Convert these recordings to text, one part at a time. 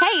Hey,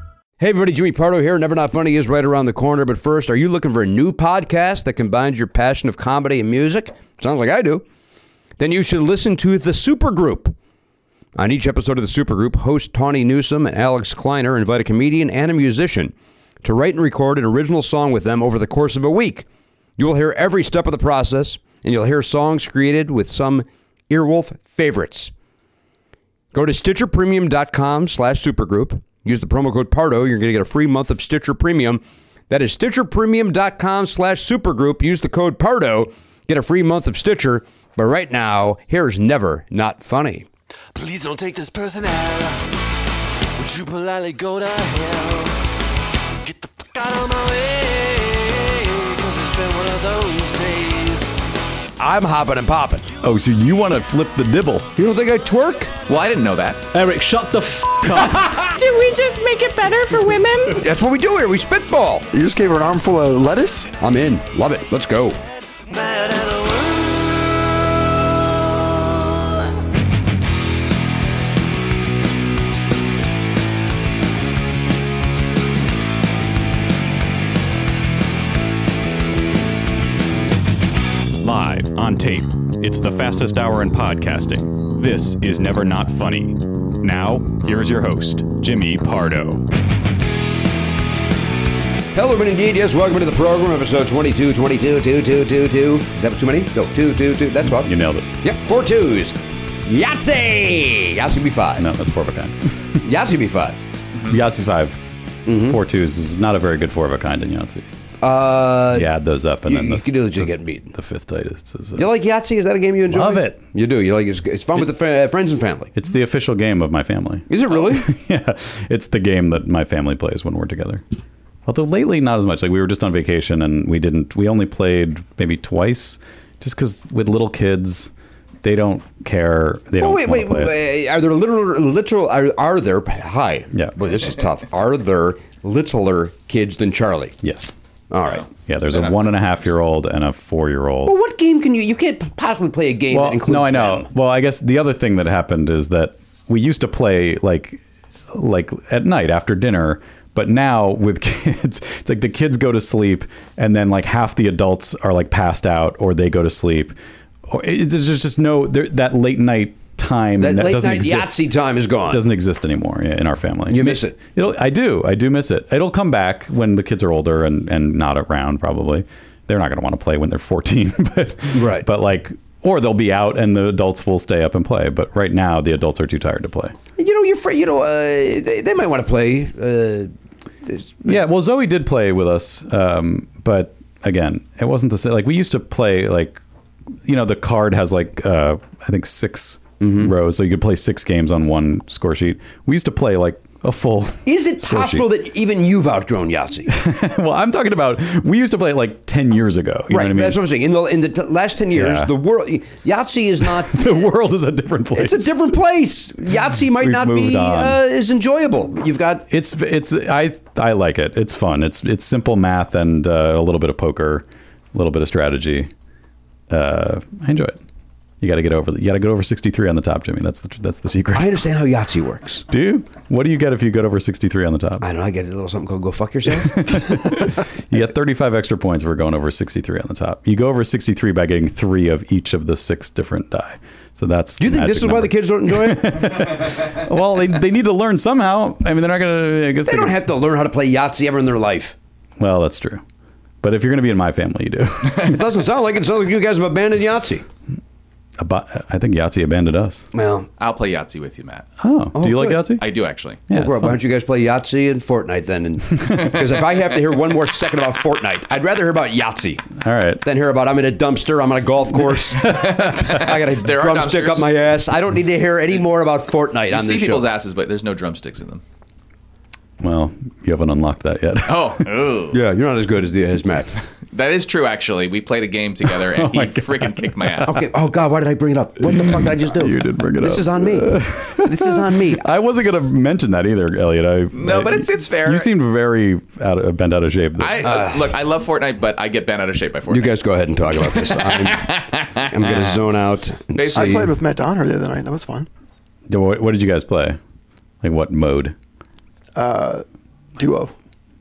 Hey, everybody, Jimmy Pardo here. Never Not Funny is right around the corner. But first, are you looking for a new podcast that combines your passion of comedy and music? Sounds like I do. Then you should listen to The Supergroup. On each episode of The Supergroup, host Tawny Newsom and Alex Kleiner invite a comedian and a musician to write and record an original song with them over the course of a week. You will hear every step of the process, and you'll hear songs created with some Earwolf favorites. Go to stitcherpremium.com slash supergroup. Use the promo code PARDO. You're going to get a free month of Stitcher Premium. That is stitcherpremium.com slash supergroup. Use the code PARDO. Get a free month of Stitcher. But right now, here's Never Not Funny. Please don't take this person out. Would you politely go to hell? Get the fuck out of my way. Cause it's been one of those days. I'm hopping and popping. Oh, so you want to flip the dibble? You don't think I twerk? Well, I didn't know that. Eric, shut the f up. Do we just make it better for women? That's what we do here. We spitball. You just gave her an armful of lettuce? I'm in. Love it. Let's go. Mad at the world. Live on tape. It's the fastest hour in podcasting. This is Never Not Funny. Now, here's your host, Jimmy Pardo. Hello, and indeed, yes, welcome to the program, episode 22, 22, 2, 2, 2, 2. Is that too many? No, 2, 2, 2. That's what. You nailed it. Yep, four twos. Yahtzee! Yahtzee be five. No, that's four of a kind. Yahtzee be five. Yahtzee's 5 Mm-hmm. Four twos is not a very good four of a kind in Yahtzee. Uh, You add those up, and you, then you the, can do the jig the, and beat. the fifth tightest is. You Uh, like Yahtzee? Is that a game you enjoy? Love it. You do. You like it's, it's fun with the fr- uh, friends and family. it's the official game of my family. Is it really? yeah, it's the game that my family plays when we're together. Although lately, not as much. Like we were just on vacation and we didn't. We only played maybe twice, just because with little kids, they don't care. They oh don't wait, wanna wait. play it. wait are there literal? Literal? Are, are there? Hi. Yeah. Boy, this is tough. Are there littler kids than Charlie? Yes. All right. Yeah, there's a one and a half year old and a four year Well, old. what game can you? You can't possibly play a game that Well, includes. no, I know. them. Well, I guess the other thing that happened is that we used to play like like at night after dinner. But now with kids, it's like the kids go to sleep, and then like half the adults are like passed out, or they go to sleep. Or it's, there's just no there, that late night time That, late doesn't night exist. Yahtzee time is gone. doesn't exist anymore yeah, in our family. You miss it. It'll, I do. I do miss it. It'll come back when the kids are older and, and not around. Probably they're not going to want to play when they're 14. But Right. But like, or they'll be out and the adults will stay up and play. But right now, the adults are too tired to play. You know, your friend. You know, uh, they, they might want to play. Uh, this- Yeah. Well, Zoe did play with us, um, but again, it wasn't the same. Like we used to play like, you know, the card has like uh, I think 6 Mm-hmm. rows, so you could play six games on one score sheet. We used to play like a full. is it score sheet. possible that even you've outgrown Yahtzee? Well, I'm talking about we used to play it like 10 years ago. You right. know what I mean? That's what I'm saying. In the in the t- last ten years, Yeah. the world Yahtzee is not. the world is a different place. It's a different place. Yahtzee might We've not be moved on. uh, as enjoyable. You've got It's it's I I like it. It's fun. It's it's simple math and uh, a little bit of poker, a little bit of strategy. Uh, I enjoy it. You got to get over. The, you got to get over 63 on the top, Jimmy. That's the tr- that's the secret. I understand how Yahtzee works. Dude, what do you get if you get over 63 on the top? I don't know. I get a little something called "Go Fuck Yourself." You get 35 extra points for going over 63 on the top. You go over 63 by getting three of each of the six different die. So that's. Do you the think this is magic why the number. kids don't enjoy it? they Well, they, they need to learn somehow. I mean, they're not going to. I guess they, don't could- have to learn how to play Yahtzee ever in their life. Well, that's true. But if you're going to be in my family, you do. It doesn't sound like it. Sounds like you guys have abandoned Yahtzee. About, I think Yahtzee abandoned us. Well, I'll play Yahtzee with you, Matt. Oh, do you like good. Yahtzee? I do actually. Yeah, well, it's bro, why fun. don't you guys play Yahtzee and Fortnite then? Because if I have to hear one more second about Fortnite, I'd rather hear about Yahtzee All right. than hear about I'm in a dumpster, I'm on a golf course, I got a There are drumstick up dumpsters. my ass. I don't need to hear any more about Fortnite You on see this people's show. asses, but there's no drumsticks in them. Well, you haven't unlocked that yet. Oh, ugh. Yeah, you're not as good as the as Matt. that is true. Actually, we played a game together, and he my God. freaking kicked my ass. Okay. Oh God, why did I bring it up? What the fuck did I just do? You did bring it This up. is on me. this is on me. I wasn't going to mention that either, Elliot. I, No, I- but it's- it's fair. You seemed very out of, bent out of shape. I uh, look. I love Fortnite, but I get bent out of shape by Fortnite. You guys go ahead and talk about this. I'm, I'm going to zone out. and Basically- see. I played with Matt Donner the other night. That was fun. what, what did you guys play? Like what mode? Duo.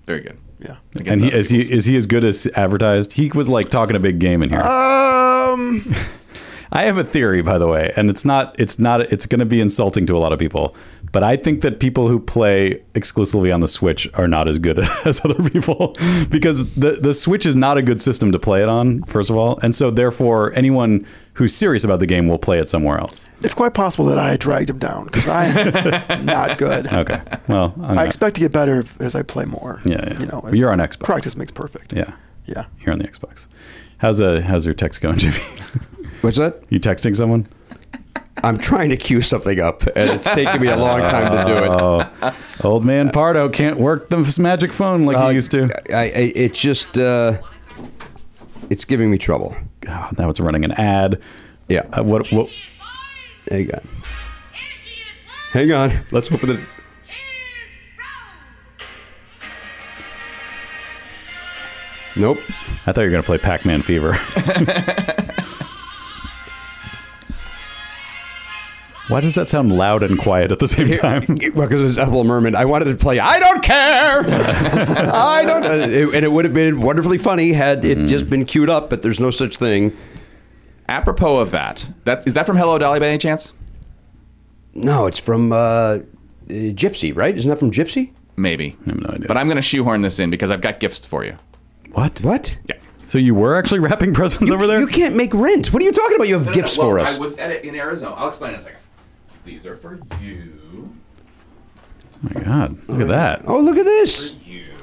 Very good. Yeah. Against And he, that. is he is he as good as advertised? He was like talking a big game in here. Um, I have a theory, by the way, and it's not it's not it's going to be insulting to a lot of people, but I think that people who play exclusively on the Switch are not as good as other people because the the Switch is not a good system to play it on, first of all, and so therefore anyone who's serious about the game will play it somewhere else. it's quite possible that I dragged him down because I'm not good. Okay, well, I'm I not- expect to get better as I play more. Yeah, yeah. You know, But you're on as Xbox. Practice makes perfect. yeah, Yeah. here on the Xbox. How's uh how's your text going, Jimmy? What's that? you texting someone? I'm trying to queue something up, and it's taking me a long time to do it. Oh, old man Pardo can't work this magic phone like Uh, he used to. I, I, it just uh, it's giving me trouble. Oh, now it's running an ad. Yeah. Uh, what? What? Hang on. Hang on. Let's open the. Nope. I thought you were gonna play Pac-Man Fever. Why does that sound loud and quiet at the same time? Well, because it's Ethel Merman. I wanted to play. I don't care. I don't. uh, it- and it would have been wonderfully funny had Mm-hmm. it just been queued up, but there's no such thing. Apropos of that, that is that from Hello Dolly by any chance? No, it's from uh, uh, Gypsy, right? Isn't that from Gypsy? Maybe. I have no idea. But I'm going to shoehorn this in because I've got gifts for you. What? What? Yeah. So you were actually wrapping presents over there? You can't make rent. What are you talking about? You have gifts for us. Uh, I was at it in Arizona. I'll explain in a second. These are for you. Oh my God! Look at that. oh, look at this.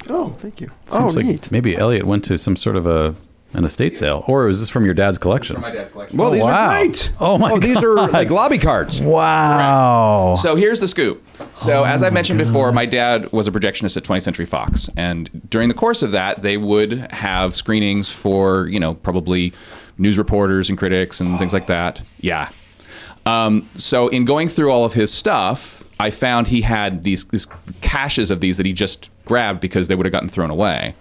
Oh, thank you. Seems oh, like neat. Maybe Elliot went to some sort of a an estate sale, or is this from your dad's collection? My dad's collection. Well, these wow. are great. Oh, my Oh, these are God. like lobby cards. Wow. So here's the scoop. Oh So as I mentioned before, my dad was a projectionist at 20th Century Fox, and during the course of that, they would have screenings for you know probably news reporters and critics and things like that. Yeah. Um, so in going through all of his stuff, I found he had these, these caches of these that he just grabbed because they would have gotten thrown away,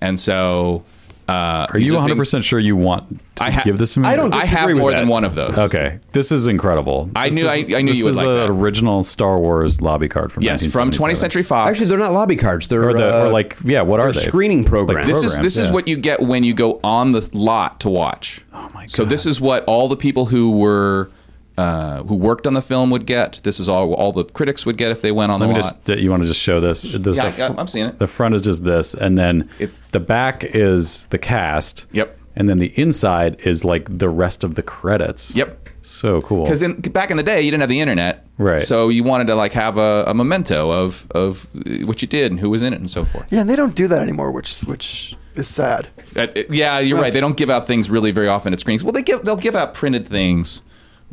and so. Uh, Are you 100 percent sure you want to I ha- give this to me? I don't I have disagree with more that. than one of those. Okay, this is incredible. I This knew- Is, I- I knew this you would is like an that. original Star Wars lobby card from Yes, from 20th 1977. Century Fox. Actually, they're not lobby cards. They're or, the, uh, or like yeah, what are they're they? screening programs. This is programs, this is yeah. what you get when you go on the lot to watch. Oh my So God. this is what all the people who were uh, who worked on the film would get. This is all all the critics would get if they went on Let the me lot. just. You want to just show this? This- Yeah, the I- fr- I'm seeing it. The front is just this, and then It's- the back is the cast. Yep. And then the inside is like the rest of the credits. Yep. So cool. Because in, back in the day, you didn't have the internet, Right. So you wanted to like have a, a memento of of uh, what you did and who was in it and so forth. Yeah, and they don't do that anymore, which which is sad. Uh, uh, yeah, you're right. They don't give out things really very often at screenings. Well, they give they'll give out printed things.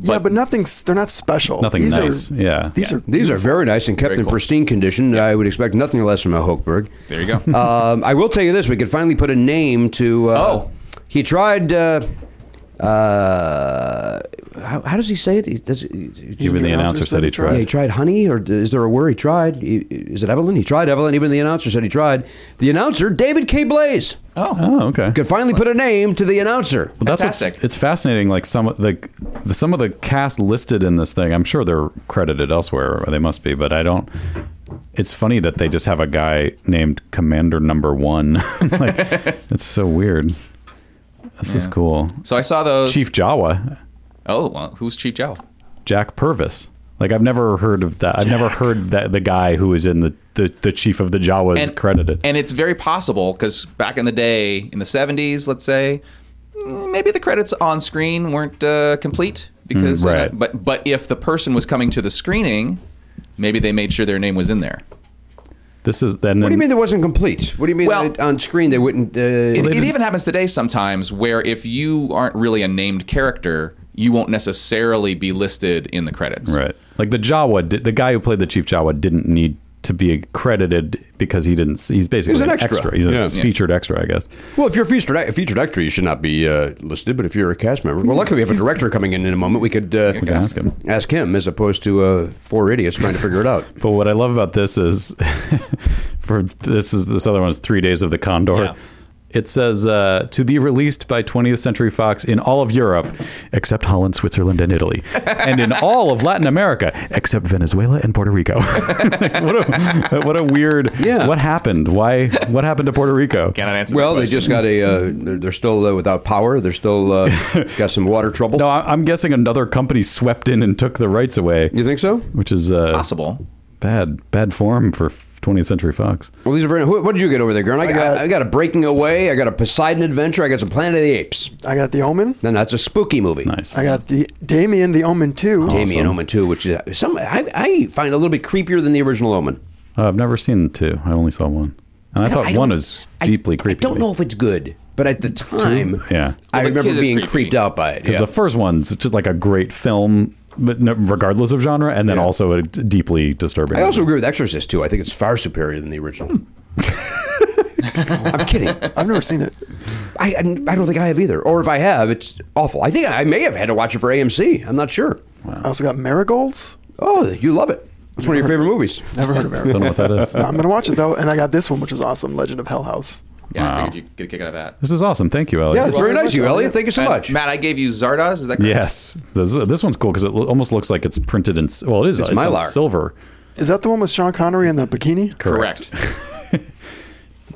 yeah, but nothing's. They're not special. Nothing these nice. Are, Yeah. These Yeah. are. These are very nice and kept Very in cool. pristine condition. I would expect nothing less from a Hochberg. There you go. Uh, um, I will tell you this: we could finally put a name to. Uh, Oh. he tried. Uh, uh, how, how does he say it? He- Does, he- Even the announcer said he yeah, tried. he tried honey, or is there a word he tried? He- Is it Evelyn? He tried Evelyn. Even the announcer said he tried. The announcer, David K. Blaze, Oh, okay. could finally put a name to the announcer. Well, that's Fantastic. What's, it's fascinating. Like some of the, the some of the cast listed in this thing, I'm sure they're credited elsewhere. Or they must be, but I don't. It's funny that they just have a guy named Commander Number One. like, it's so weird. This is cool. So I saw those. Chief Jawa, Oh, well, who's Chief Jowl? Jack Purvis. Like I've never heard of that. I've never heard that the guy who is in the the, the chief of the Jawas credited. And it's very possible because back in the day, in the 70s, let's say, mm, maybe the credits on screen weren't uh, complete because, Mm, right. but but if the person was coming to the screening, maybe they made sure their name was in there. this is then. What do you mean that wasn't complete? What do you mean Well- that on screen they wouldn't? Uh, It, it even happens today sometimes where if you aren't really a named character, you won't necessarily be listed in the credits. Right. Like the Jawa, di- the guy who played the chief Jawa didn't need to be credited because he didn't. He's basically He's an an extra. extra. He's a Yeah. featured extra, I guess. well, if you're a featured a featured actor, you should not be uh, listed. But if you're a cast member, well, luckily we have a director coming in in a moment. We could uh, We can ask him. ask him as opposed to uh, four idiots trying to figure it out. But what I love about this is, for this is this other one is three days of the Condor. It says uh, to be released by 20th Century Fox in all of Europe, except Holland, Switzerland, and Italy, and in all of Latin America, except Venezuela and Puerto Rico. Like, what, a, what a weird. Yeah. What happened? Why? What happened to Puerto Rico? Cannot answer. that Well, they question. just got a. Uh, they're, they're still uh, without power. They're still uh, got some water trouble. No, I- I'm guessing another company swept in and took the rights away, you think so? which is uh, possible. bad bad form for 20th Century Fox. Well, these are very. Who, what did you get over there, Gern? I, got, got- I, got a Breaking Away. I got a Poseidon Adventure. I got some Planet of the Apes. I got The Omen. Then that's a spooky movie. Nice. I got the Damien, The Omen 2. Damien Omen too, which is some I, I find a little bit creepier than the original Omen. Uh, I've never seen two. I only saw one, and I, thought I one don't- is I- deeply creepy. I don't know if it's good, but at the time, Yeah. I Well, the remember kid is being creepy. creeped out by it. because yeah. the first one's just like a great film, but no, regardless of genre, and then Yeah. also a d- deeply disturbing. I also agree with Exorcist too. I think it's far superior than the original. Hmm. I'm kidding. I've never seen it. I, I don't think I have either. Or if I have, it's awful. I think I may have had to watch it for AMC. I'm not sure. I also got Marigolds. Oh, you love it. It's one of your favorite movies. Never heard of don't know Marigolds. what that is. I'm gonna watch it though, and I got this one, which is awesome, Legend of Hell House. Yeah, I Wow. figured you'd get a kick out of that. This is awesome. Thank you, Elliot. Yeah, it's very nice of you, Elliot. Thank you so And, much. Matt, I gave you Zardoz. Is that correct? Yes, this, this one's cool because it lo- almost looks like it's printed in. s- Well, it is. It's, on Mylar. silver. Is that the one with Sean Connery in the bikini? Correct.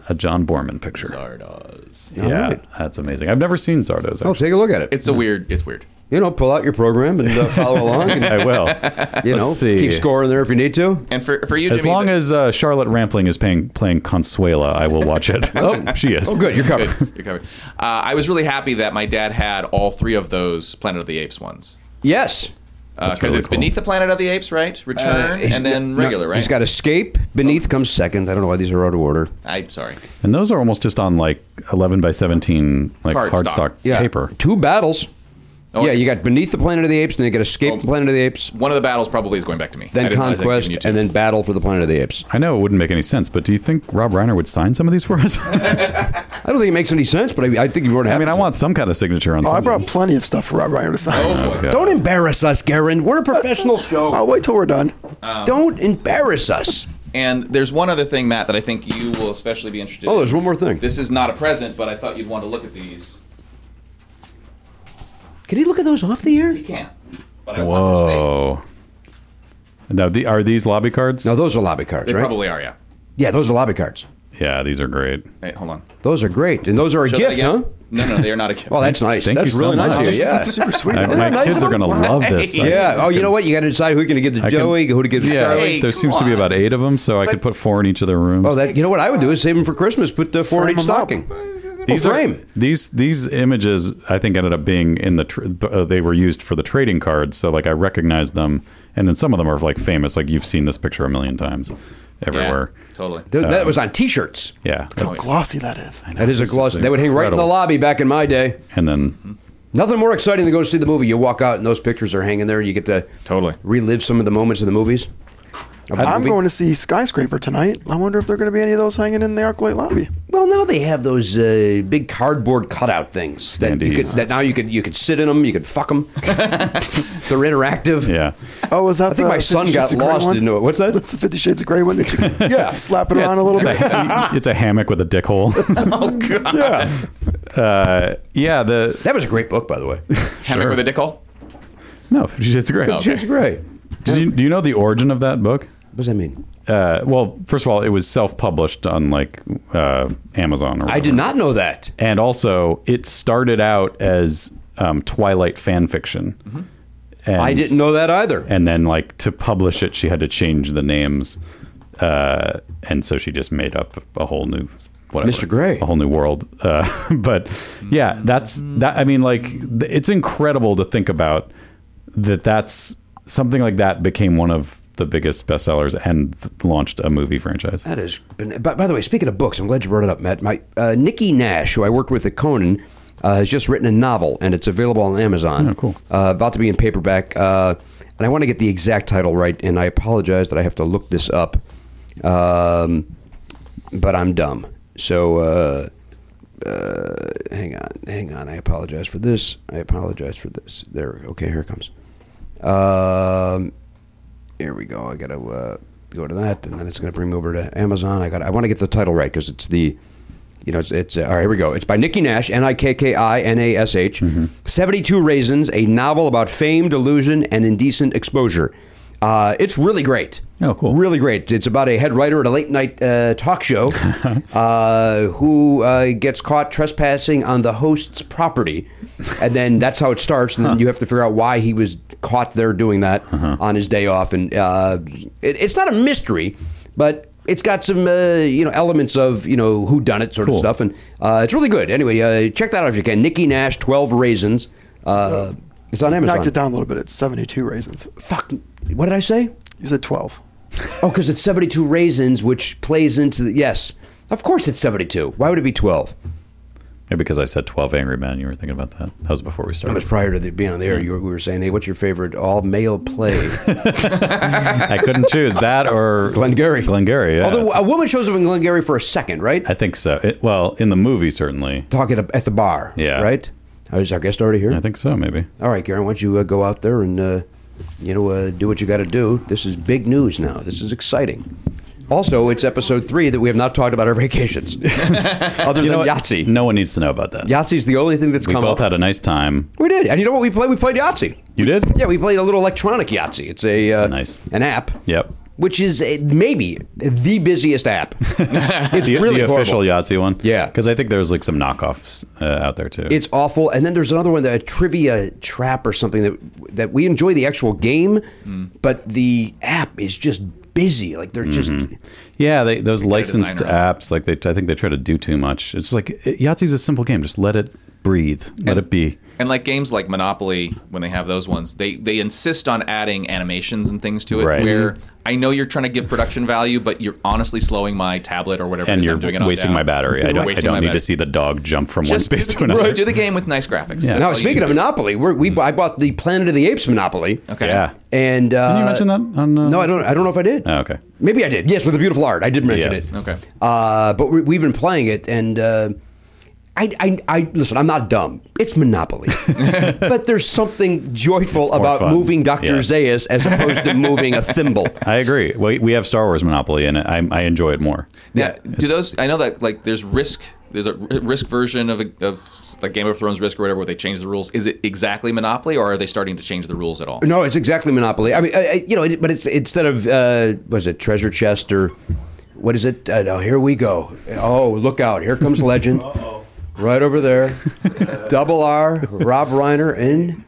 A John Borman picture. Zardoz. Yeah, right. that's amazing. I've never seen Zardoz. Oh, actually. take a look at it. It's a weird. It's weird. you know, pull out your program and uh, follow along. And, I will. you know, Let's see. keep score in there if you need to. And for for you, As Jimmy, long the- as uh, Charlotte Rampling is paying, playing Consuela, I will watch it. oh, she is. Oh, good, you're covered. Good, you're covered. Uh, I was really happy that my dad had all three of those Planet of the Apes ones Yes. because really it's cool. Beneath the Planet of the Apes, right? Return Uh, He's- and then no, regular, right? Oh. He's got Escape. Beneath comes second. I don't know why these are out of order. I'm sorry. And those are almost just on like 11 by 17 like Cardstock. hardstock Yeah. paper. Two battles. Oh, yeah, okay. you got Beneath the Planet of the Apes, and then you got Escape Oh. from Planet of the Apes, One of the battles probably is going back to me. I then didn't realize I'd given Conquest, you two. and then Battle for the Planet of the Apes. I know it wouldn't make any sense, but do you think Rob Reiner would sign some of these for us? I I don't think it makes any sense, but I, I think you would have. mean, I want some kind of signature on Oh, I some. brought plenty of stuff for Rob Reiner to sign. Don't embarrass us, Garen. We're a professional show. I'll Oh, wait till we're done. Um, Don't embarrass us. And there's one other thing, Matt, that I think you will especially be interested. Oh, in. there's one more thing. This is not a present, but I thought you'd want to look at these. Can he look at those off the air? You can't. But I want this face. Whoa. Now, the, are these lobby cards? No, those are lobby cards, They right? probably are, yeah. Yeah, those are lobby cards. Yeah, these are great. Wait, hold on. Those are great, and those are a Show that gift, again. huh? No, no, they are not a gift. Well, that's nice. Thank that's you so really nice. much. of you, Yeah. Super sweet. I- Isn't my that nice kids of are going to him? love this. I- Yeah. Oh, you know what? You got to decide who to give to I can- Joey, who to give to Yeah, Charlie. Hey, there come seems to be on. about eight of them, so I could put four in each of their rooms. Oh, that you know what I would do is save them for Christmas. Put the four in each Frame 'em stocking. up. these Oh, are- frame. these these images I think ended up being in the tr- uh, they were used for the trading cards so like I recognized them and then some of them are like famous like you've seen this picture a million times everywhere Yeah, totally. Th- that was on T-shirts. uh, yeah, that's- Glossy that is. That is a This is gloss. They would hang right in the incredible. lobby back in my day. and then Nothing more exciting than go see the movie. You walk out and those pictures are hanging there. You get to Totally. relive some of the moments of the movies. Of the I'm movie. going to see Skyscraper tonight. I wonder if there are going to be any of those hanging in the ArcLight lobby. Well, now they have those uh, big cardboard cutout things that you could, Standees. that now you could you could sit in them, you could fuck them. They're interactive. Yeah. Oh, was that? I think the my son Fifty got Shades of Grey lost one? and didn't know it. What's that? That's the Fifty Shades of Grey one. That you can Yeah. slap it around a little It's bit. a, it's a hammock with a dick hole. Yeah. Uh, yeah. The That was a great book, by the way. Hammock with a dick hole? no, it's great. Okay. It's great. Did you, do you know the origin of that book? What does that mean? Uh, well, first of all, it was self-published on like uh, Amazon. Or I did whatever. not know that. and also it started out as um, Twilight fan fiction. And, Mm-hmm. I didn't know that either. And then, like to publish it, she had to change the names, uh, and so she just made up a whole new whatever, Mr. Grey. a whole new world. Uh, but yeah, that's that. I mean, like th- it's incredible to think about that. That's something like that became one of the biggest bestsellers and th- launched a movie franchise. That has been. By, by the way, speaking of books, I'm glad you brought it up, Matt. My uh, Nikki Nash, who I worked with at Conan, uh, has just written a novel, and it's available on Amazon. Oh, cool. Uh, about to be in paperback, uh, and I want to get the exact title right. And I apologize that I have to look this up, um, but I'm dumb. So uh, uh, hang on, hang on. I apologize for this. I apologize for this. There. Okay, here it comes. Um, here we go. I gotta uh, go to that, and then it's gonna bring me over to Amazon. I got. I want to get the title right because it's the, you know, it's, it's all right. Here we go. It's by Nikki Nash, N I K K I N A S H. Seventy-two raisins, a novel about fame, delusion, and indecent exposure. Uh, it's really great. Oh, cool. Really great. It's about a head writer at a late night uh, talk show uh, who uh, gets caught trespassing on the host's property. And then that's how it starts. And then you have to figure out why he was caught there doing that on his day off. And uh, it, it's not a mystery, but. It's got some, uh, you know, elements of you know who done it sort of stuff, and uh, it's really good. Anyway, uh, check that out if you can. Nikki Nash, Twelve Raisins. Uh, it's on Amazon. Knocked it down a little bit. It's seventy-two raisins. Fuck. What did I say? You said twelve. Oh, because it's 72 raisins, which plays into the. Yes. Of course it's 72. Why would it be 12? Yeah, because I said Twelve Angry Men. You were thinking about that. That was before we It started. was prior to the, being on the Mm. air. You were, we were saying, hey, what's your favorite all male play? I couldn't choose that or Glengarry. Glengarry. Yeah. Although uh, a woman shows up in Glengarry for a second, right? I think so. It, well, in the movie, certainly. Talking at, at the bar. Yeah. Right? Oh, Is our guest already here? I think so. Maybe. all right, Karen, why don't you uh, go out there and, uh, you know, uh, do what you got to do? This is big news now. This is exciting. Also, it's episode three that we have not talked about our vacations, other You know than what? Yahtzee. No one needs to know about that. Yahtzee's the only thing that's we come both up. had a nice time. we did. And you know what we played? We played Yahtzee. You did. Yeah, we played a little electronic Yahtzee. It's a uh, Nice. an app. Yep. Which is uh, maybe the busiest app. it's The, really the horrible. official Yahtzee one. Yeah. Because I think there's like some knockoffs uh, out there too. It's awful. And then there's another one that a trivia trap or something that that we enjoy the actual game, Hmm. but the app is just busy. Like they're Mm-hmm. just yeah. They, those licensed designer. apps, like they, I think they try to do too much. It's like it, Yahtzee's a simple game. Just let it breathe. Let it be. And like games like Monopoly, when they have those ones, they they insist on adding animations and things to it. Right. Mm-hmm. Where I know you're trying to give production value, but you're honestly slowing my tablet or whatever. it And is you're I'm doing it on wasting down. my battery. I You're don't. I wasting my don't need battery. to see the dog jump from one Just space to do the- another. Do the game with nice graphics. Yeah. That's Now all you speaking need of to do. Monopoly, we're, Hmm. we I bought the Planet of the Apes Monopoly. Okay. Yeah. And uh, you mention that on, uh, no, I don't. I don't know if I did. Oh, okay. Maybe I did. Yes, with the beautiful art, I did mention Yes. it. Okay. Uh, but we, we've been playing it, and uh, I, I, I listen. I'm not dumb. It's Monopoly, but there's something joyful more about fun. moving Doctor Yeah. Zayas as opposed to moving a thimble. I agree. We, we have Star Wars Monopoly, and I, I enjoy it more. Yeah. Do those? I know that like there's risk. There's a r- risk version of a, of like Game of Thrones risk or whatever where they change the rules. Is it exactly Monopoly or are they starting to change the rules at all? No, it's exactly Monopoly. I mean, I, I, you know, it, but it's instead of uh, was it treasure chest or what is it? Uh, no, here we go. Oh, look out! Here comes legend. right over there. Double R, Rob Reiner in.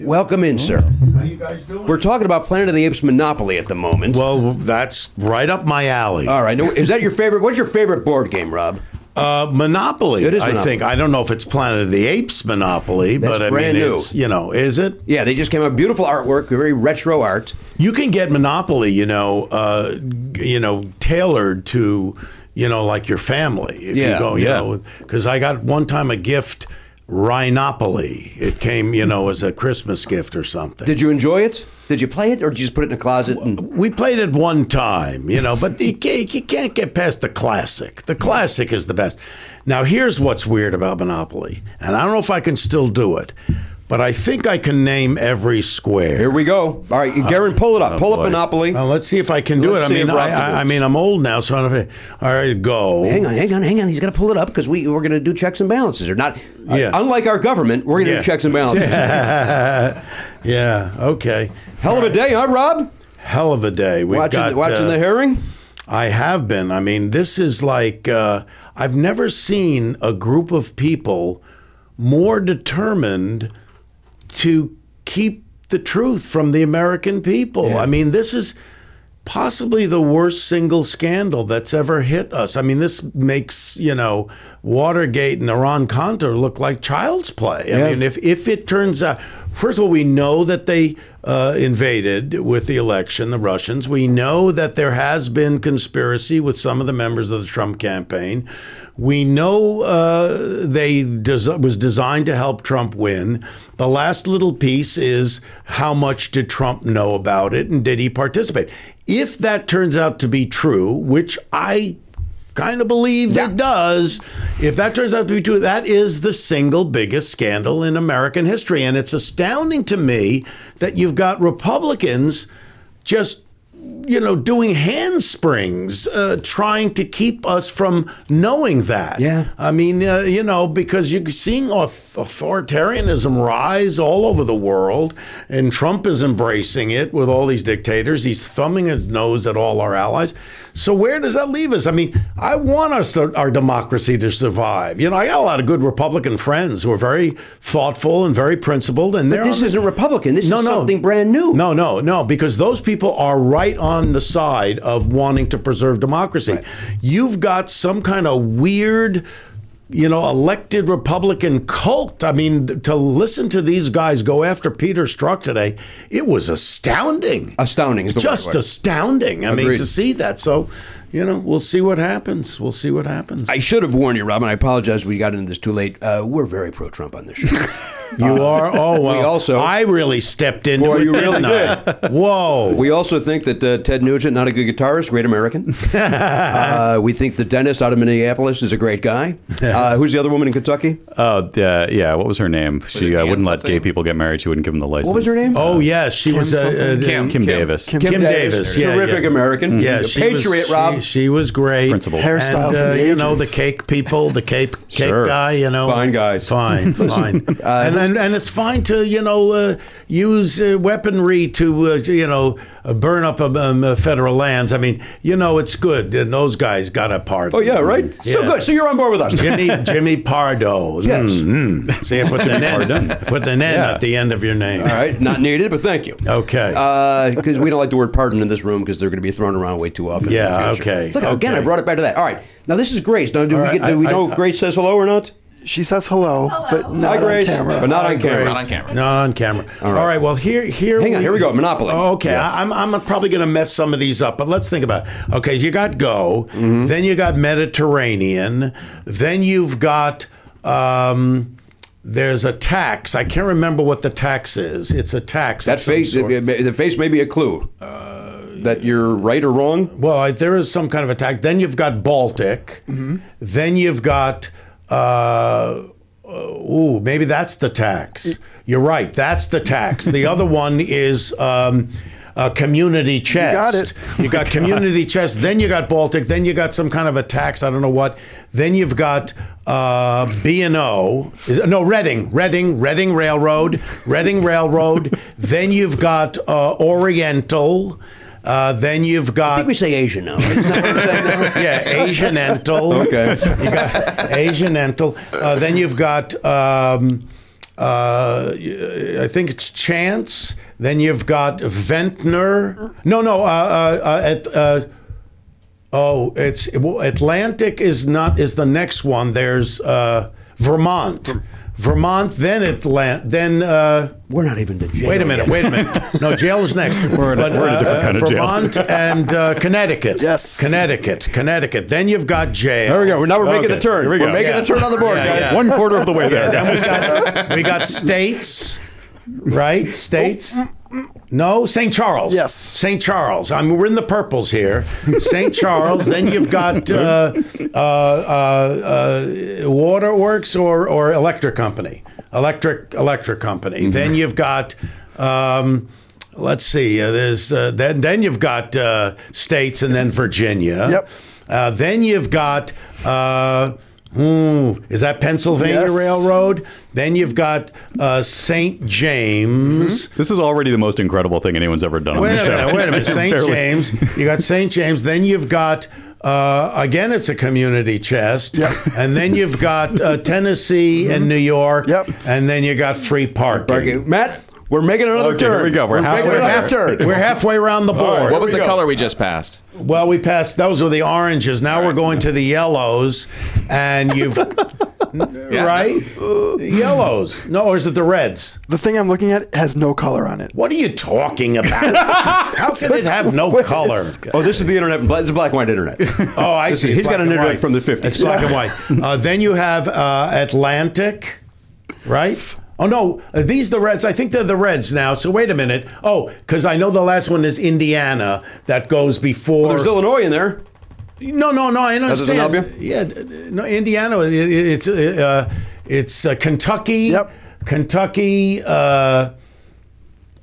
Welcome in, sir. How you guys doing? We're talking about Planet of the Apes Monopoly at the moment. well, that's right up my alley. All right. Now, is that your favorite? What's your favorite board game, Rob? Uh, Monopoly, It is I think. I don't know if it's Planet of the Apes Monopoly, That's but I brand mean, new. it's, you know, is it? Yeah, they just came out. Beautiful artwork, very retro art. You can get Monopoly, you know, uh, g- you know, tailored to, you know, like your family. If Yeah, you go, you yeah. know, because I got one time a gift, Rhinopoly. It came, you know, as a Christmas gift or something. Did you enjoy it? Did you play it, or did you just put it in a closet? And, we played it one time, you know, but you can't, you can't get past the classic. The classic is the best. Now, here's what's weird about Monopoly, and I don't know if I can still do it, but I think I can name every square. here we go. All right, Garen, pull it up. pull up Monopoly. Now, let's see if I can do Let's it. I see mean, if Rob I, can do I, it. I mean, I'm old now, so I don't. Have, all right, go. Oh, hang on, hang on, hang on. He's going to pull it up because we we're going to do checks and balances, or not? uh, Yeah. unlike our government, we're going to Yeah. do checks and balances. Yeah. yeah. Okay. Hell of a day, huh, Rob? Hell of a day. We've watching got watching uh, the herring. I have been. I mean, this is like uh, I've never seen a group of people more determined to keep the truth from the American people. I mean, this is possibly the worst single scandal that's ever hit us. I mean, this makes, you know, Watergate and Iran Contra look like child's play. I mean, if, if it turns out, first of all, we know that they uh, invaded with the election, the Russians. We know that there has been conspiracy with some of the members of the Trump campaign. We know uh, they des- was designed to help Trump win. The last little piece is how much did Trump know about it and did he participate? If that turns out to be true, which I kind of believe it does, if that turns out to be true, that is the single biggest scandal in American history. And it's astounding to me that you've got Republicans just you know, doing handsprings, uh, trying to keep us from knowing that. Yeah. I mean, uh, you know, because you're seeing auth- authoritarianism rise all over the world, and Trump is embracing it with all these dictators. He's thumbing his nose at all our allies. So where does that leave us? I mean, I want us to, our democracy to survive. You know, I got a lot of good Republican friends who are very thoughtful and very principled, and they're This on the- isn't Republican. This is something brand new. no, no, no, because those people are right on the side of wanting to preserve democracy. You've got some kind of weird, you know, elected Republican cult. I mean, th- to listen to these guys go after Peter Strzok today, it was astounding. Astounding is the Just right word. astounding. I mean, Agreed. to see that. So, you know, we'll see what happens. We'll see what happens. I should have warned you, Robin. I apologize. We got into this too late. Uh, we're very pro-Trump on this show. you are. Oh, well. also- I really stepped into Boy, it. you really didn't I? Whoa. we also think that uh, Ted Nugent, not a good guitarist, great American. uh, we think that Dennis out of Minneapolis is a great guy. Uh, who's the other woman in Kentucky? Oh, yeah, yeah. What was her name? She uh, Ann wouldn't let something? gay people get married. She wouldn't give them the license. Uh, What was her name? Oh yes, she was a, something? Kim. Kim, Davis. Kim, Davis, yeah, terrific yeah. American. Yeah, A she patriot, was, Rob. She, she was great. Principal. Hairstyle And, from uh, the you know the 80s. cake people, the cake cake Sure. guy. You know, Fine guys. fine, fine. and, and and it's fine to you know uh, use uh, weaponry to uh, you know uh, burn up um, uh, federal lands. I mean, you know, it's good. And those guys got a part. Oh yeah, right. So Yeah. good. So you're on board with us. Jimmy Jimmy Pardo. Yes. Mm, mm. See, I put the N, Pardo. put the N Yeah. at the end of your name. All right, not needed, but thank you. Okay. Because we don't like the word pardon in this room because they're going to be thrown around way too often. Yeah, in the future. okay, Look, again, okay. I brought it back to that. All right. Now, this is Grace. Now, do, All we, right, get, do we I- know I- if Grace says hello or not? She says hello, but not Hi, Grace. on camera. But not on camera. Not on camera. Not on camera. All right. Well, here, here. Hang on, here we go, Monopoly. Oh, okay. Yes. I, I'm, I'm probably going to mess some of these up, but let's think about. It. Okay, you got Go, then you got Mediterranean, then you've got. Um, there's a tax. I can't remember what the tax is. It's a tax. of That some face, sort. the face may be a clue Uh, that you're right or wrong. Well, I, there is some kind of attack. Then you've got Baltic. Mm-hmm. Then you've got. Uh, uh, ooh, maybe that's the tax. You're right. That's the tax. The other one is. Um, uh, community chest. got it. You got community chest. Then you got Baltic. Then you got some kind of a tax. I don't know what. Then you've got uh, B and O. Is- No, Reading, Reading, Reading Railroad, Reading Railroad. then you've got uh, Oriental. Uh, then you've got I think we say Asian now. yeah, Asian Ental. Okay. You got Asian Ental. Uh, then you've got, um, uh, I think it's Chance. Then you've got Ventnor. No, no. Uh, uh, uh, at, uh, oh, it's well, Atlantic is not is the next one. There's uh, Vermont. Vermont, then Atlant, then. Uh, We're not even to jail. Wait a minute. Wait a minute. No, jail is next. we're in a, different kind of jail. Vermont and uh, Connecticut. Yes. Connecticut. Connecticut. Then you've got jail. There we go. Now we're making Okay, the turn. here We we are go. making Yeah. the turn on the board, Yeah, guys. yeah. One quarter of the way there. Then we got, we got states, right? States. No, St. Charles. Yes. St. Charles. I mean, we're in the purples here. St. Charles. then you've got uh, uh, uh, uh, Waterworks or or Electric Company, Electric Electric Company. Mm-hmm. Then you've got. Um, Let's see. Uh, there's uh, then then you've got uh, states and then Virginia. Yep. Uh, then you've got uh, hmm, is that Pennsylvania Yes. Railroad? Then you've got uh, St. James. This is already the most incredible thing anyone's ever done on Wait this a show. minute, wait a minute. St. Barely- James. You got St. James. Then you've got, uh, again, it's a community chest. Yep. And then you've got uh, Tennessee and New York. Yep. And then you got free parking. Okay, Matt, we're making another Okay, turn. here we go. We're halfway making We're, another half, turn. we're halfway around the board. What was Here the we go. color we just passed? Well, we passed. Those were the oranges. Now we're going to the yellows, and you've right yellows. No, or is it the reds? The thing I'm looking at has no color on it. What are you talking about? How can it have no What color? is- Oh, this is the internet. It's a black and white internet. Oh, I see. He's got Black an and internet white. from the 50s. It's black and white. Uh, then you have uh, Atlantic, right? Oh no, are these the Reds? I think they're the Reds now. So wait a minute. Oh, because I know the last one is Indiana that goes before. Oh, There's Illinois in there. No, no, no. I doesn't understand. help Yeah, d- d- no. Indiana. it- it- It's uh, it's uh, Kentucky. Yep. Kentucky, uh,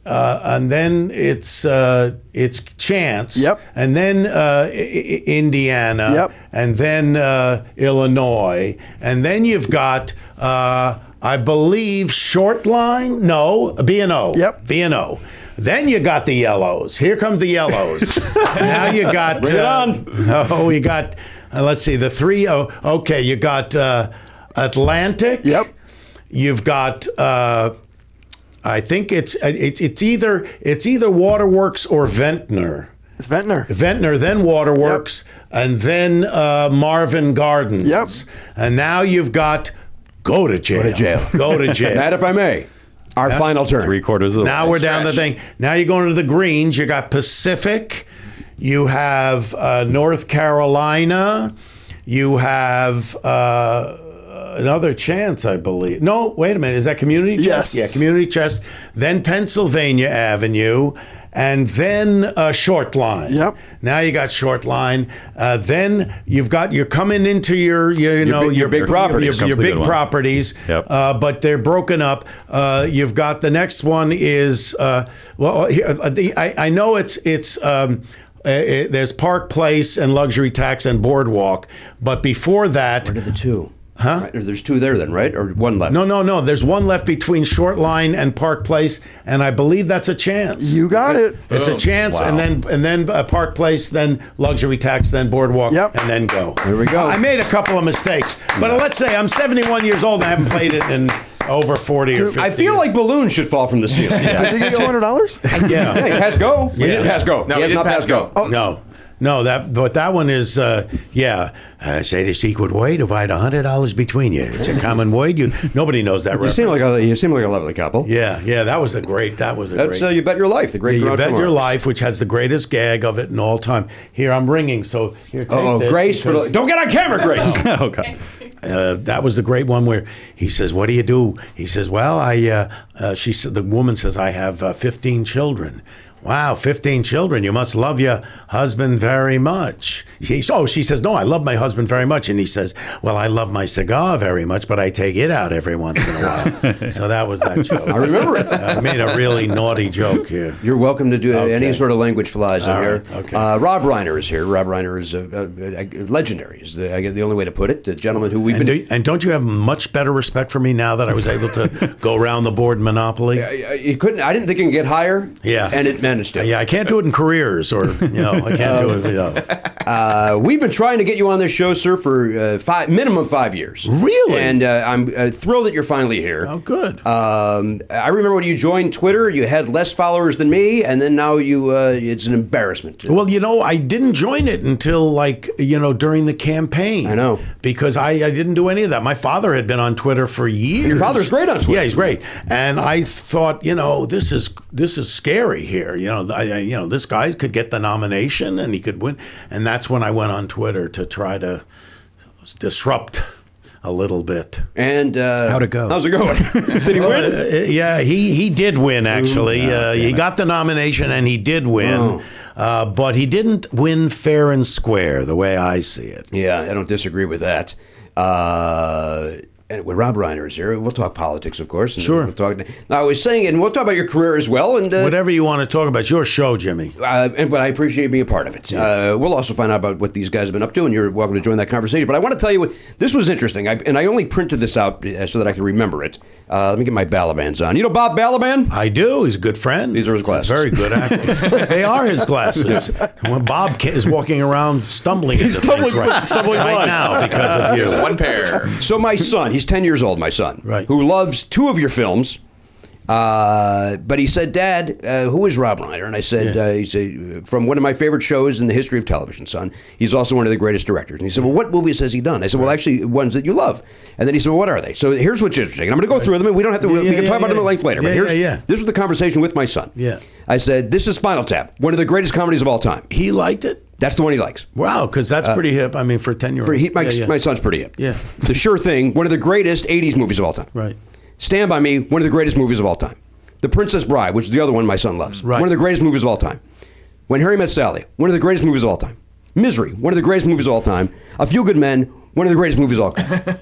uh, and then it's uh, it's Chance. Yep. And then uh, I- I- Indiana. Yep. And then uh, Illinois. And then you've got. Uh, I believe short line. No, B and O. Yep. B and O. Then you got the yellows. Here come the yellows. now you got. Bring it on. Oh, you got. Uh, let's see. The three. Oh, okay. You got uh, Atlantic. Yep. You've got. Uh, I think it's it's it's either it's either Waterworks or Ventnor. It's Ventnor. Ventnor, then Waterworks, and then uh, Marvin Gardens. Yep. And now you've got go to jail. Go to jail. go to jail. Matt, if I may, our final turn. Three quarters of the Now way. we're down the thing. Now you're going to the greens. You got Pacific. You have uh, North Carolina. You have uh, another chance, I believe. No, wait a minute. Is that community chest? Yes. Yeah, community chest. Then Pennsylvania Avenue. And then uh, short line. Yep. Now you got short line. Uh, then you've got you're coming into your you know big- your big properties. your, your Comes the big good one. properties. Yep. Uh, uh, but they're broken up. Uh, you've got the next one is uh, well, here, uh, the, I, I know it's it's. Um, uh, it, there's Park Place and Luxury Tax and Boardwalk, but before that, What are the two? Huh? There's two there then, right? Or one left? no, no, no. There's one left between Short Line and Park Place, and I believe that's a chance. You got it. it's a chance, and then and then uh, Park Place, then Luxury Tax, then Boardwalk, Yep. and then go. There we go. I made a couple of mistakes, but let's say I'm 71 years old. and I haven't played it in over 40 or 50. I years. feel like balloons should fall from the ceiling. Did you get $100? Yeah. Hey, pass go. We Yeah. didn't pass go. He No, we has didn't not pass passed go. go. No. No, that but that one is uh, yeah. Uh, say the secret way. Divide hundred dollars between you. It's a common word. You nobody knows that. You reference. seem like a you seem like a lovely couple. yeah, yeah. That was a great. That was a That's uh, great. you bet your life. The great Yeah, you Groucho bet your Marx. life, which has the greatest gag of it in all time. Here I'm ringing. So here, take Oh, this Grace! For the, because- don't get on camera, Grace. okay. uh, that was the great one where he says, "What do you do?" He says, "Well, I." Uh, uh, she said, "The woman says I have uh, fifteen children." Wow, fifteen children! You must love your husband very much. He, oh, she says, "No, I love my husband very much," and he says, "Well, I love my cigar very much, but I take it out every once in a while." so that was that joke. I remember it. I made a really naughty joke here. You're welcome to do any Okay. sort of language flies in All here. right, okay. Uh, Rob Reiner is here. Rob Reiner is uh, uh, uh, legendary. Is the, I guess the only way to put it. The gentleman who we've And, been. do, and don't you have much better respect for me now that I was able to go around the board Monopoly? I- I- uh, he couldn't. I didn't think it could get higher. Yeah. and it managed to. Yeah, I can't do it in careers, or you know, I can't do it. You know. Uh, we've been trying to get you on this show, sir, for uh, five minimum five years. Really? And uh, I'm uh, thrilled that you're finally here. Oh, good. Um, I remember when you joined Twitter, you had less followers than me, and then now you uh, it's an embarrassment. well, you know, I didn't join it until like you know during the campaign. I know. because I, I didn't do any of that. My father had been on Twitter for years. Your father's great on Twitter. Yeah, he's great. And I thought, you know, this is this is scary here. You know, I, I- you know, this guy could get the nomination and he could win. And that's when I went on Twitter to try to disrupt a little bit. And uh, How'd it go? How's it going? Did he win? ah, Uh, yeah, he, he did win, actually. uh, he got the nomination and he did win, Oh. uh, but he didn't win fair and square, the way I see it. Yeah, I don't disagree with that. Uh, and when Rob Reiner is here, we'll talk politics, of course. and Sure. We'll talk, now, I was saying, and we'll talk about your career as well. And uh, Whatever you want to talk about, it's your show, Jimmy. uh, and, but I appreciate you being a part of it. Uh, we'll also find out about what these guys have been up to, and you're welcome to join that conversation. But I want to tell you what this was interesting, I, and I only printed this out uh, so that I can remember it. Uh, let me get my Balaban's on. You know Bob Balaban? I do. He's a good friend. These are his glasses. Very good actor. they are his glasses. When Bob ca- is walking around stumbling, he's stumbling- right, stumbling right blind. now because of you. There's one pair. So my son, he's ten years old. My son, Right. who loves two of your films. Uh, but he said, "Dad, uh, who is Rob Reiner?" And I said, uh, "He said from one of my favorite shows in the history of television, son. He's also one of the greatest directors." And he said, "Well, what movies has he done?" I said, "Well, actually, ones that you love." And then he said, "Well, what are they?" So here's what's interesting. And I'm going to go through them, and we don't have to. Yeah, we yeah, can yeah, talk about them at yeah. length later. Yeah, but here's yeah, yeah. this was the conversation with my son. Yeah. I said, "This is Spinal Tap, one of the greatest comedies of all time." He liked it. That's the one he likes. Uh, Wow, because that's pretty hip. I mean, for a ten-year-old, For he, my, my son's pretty hip. Yeah. The Sure Thing, one of the greatest 80s movies of all time. Right. Stand By Me, one of the greatest movies of all time. The Princess Bride, which is the other one my son loves. Right. One of the greatest movies of all time. When Harry Met Sally, one of the greatest movies of all time. Misery, one of the greatest movies of all time. A Few Good Men, one of the greatest movies of all time.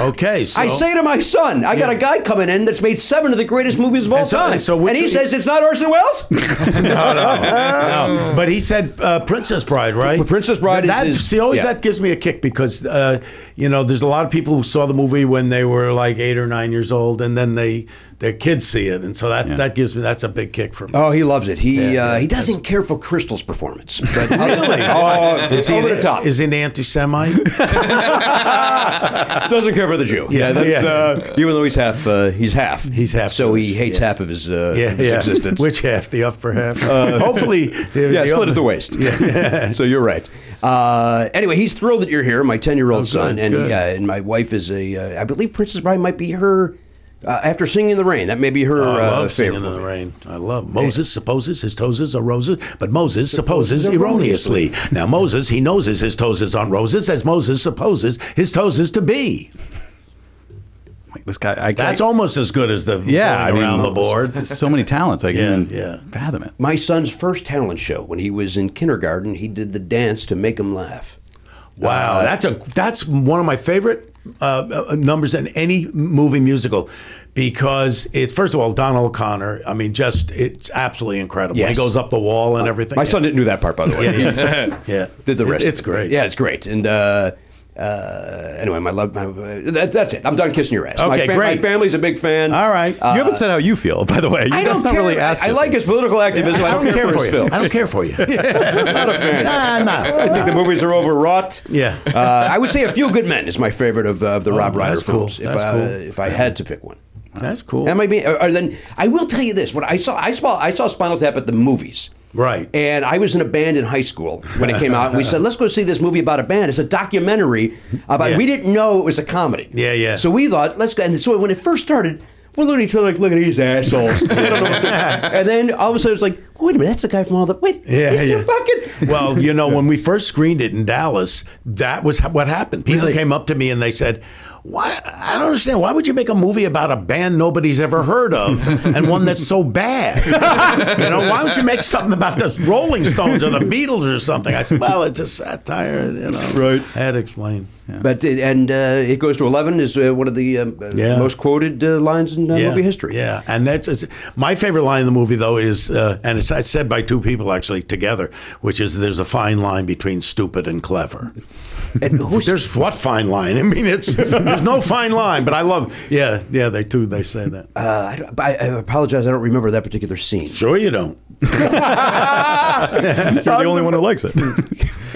Okay, so I say to my son, I got a guy coming in that's made seven of the greatest movies of all And so- time. and so which- and he says it's not Orson Welles? no, no, no. But he said uh, Princess Bride, right? But Princess Bride is that, his- see, always yeah. that gives me a kick because uh, you know there's a lot of people who saw the movie when they were like eight or nine years old, and then they their kids see it, and so that that gives me that's a big kick for me. Oh, he loves it. He Yeah, uh, yeah, he doesn't care for Crystal's performance. But Really? Oh, it's he over an, the top. Is he an anti-Semite? doesn't care for the Jew. Yeah, yeah. Uh, even though he's half, uh, he's half. He's half So he Jewish, hates yeah. half of his, uh, of his existence. Which half? The upper half? Hopefully, the, Uh, yeah, split upper- at the waist. Yeah. so you're right. Uh, anyway, he's thrilled that you're here, my ten year old son, and good. uh, and my wife is a. Uh, I believe Princess Bride might be her. Uh, after singing in the rain, that may be Oh, her I uh, love favorite. Singing in the movie. Rain. I love Moses supposes his toes are roses, but Moses supposes erroneously. Now Moses he knows his toes is on roses, as Moses supposes his toes is to be. This guy, I can't- That's almost as good as the Yeah, going I mean, around the board. So many talents. I Yeah, can yeah. fathom it. My son's first talent show when he was in kindergarten, he did the dance to make him laugh. Uh, Wow, that's a that's one of my favorite uh, uh, numbers in any movie musical because it first of all Donald O'Connor. I mean, just it's absolutely incredible. He Yes. goes up the wall and everything. My son didn't do that part, by the way. yeah, yeah. did the It's- rest. It's of it. great. Yeah, it's great. And uh, uh, anyway, my love, my, that, that's it. I'm done kissing your ass. my Okay, great. My family's a big fan. Uh, All right. you haven't said how you feel, by the way. You, I that's don't not care. really I, asking. I like his political activism. I don't, care, for his you. film. I don't care for you. not a fan. Nah, I'm not. I think the movies are overwrought. Yeah. Oh, Uh, I would say A Few Good Men is my favorite of, uh, of the Rob Reiner that's cool. films. If, That's uh, cool. if I had to pick one. That's cool. That might be. Or, or then I will tell you this: when I saw, I saw, I saw Spinal Tap at the movies. Right. And I was in a band in high school when it came out. And we said, let's go see this movie about a band. It's a documentary about. Yeah. We didn't know it was a comedy. Yeah, yeah. So we thought, let's go. And so when it first started. We're looking at each other like, look at these assholes. I don't know what to- and then all of a sudden it's like, wait a minute, that's the guy from all the. Wait, Yeah, he's yeah. fucking. well, you know, when we first screened it in Dallas, that was ha- what happened. People Really? came up to me and they said, "Why? I don't understand. Why would you make a movie about a band nobody's ever heard of and one that's so bad? you know, why would you make something about the Rolling Stones or the Beatles or something?" I said, "Well, it's a satire, you know." Right. I had to explain. But it, and uh, it goes to eleven is uh, one of the um, uh, Yeah. most quoted uh, lines in uh, movie history. Yeah, and that's it's, my favorite line in the movie though is, uh, and it's, it's said by two people actually together, which is there's a fine line between stupid and clever. And who's There's what fine line? I mean, it's there's no fine line, but I love. Yeah, yeah, they too they say that. Uh, I, don't- I, I apologize. I don't remember that particular scene. sure, you don't. You're the only one who likes it.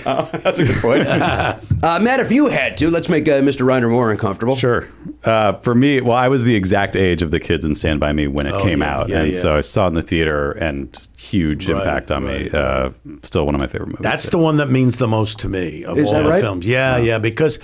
That's a good point. uh, Matt, if you had to, let's make uh, Mr. Reiner more uncomfortable. Sure. Uh, for me, well, I was the exact age of the kids in Stand By Me Oh, when it came yeah, out. yeah, and yeah. so I saw it in the theater and just huge Right, impact on me. right, Uh, still one of my favorite movies. That's the one that means the most to me of Is all that the right? films. Yeah, yeah, because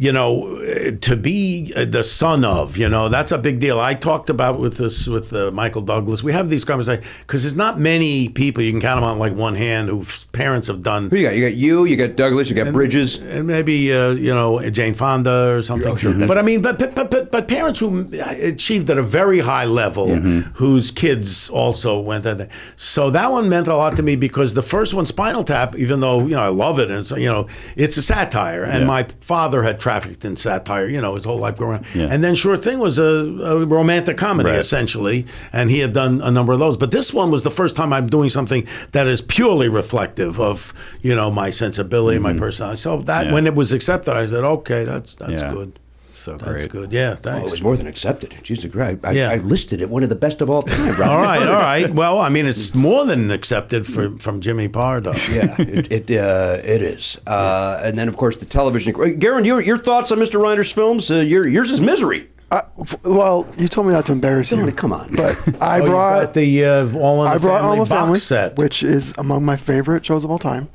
you know, eh, to be eh, the son of, you know, that's a big deal. I talked about with this with uh, Michael Douglas. We have these conversations because there's not many people you can count them on like one hand whose parents have done, Who you got? You got you. You got Douglas. You got Bridges. and maybe uh, you know Jane Fonda or something. But I mean, but, but but but parents who achieved at a very high level, whose kids also went at that. So that one meant a lot to me because the first one, Spinal Tap, even though you know I love it, and so you know it's a satire, and my father had trafficked in satire, you know, his whole life growing up. And then Sure Thing was a, a romantic comedy essentially, and he had done a number of those. But this one was the first time I'm doing something that is purely reflective of you know my sensibility, my personality. So that Yeah. when it was accepted, I said, okay, that's that's Yeah. good. So That's great. good. Yeah, Oh, it thanks. was more than accepted. Jesus Christ! I, Yeah. I listed it one of the best of all time. Rob. all right, all right. Well, I mean, it's more than accepted for, from Jimmy Pardo. yeah, it it, uh, it is. Uh, and then of course the television. Garen, your your thoughts on Mr. Reiner's films? Uh, your yours is Misery. I, f- well, you told me not to embarrass Come you. on, come on. But I Oh, you brought, brought the uh, All in the I brought Family All the box Family set. which is among my favorite shows of all time,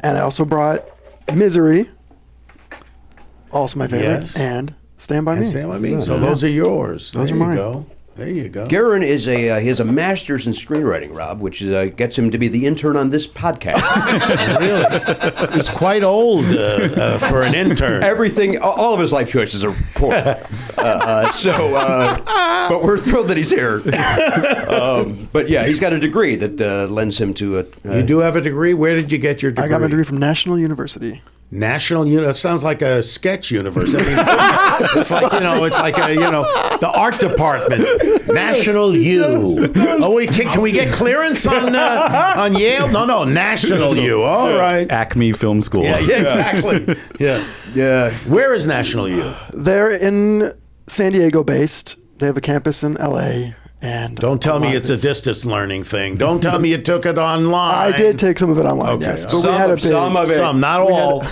and I also brought Misery, also my favorite, Yes. and Stand by Me. Understand what I mean? So those are yours. Those there are mine. You go. There you go. Garen is a uh, he has a master's in screenwriting, Rob, which is, uh, gets him to be the intern on this podcast. really, it's quite old uh, uh, for an intern. Everything, all- all of his life choices are poor. uh, uh, so, uh, but we're thrilled that he's here. um, but yeah, he's got a degree that uh, lends him to a. Uh, you do have a degree. Where did you get your degree? I got my degree from National University. National Uni. That sounds like a sketch universe. I mean, it's like you know, it's like a you know, the art department. National U. Oh, we can, can we get clearance on uh, on Yale? No, no, National U. All right. Acme Film School. Yeah, yeah, exactly. Yeah, yeah, where is National U? They're in San Diego based. They have a campus in LA. And Don't tell me lot it's of a distance learning thing. Don't tell me you took it online. I did take some of it online. Okay. Yes, but Some we had a big, some of it. some, not We had- all.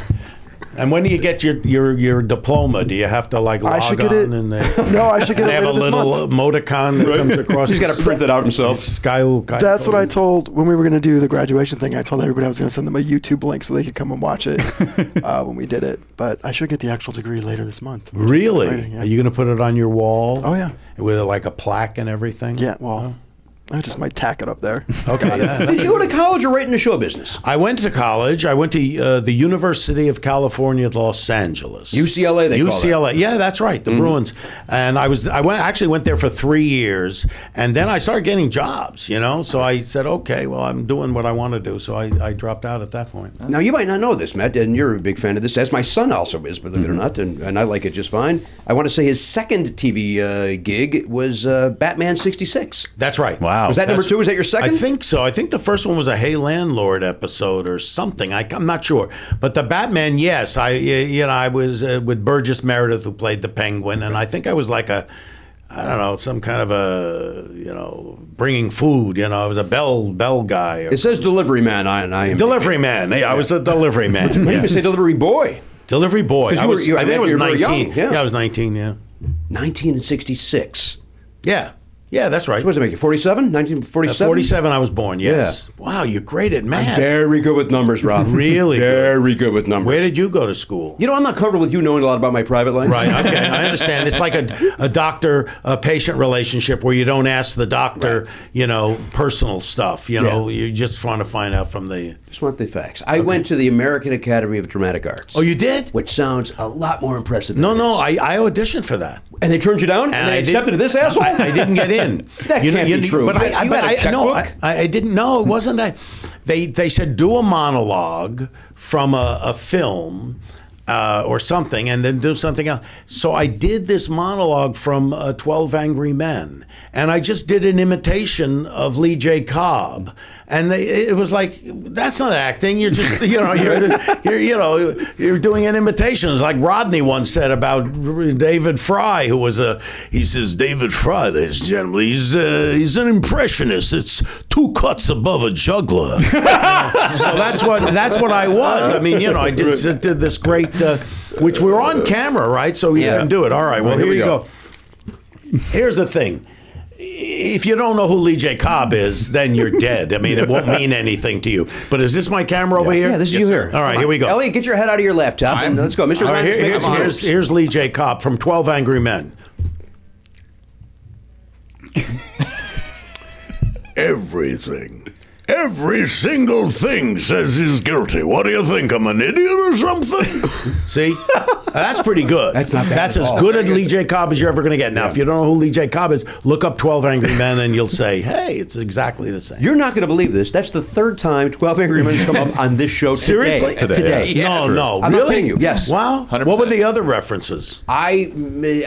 and when do you get your your your diploma? Do you have to like log I should get on it. and they, No, I should get they it have a later this little month. emoticon that comes across? he's got to print that out himself. Sky. That's what I told when we were going to do the graduation thing. I told everybody I was going to send them a YouTube link so they could come and watch it uh, when we did it. But I should get the actual degree later this month. which is Really? exciting, yeah. Are you going to put it on your wall? Oh, yeah. With like a plaque and everything. yeah. Well, I just might tack it up there. Okay. yeah. Did you go to college or right into show business? I went to college. I went to uh, the University of California, Los Angeles. UCLA, they call that. Mm-hmm. UCLA. Yeah, that's right. The Bruins. And I was I went actually went there for three years, and then I started getting jobs. You know, so I said, okay, well, I'm doing what I want to do. So I, I dropped out at that point. Now you might not know this, Matt, and you're a big fan of this, as my son also is, believe it Mm-hmm. or not, and, and I like it just fine. I want to say his second TV uh, gig was uh, Batman '66. That's right. Wow. Was that number That's- two? Was that your second? I think so. I think the first one was a Hey Landlord episode or something. I, am not sure. But the Batman, yes. I you know I was uh, with Burgess Meredith who played the Penguin, and I think I was like a. I don't know, some kind of a, you know, bringing food. You know, I was a bell bell guy, or It says delivery man. I and I am. delivery man. Yeah, I was a delivery man. I Yeah. even say delivery boy. Delivery boy. 'Cause I you were- was, you- I I think I was imagine you were 19. young, yeah. yeah, I was 19. Yeah, 1966. yeah, yeah. That's right. What does it make you? 47? 1947? 47. I was born. Uh, Yes. Wow, you're great at math. Very good with numbers, Rob. Really good. Very good with numbers. Where did you go to school? You know, I'm not comfortable with you knowing a lot about my private life. Right. Okay. I understand. It's like a, a doctor uh, patient relationship where you don't ask the doctor, you know, personal stuff. You know, you just want to find out from the. Just want the facts. I went to the American Academy of Dramatic Arts. Oh, you did? Which sounds a lot more impressive. Than No, it no. is. I, I auditioned for that. and they turned you down, and, they I accepted didn't- this asshole. I, I didn't get in. That can't be true. But You I, I, had but a I no, I, checkbook? I I didn't know it wasn't that. They they said do a monologue from Uh, a, a film. Uh, or something, and then do something else. So I did this monologue from uh, Twelve Angry Men, and I just did an imitation of Lee J. Cobb, and they, it was like that's not acting. You're just you know you're, you're you know you're doing an imitation. It's like Rodney once said about David Fry, who was a he says David Fry, this gentleman, he's uh, he's an impressionist. It's two cuts above a juggler. so that's what that's what I was. I mean, you know, I just did, this great, uh, which we're on camera, right? So you Oh, Yeah. can do it. All right. Well, Here here, we we go. go. Here's the thing. if you don't know who Lee J. Cobb is, then you're dead. I mean, it won't mean anything to you. But is this my camera over here? Yeah, this is you here. All right, here we go. Elliot, get your head out of your laptop and I'm- let's go. Mr. All right, Ryan, here- just make here's, a- here's, here's Lee J. Cobb from 12 Angry Men. Everything. Every single thing says he's guilty. What do you think? I'm an idiot or something? See? That's pretty good. That's not bad. That's as good at Lee J. Cobb as you're ever going to get. Now, if you don't know who Lee J. Cobb is, look up 12 Angry Men and you'll say, hey, it's exactly the same. You're not going to believe this. That's the third time 12 Angry Men has come up on this show today. Seriously? Today. Yeah. no, true. no. I'm not really? kidding you. Yes. Wow. What were the other references? I,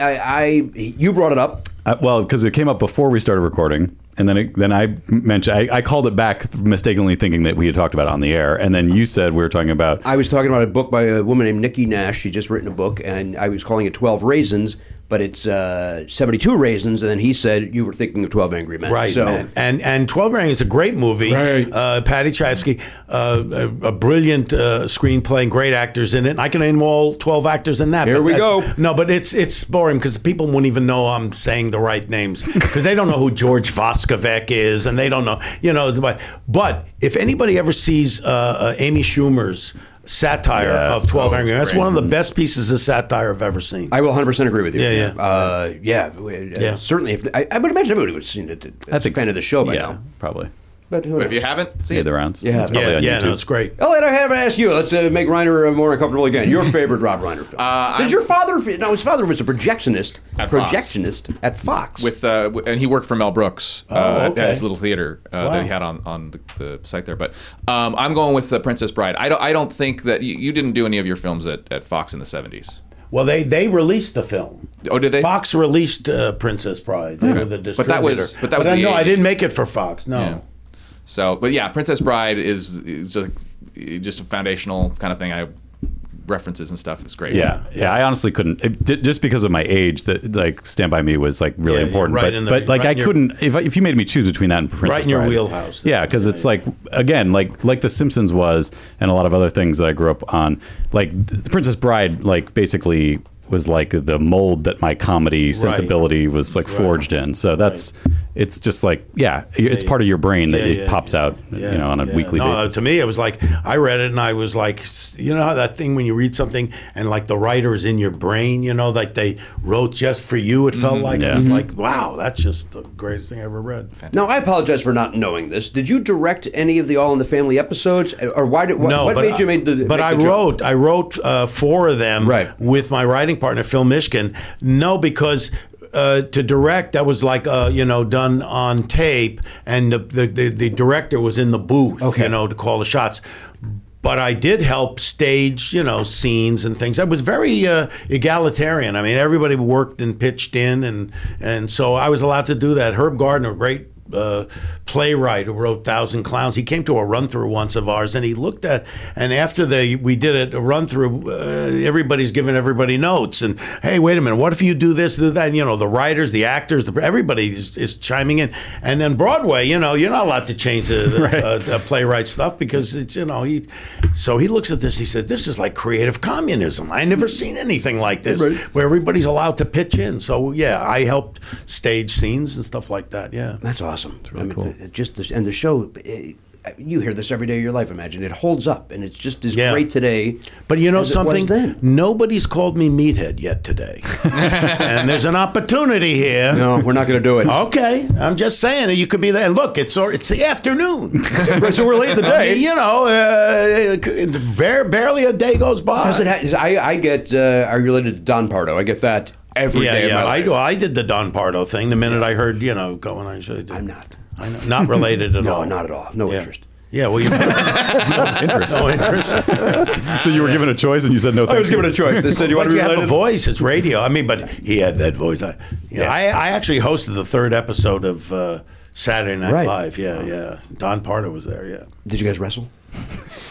I, I, you brought it up. Uh, well, because it came up before we started recording, and then it, then I mentioned I, I called it back mistakenly, thinking that we had talked about it on the air, and then you said we were talking about I was talking about a book by a woman named Nikki Nash. She just written a book, and I was calling it 12 Raisins, but it's uh, 72 Raisins. And then he said you were thinking of 12 Angry Men. Right, So man. and and Twelve Rings is a great movie. Right. Uh, Patty Chayefsky, uh, a, a brilliant uh, screenplay, and great actors in it. And I can name all twelve actors in that. Here but we that- go. No, but it's it's boring because people won't even know I'm saying the right names because they don't know who George Voskovec is, and they don't know you know. But, but if anybody ever sees uh, uh, Amy Schumer's satire of Twelve Angry Men, that's one of Mm-hmm. the best pieces of satire I've ever seen. I will 100% agree with you. Yeah, yeah. Uh, yeah, we- uh, Yeah. Certainly. If I, I would imagine everybody would have seen it. I think a fan of the show by yeah, now. probably But who But if you knows? haven't, see made it. the rounds. Yeah. It's probably yeah, on yeah, no, YouTube. it's great. Elliot, I have to ask you. Let's uh, make Reiner uh, more uncomfortable again. Your favorite Rob Reiner film? Uh, Did I'm- your father? fi- No, his father was a projectionist. At Fox. projectionist at Fox. with uh, w- and he worked for Mel Brooks uh, Oh, okay. at his little theater uh, that he had on on the, the site there. But um, I'm going with the Princess Bride. I don't I don't think that you, you didn't do any of your films at, at Fox in the 70s. Well, they they released the film. Oh, did they? Hmm. Fox released uh, Princess Bride. They were the distributor. But that was- but that was I- the no, I 80s. didn't make it for Fox. No. Yeah. So, but yeah, Princess Bride is, is just, just a foundational kind of thing. I references and stuff is great. Yeah, yeah. I honestly couldn't it, di- just because of my age. That like Stand by Me was like really Yeah, yeah, important. right but in the- but like right I in your- couldn't if I, if you made me choose between that and Princess Right in your Bride. wheelhouse. Yeah, because it's like again like like The Simpsons was and a lot of other things that I grew up on. Like The Princess Bride, like basically was like the mold that my comedy sensibility was like forged in. So that's it's just like yeah, it's part of your brain that Yeah, it yeah, pops yeah. out Yeah, you know on a yeah. weekly no, basis. Uh, To me, it was like I read it and I was like, s- you know how that thing when you read something and like the writer is in your brain, you know, like they wrote just for you. It Mm-hmm. felt like it was like, wow, that's just the greatest thing I ever read. now, I apologize for not knowing this. Did you direct any of the All in the Family episodes, or why did what, no, what but made I, you made the? But make I the jump? wrote, I wrote uh, four of them Right. with my writing partner Phil Mishkin. No, because uh, to direct that was like uh, you know done on tape, and the the, the, the director was in the booth, you know, to call the shots. But I did help stage, you know, scenes and things. I was very uh, egalitarian. I mean, everybody worked and pitched in, and and so I was allowed to do that. Herb Gardner, great uh, playwright who wrote Thousand Clowns. He came to a run through once of ours, and he looked at and after the we did it a run through, uh, everybody's giving everybody notes and hey, wait a minute, what if you do this, do that? And, you know, the writers, the actors, the, everybody is, is chiming in, and then Broadway, you know, you're not allowed to change the, the, uh, the playwright stuff because it's you know he. So he looks at this, he says, "This is like creative communism. I never seen anything like this where everybody's allowed to pitch in." So yeah, I helped stage scenes and stuff like that. Yeah. That's awesome. It's really cool. just the, and the show, it, you hear this every day of your life. Imagine it holds up, and it's just as Yeah. great today. But you know as it was something? then. Nobody's called me meathead yet today. and there's an opportunity here. No, we're not going to do it. Okay, I'm just saying you could be there. Look, it's or it's the afternoon. so we're late in the I day. mean, you know, uh, ver- barely a day goes by. Does it ha- I, I get, uh, are you related to Don Pardo? I get that every day. yeah, of my yeah. I, life. do- I did the Don Pardo thing the minute I heard you know going on. Should I do? I'm not. I know, not related at No, all. not at all. No Yeah. interest. Yeah, well, you Interest. no interest. so you were given a choice and you said no. I thank was you. given a choice. They said, you want to be But you have a related? voice. It's radio. I mean, but he had that voice. I, you know, I, I actually hosted the third episode of uh, Saturday Night Right. Live. Yeah, yeah. Don Pardo was there. Yeah. Did you guys wrestle?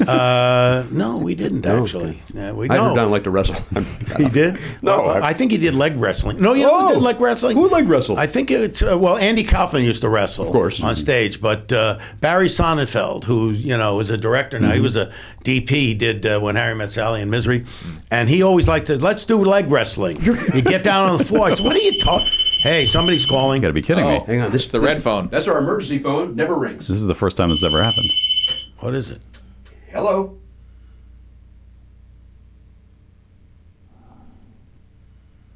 Uh, no, we didn't actually. Yeah, we I no. heard Don like to wrestle. I'm- He did? No, I, I- I think he did leg wrestling. No, you know who Oh. did leg wrestling? Who leg wrestled? I think it's uh, well, Andy Kaufman used to wrestle, of course. on stage. But uh, Barry Sonnenfeld, who you know is a director Mm-hmm. now, he was a DP. He did uh, when Harry Met Sally and Misery, and he always liked to let's do leg wrestling. you get down on the floor. I said, "What are you talking?" Hey, somebody's calling. got to be kidding Oh, me. Hang on, this it's the red phone. That's our emergency phone. Never rings. This is the first time this has ever happened. What is it? Hello.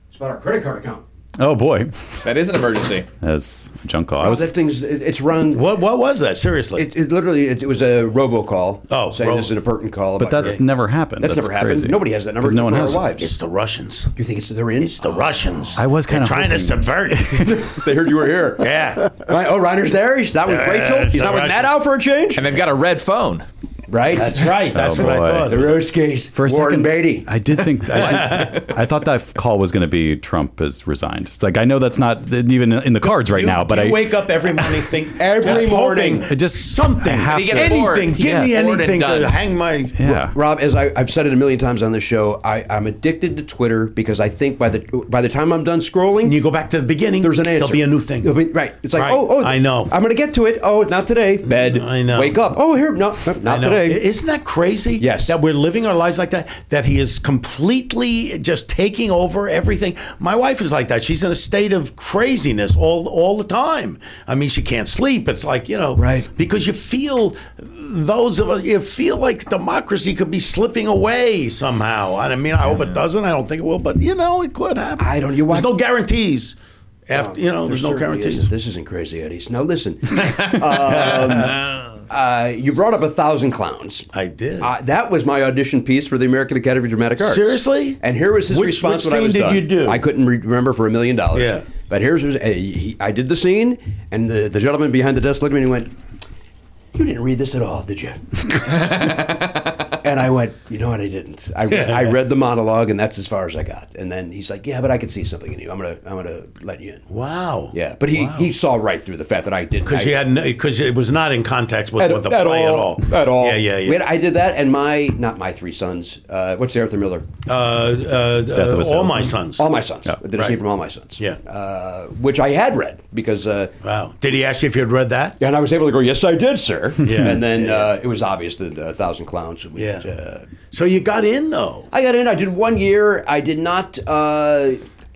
It's about our credit card account. Oh boy, That is an emergency. that's a junk call. I Oh, was that thing's it, it's rung. What what was that? Seriously. It, it literally it, it was a robocall. Oh, saying ro- this is an important call. But about that's your- never happened. That's, never happened. crazy. Nobody has that number. Because no one has. our it. lives. it's the Russians. you think it's they're in? Oh. It's the Russians. I was They're kinda trying to hoping- subvert it. they heard you were here. yeah. Right. Oh, Reiner's there. He's not with Yeah, Rachel. it's He's not the with Russians. Matt out for a change. And they've got a red phone. Right. That's right. That's Oh, what boy. I thought. The Roskies. For a Warren second, Beatty. I did think I, I thought that call was going to be Trump has resigned. It's like I know that's not even in the cards right You- now, but you I wake up every morning, think Every just morning. hoping I just something, I have And you get to- bored. anything, give Yeah. me Bored and anything done. to hang my. Yeah. Rob, as I, I've said it a million times on this show, I, I'm addicted to Twitter because I think by the by the time I'm done scrolling, And you go back to the beginning. there's an answer. There'll be a new thing. There'll be- right. It's like, Right. oh, oh, I know. I'm going to get to it. Oh, not today. Bed. I know. Wake up. Oh, here. No, nope, I not know. today. I- Isn't that crazy? Yes. That we're living our lives like that. That he is completely just taking over everything. My wife is like that. She's in a state of craziness all all the time. I mean, she can't sleep. It's like you know, Right. Because you feel those of us, you feel like democracy could be slipping away somehow. I mean, I hope it doesn't. I don't think it will, but you know, it could happen. I don't- you watch- There's no guarantees. After you know, there's no Certainly guarantees. isn't. This isn't crazy, Eddie's. Now listen, um, uh, you brought up a thousand clowns. I did. Uh, that was my audition piece for the American Academy of Dramatic Arts. Seriously? And here was his Which- response which when I was scene done. did you do? I couldn't re- remember for a million dollars. Yeah. But here's his, uh, he, I did the scene, and the, the gentleman behind the desk looked at me and he went, "You didn't read this at all, did you?" and I went, "You know what? I didn't. I read, I read the monologue, and that's as far as I got." And then he's like, "Yeah, but I could see something in you. I'm gonna I'm gonna let you in." wow. Yeah, but he, Wow. he saw right through the fact that I didn't. Because I- you had because it was not in context with, with the play at all. At all. Yeah, yeah, yeah. We had- I did that, and my, not my three sons, uh, what's the Arthur Miller? uh, uh, of a uh, all Salesman. my sons. All My Sons. I did a scene right. from All My Sons. Yeah. Uh, which I had read because, uh, wow. Did he ask you if you had read that? and I was able to go, yes, I did, sir. Yeah. And then uh, it was obvious that uh, Thousand Clowns. would, Yeah. Uh, So you got in though. I got in. I did one year. I did not. Uh,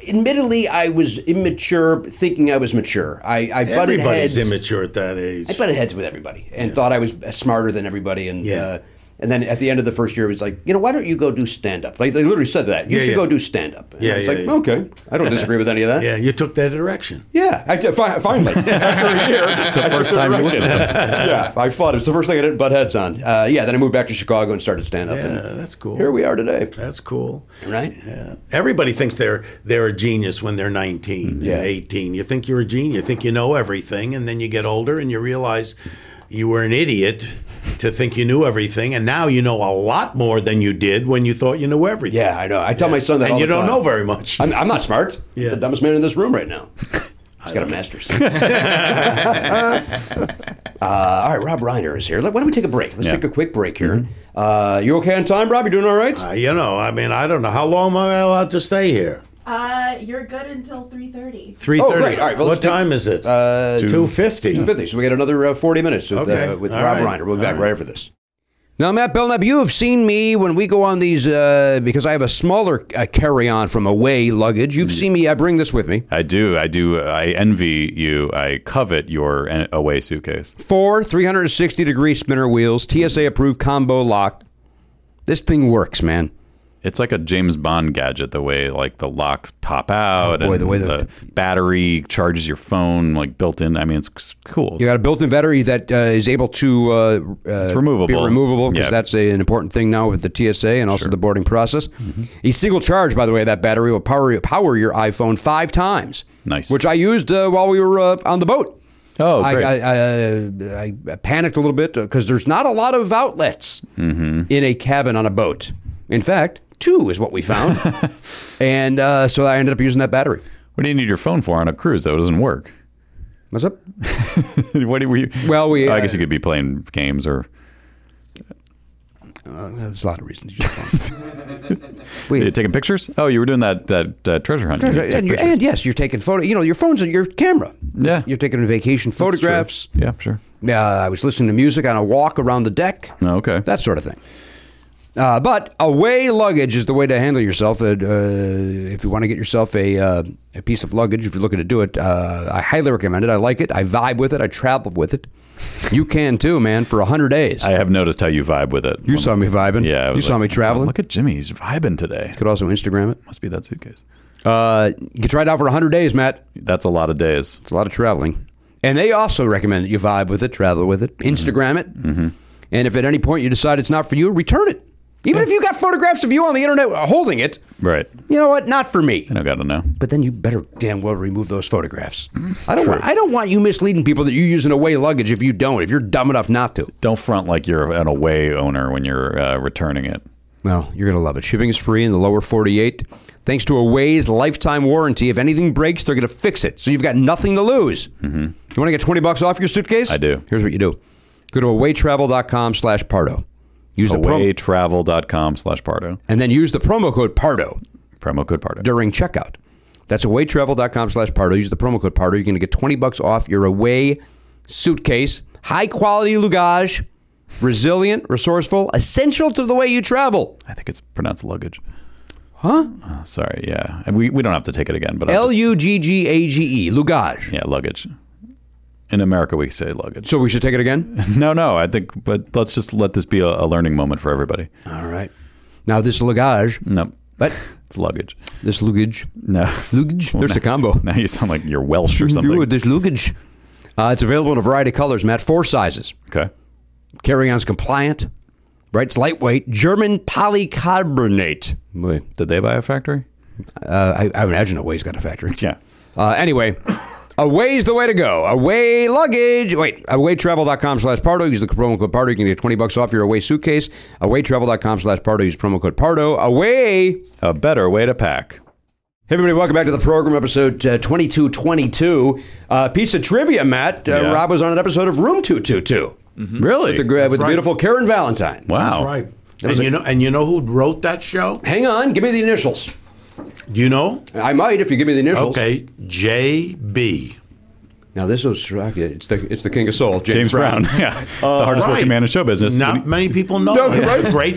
admittedly, I was immature, thinking I was mature. I, I butted Everybody's heads. immature at that age. I butted heads with everybody and thought I was smarter than everybody. And Yeah. uh, and then at the end of the first year, it was like, you know, why don't you go do stand up? Like they literally said that you Yeah, should yeah. go do stand up. Yeah, I was yeah, like, yeah. okay, I don't disagree with any of that. yeah, you took that direction. Yeah, I did, fi- finally. After a year, the first time you listened to yeah, I fought. It's the first thing I didn't butt heads on. Uh, yeah, then I moved back to Chicago and started stand up. Yeah, and that's cool. here we are today. That's cool. Right? Yeah. Everybody thinks they're they're a genius when they're 19 Mm-hmm. Yeah. and 18. You think you're a genius, you think you know everything, and then you get older and you realize you were an idiot to think you knew everything, and now you know a lot more than you did when you thought you knew everything. Yeah, I know. I tell my son that And all you the don't time. know very much. I'm, I'm not smart. Yeah. The dumbest man in this room right now. He's got a master's. uh, all right, Rob Reiner is here. Let- Why don't we take a break? Let's Yeah. take a quick break here. Uh, you okay on time, Rob? You doing all right? Uh, you know, I mean, I don't know how long am I allowed to stay here. Uh, you're good until 3:30. Three Oh, thirty. great. All right, well, what let's take- time is it? Uh, two fifty. 50. So we got another uh, 40 minutes with, uh, Okay. with All Rob right. Reiner. We'll be back All right. after this. Now, Matt Belknap, you have seen me when we go on these uh, because I have a smaller uh, carry-on from away luggage. You've seen me. I bring this with me. I do. I do. I envy you. I covet your en- away suitcase. Four 360 degree spinner wheels, TSA approved combo lock. This thing works, man. It's like a James Bond gadget. The way like the locks pop out, boy, and the way the- battery charges your phone, like built in. I mean, it's c- cool. You got a built-in battery that uh, is able to uh, uh, removable. be removable because Yeah. that's a, an important thing now with the TSA and also the boarding process. Mm-hmm. A single charge, by the way, of that battery will power power your iPhone five times. Nice. which I used uh, while we were uh, on the boat. Oh, I, great. I, I, uh, I panicked a little bit because there's not a lot of outlets Mm-hmm. in a cabin on a boat. In fact, two is what we found, and uh, so I ended up using that battery. What do you need your phone for on a cruise? though? It doesn't work. What's up? what do we? Well, we, I guess uh, you could be playing games or. There's a lot of reasons. to use your phone. we, Are you taking pictures? Oh, you were doing that that uh, treasure hunt. You That's took right. And, you're- pictures. and yes, you're taking photo. You know, your phone's your camera. Yeah. you're taking vacation That's true. photographs. Yeah, sure. Uh, I was listening to music on a walk around the deck. Oh, okay. that sort of thing. Uh, but away luggage is the way to handle yourself. Uh, uh, if you want to get yourself a, uh, a piece of luggage, if you're looking to do it, uh, I highly recommend it. I like it. I vibe with it. I travel with it. You can too, man, for 100 days. I have noticed how you vibe with it. You saw me vibing. Yeah, I You was saw like, me traveling. "Oh, look at Jimmy; he's vibing today. Could also Instagram it. Must be that suitcase. Uh, you can try it out for 100 days, Matt. That's a lot of days. It's a lot of traveling. And they also recommend that you vibe with it, travel with it, Instagram it. Mm-hmm. And if at any point you decide it's not for you, return it. Even if you got photographs of you on the internet holding it, Right. you know what? Not for me. I don't got to know. But then you better damn well remove those photographs. I don't. Want, I don't want you misleading people that you use an away luggage if you don't. If you're dumb enough not to. Don't front like you're an away owner when you're uh, returning it. Well, you're going to love it. Shipping is free in the lower 48. Thanks to Away's lifetime warranty, if anything breaks, they're going to fix it. So you've got nothing to lose. Mm-hmm. You want to get 20 bucks off your suitcase? I do. Here's what you do. Go to awaytravel.com slash Pardo. Use the promo Awaytravel.com slash Pardo. and then use the promo code Pardo Promo code Pardo. during checkout. That's awaytravel.com slash Pardo. Use the promo code Pardo. You're going to get 20 bucks off your away suitcase. High quality luggage, resilient, resourceful, essential to the way you travel. I think it's pronounced luggage. Huh? Uh, sorry. Yeah. We, we don't have to take it again. But I'll L just- U G G A G E, luggage. Yeah, luggage. In America, we say luggage. So we should take it again? No, no. I think, but let's just let this be a, a learning moment for everybody. All right. Now this luggage, No, but it's luggage. this luggage, No. luggage. Well, There's now- the combo. Now you sound like you're Welsh or Ooh, something. this luggage. Uh, it's available in a variety of colors, Matt. Four sizes. Okay. Carry-on's compliant. Right, it's lightweight. German polycarbonate. Boy, Did they buy a factory? uh, I, I imagine Away's got a factory. Yeah. Uh, anyway, Away's the way to go. Away luggage. Wait, awaytravel.com slash Pardo. Use the promo code Pardo. You can get 20 bucks off your Away suitcase. Awaytravel.com slash Pardo. Use promo code Pardo. Away. A better way to pack. Hey everybody, welcome back to the program, episode uh, 2222. Uh, piece of trivia, Matt. Uh, Yeah. Rob was on an episode of Room 222 Really? with, the, gra- with the Right. beautiful Karen Valentine. wow. Right. And you know, and you know who wrote that show? Hang on, give me the initials. You know? I might if you give me the initials. Okay, J.B. Now this was it's the it's the King of Soul, James, James Brown. Yeah. the hardest working Right. man in show business. Not many people know No, him. right. Great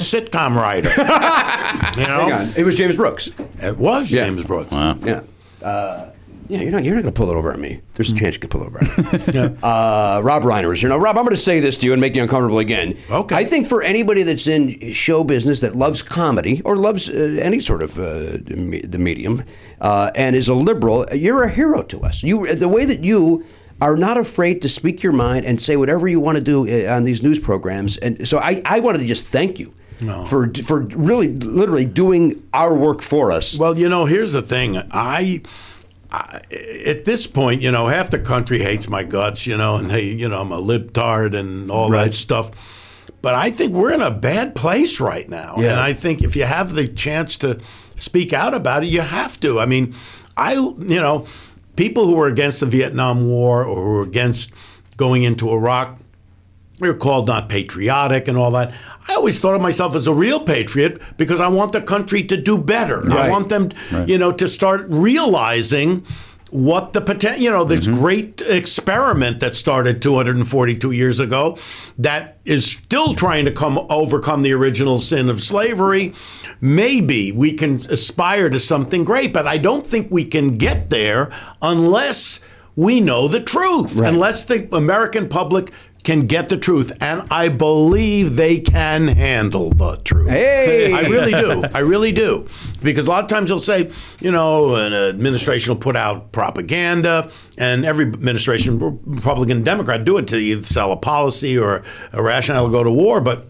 sitcom writer. you know, Hang on, it was James Brooks. it was Yeah. James Brooks. Wow. Yeah. Uh, yeah, you're not you're not going to pull it over on me. There's a Mm. chance you could pull it over. On me. uh, Rob Reiner is here now. Rob, I'm going to say this to you and make you uncomfortable again. Okay. I think for anybody that's in show business that loves comedy or loves uh, any sort of uh, me- the medium uh, and is a liberal, you're a hero to us. You the way that you. Are not afraid to speak your mind and say whatever you want to do uh, on these news programs, and so I, I wanted to just thank you for for really literally doing our work for us. Well, you know, here's the thing. I, I at this point, you know, half the country hates my guts, you know, and they, you know, I'm a libtard and all that stuff. But I think we're in a bad place right now. Yeah. And I think if you have the chance to speak out about it, you have to. I mean, I, you know, people who were against the Vietnam War or who were against going into Iraq, we were called not patriotic and all that. I always thought of myself as a real patriot because I want the country to do better. Right. I want them, you know, to start realizing what the potential, you know, this Mm-hmm. great experiment that started 242 years ago that is still trying to come overcome the original sin of slavery. Maybe we can aspire to something great, but I don't think we can get there unless we know the truth, unless the American public can get the truth. And I believe they can handle the truth. Hey! I really do. I really do. Because a lot of times you'll say, you know, an administration will put out propaganda, and every administration, Republican, Democrat, do it to either sell a policy or a rationale to go to war. But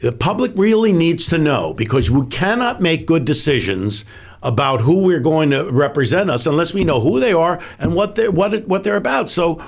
the public really needs to know because we cannot make good decisions about who we're going to represent us unless we know who they are and what they're what it- what they're about. So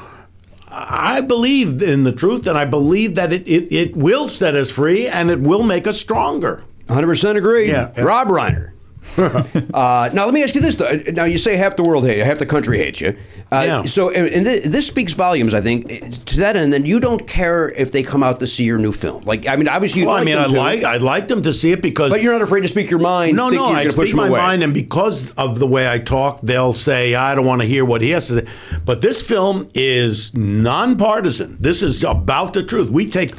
I believe in the truth and I believe that it, it, it will set us free and it will make us stronger. 100% agree. Yeah. Rob Reiner. uh, now, let me ask you this, though. Now, you say half the world hates you, half the country hates you. Uh, Yeah. So, and, and thi- this speaks volumes, I think, eh, to that end. Then you don't care if they come out to see your new film. Like, I mean, obviously, you Well, like I mean, them I to, like I like them to see it because But you're not afraid to speak your mind. No, thinking no, you're I gonna push speak them my away. mind, and because of the way I talk, they'll say I don't want to hear what he has to say. But this film is nonpartisan. This is about the truth. We take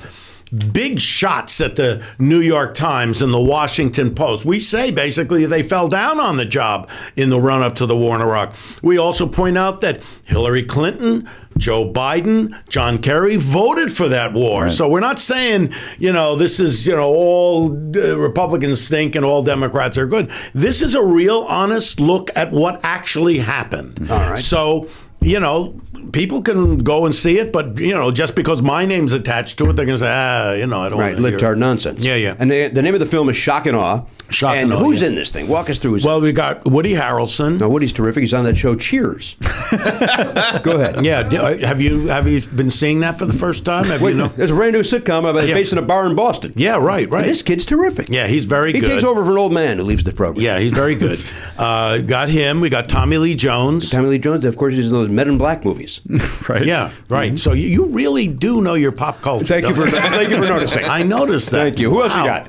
big shots at the New York Times and the Washington Post. We say basically they fell down on the job in the run up to the war in Iraq. We also point out that Hillary Clinton, Joe Biden, John Kerry voted for that war. So we're not saying, you know, this is, you know, all uh, Republicans stink and all Democrats are good. This is a real honest look at what actually happened. All right. So you know, people can go and see it, but you know, just because my name's attached to it, they're going to say, ah, you know, I don't. Right, wanna hear libtard it. nonsense. Yeah, yeah. And the, the name of the film is Shock and Awe. Shock and and Awe, who's yeah. in this thing? Walk us through. His Well, we got Woody Harrelson. No, Woody's terrific. He's on that show Cheers. Go ahead. Yeah, d- uh, have you have you been seeing that for the first time? Have Wait, you know? there's a brand new sitcom about it's Yeah. based in a bar in Boston. Yeah, right, right. And this kid's terrific. yeah, he's very He good. takes over for an old man who leaves the program. Yeah, he's very good. uh, got him. We got Tommy Lee Jones. Tommy Lee Jones, of course, he's in those Men in Black movies. right? Yeah, right. Mm-hmm. So you, you really do know your pop culture. Thank you for- don't thank you for noticing. I noticed that. Thank you. Who else you Wow.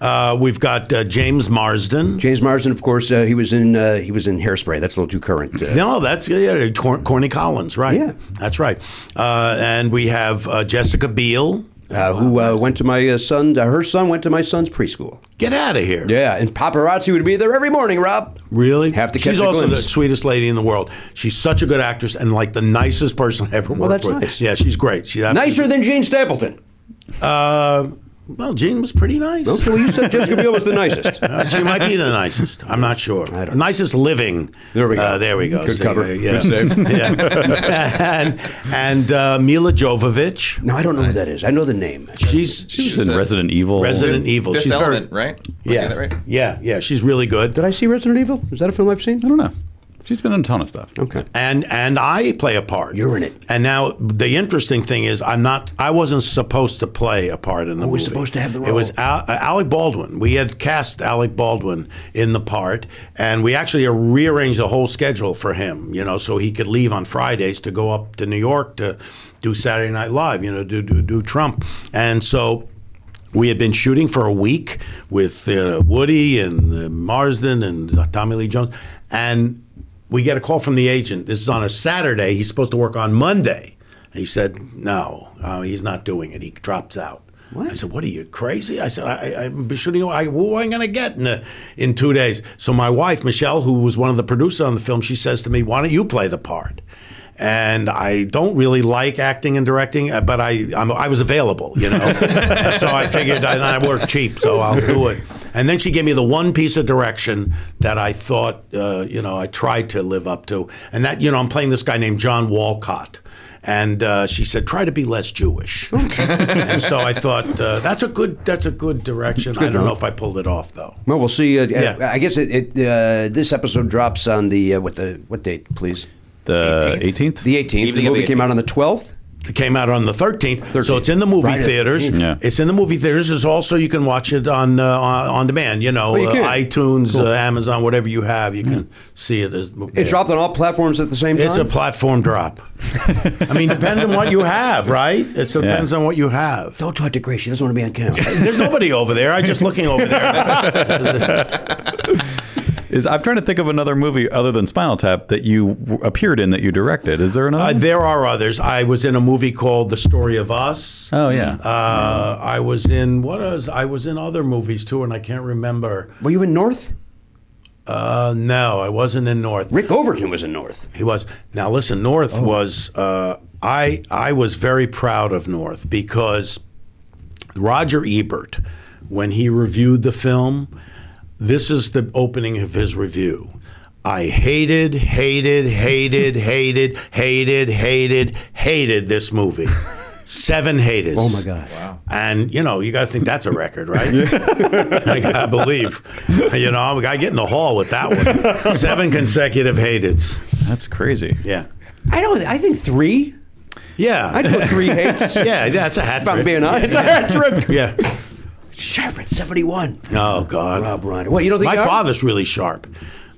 Uh, we've got uh, James Marsden. James Marsden, of course, uh, he was in uh, he was in Hairspray. That's a little too current. Uh, No, Oh, that's yeah, yeah, Cor- Corny Collins, right? Yeah. that's right. Uh, and we have uh, Jessica Biel. uh, who uh, went to my uh, son? Uh, her son went to my son's preschool. Get out of here! Yeah, and paparazzi would be there every morning. Rob, Really? Have to catch She's a also glimpse. the sweetest lady in the world. She's such a good actress and like the nicest person I ever worked that's with. nice. Yeah, she's great. She's nicer than Gene Stapleton. Uh, well, Jean was pretty nice. Okay, well, you said Jessica Biel was the nicest. Uh, she might be the nicest. I'm not sure. I don't know. nicest living. There we go. Uh, there we go. Good cover. Yeah. Good save. yeah. and and uh, Mila Jovovich. No, I don't know who that is. I know the name. She's She was in Resident Evil. Resident Evil. Fifth she's Element, very right? Did I yeah, get that right? yeah, yeah. She's really good. Did I see Resident Evil? Is that a film I've seen? I don't know. She's been in a ton of stuff. Okay. And and I play a part. You're in it. And now the interesting thing is, I'm not. I wasn't supposed to play a part in the Who movie. was supposed to have the It was role? Al- uh, Alec Baldwin. We had cast Alec Baldwin in the part, and we actually rearranged the whole schedule for him. You know, so he could leave on Fridays to go up to New York to do Saturday Night Live. You know, do do, do Trump, and so. We had been shooting for a week with uh, Woody and uh, Marsden and uh, Tommy Lee Jones, and we get a call from the agent. This is on a Saturday. He's supposed to work on Monday. He said, "No, uh, he's not doing it. He drops out." I said, "What are you crazy?" I said, "I, I I'm shooting. I, who am I going to get in the, in two days?" So my wife Michelle, who was one of the producers on the film, she says to me, "Why don't you play the part?" and I don't really like acting and directing, uh, but I I'm, I was available, you know. so I figured I, and I work cheap, so I'll do it. And then she gave me the one piece of direction that I thought, uh, you know, I tried to live up to, and that you know, I'm playing this guy named John Walcott. And uh, she said, "Try to be less Jewish." and so I thought uh, that's a good that's a good direction. I don't know if I pulled it off though. Well, we'll see. Uh, Yeah. I guess it, it uh, this episode drops on the uh, what the what date, please? The 18th? The 18th. The Evening of movie the came out on the 12th. It came out on the 13th, so it's in the movie Friday the theaters. 13th. Yeah. It's in the movie theaters. It's also you can watch it on uh, on, on demand. You know, Oh, you uh, can. iTunes, uh, Amazon, whatever you have, you can see it as. It dropped on all platforms at the same time. It's a platform drop. I mean, depends on what you have, right? It depends on what you have. Don't talk to Grace. She doesn't want to be on camera. There's nobody over there. I'm just looking over there. Is I'm trying to think of another movie other than Spinal Tap that you w- appeared in that you directed. Is there another? Uh, one? there are others. I was in a movie called The Story of Us. oh yeah. Uh, I was in what was I was in other movies too, and I can't remember. Were you in North? Uh, no, I wasn't in North. Rick Overton was in North. He was. Now listen, North was uh, I I was very proud of North because Roger Ebert, when he reviewed the film, this is the opening of his review. I hated, hated, hated, hated, hated, hated, hated this movie. Seven hated. Oh my God. Wow. And you know, you got to think that's a record, right? I, I believe. You know, I got get in the hall with that one. Seven consecutive hateds. That's crazy. Yeah. I don't. I think three. Yeah. I'd put three hates. yeah, yeah, that's a hat If I'm trick. being honest, That's Rick. Yeah. Sharp at 71. Oh God. Rob Reiner. What you don't think? My Rob- father's really sharp.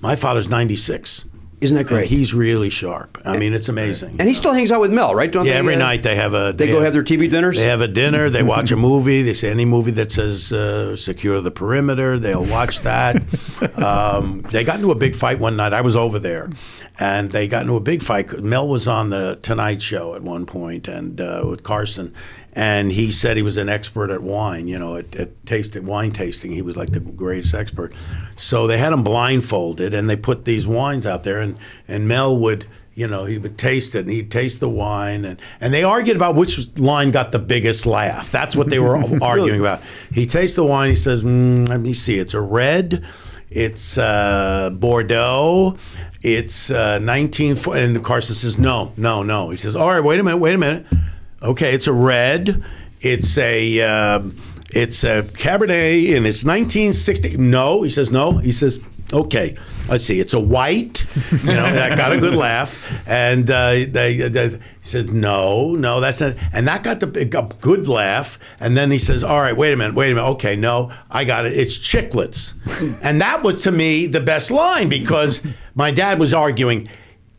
My father's 96. isn't that great? And he's really sharp. I mean, it's amazing. and he still hangs out with Mel, right? Don't yeah, they, every uh, night they have a. they, go have their TV dinners. They have a dinner. They watch a movie. They say any movie that says uh, "secure the perimeter," they'll watch that. um, they got into a big fight one night. I was over there, and they got into a big fight. Mel was on the Tonight Show at one point, and uh, with Carson, and he said he was an expert at wine. You know, at, at tasting wine tasting, he was like the greatest expert. So they had him blindfolded, and they put these wines out there, and and Mel would. You know, he would taste it, and he'd taste the wine, and, and they argued about which line got the biggest laugh. That's what they were arguing about. He tastes the wine. He says, mm, "Let me see. It's a red. It's uh, Bordeaux. It's uh, 19." And Carson says, "No, no, no." He says, "All right, wait a minute, wait a minute. Okay, it's a red. It's a um it's a Cabernet, and it's 1960." No, he says, "No." He says, "Okay." Let's see. It's a white. You know, that got a good laugh. And uh, they, they, he said, "No, no, that's not." And that got the it got a good laugh. And then he says, "All right, wait a minute, wait a minute. Okay, no, I got it. It's chiclets." and that was to me the best line because my dad was arguing.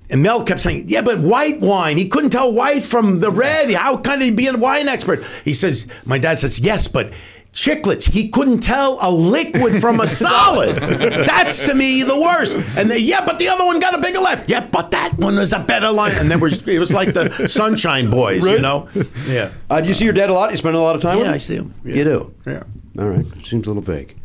And Mel kept saying, "Yeah, but white wine. He couldn't tell white from the red. How could he be a wine expert?" He says, "My dad says yes, but chiclets. He couldn't tell a liquid from a solid. That's to me the worst." And they, yeah, but the other one got a bigger laugh. Yeah, but that one was a better line. And then we're, it was like the Sunshine Boys, you Right. know? Yeah. Uh, do you see your dad a lot? You spend a lot of time with him? I see him. You do? Yeah. All right. Seems a little vague.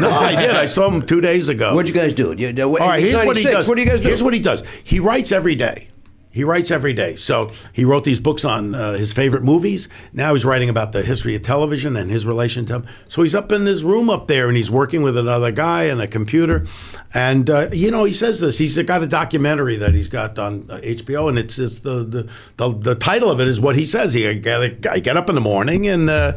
No, I did. I saw him two days ago. What'd you guys do? You- you- Oh. All right, it's here's what he 96. does. What do you guys do? Here's what he does. He writes every day. He writes every day. So he wrote these books on uh, his favorite movies. Now he's writing about the history of television and his relation to. So he's up in his room up there, and he's working with another guy and a computer. And uh, you know, he says this. He's got a documentary that he's got on uh, HBO, and it's, it's the, the the the title of it is what he says. He I get, I get up in the morning and. Uh,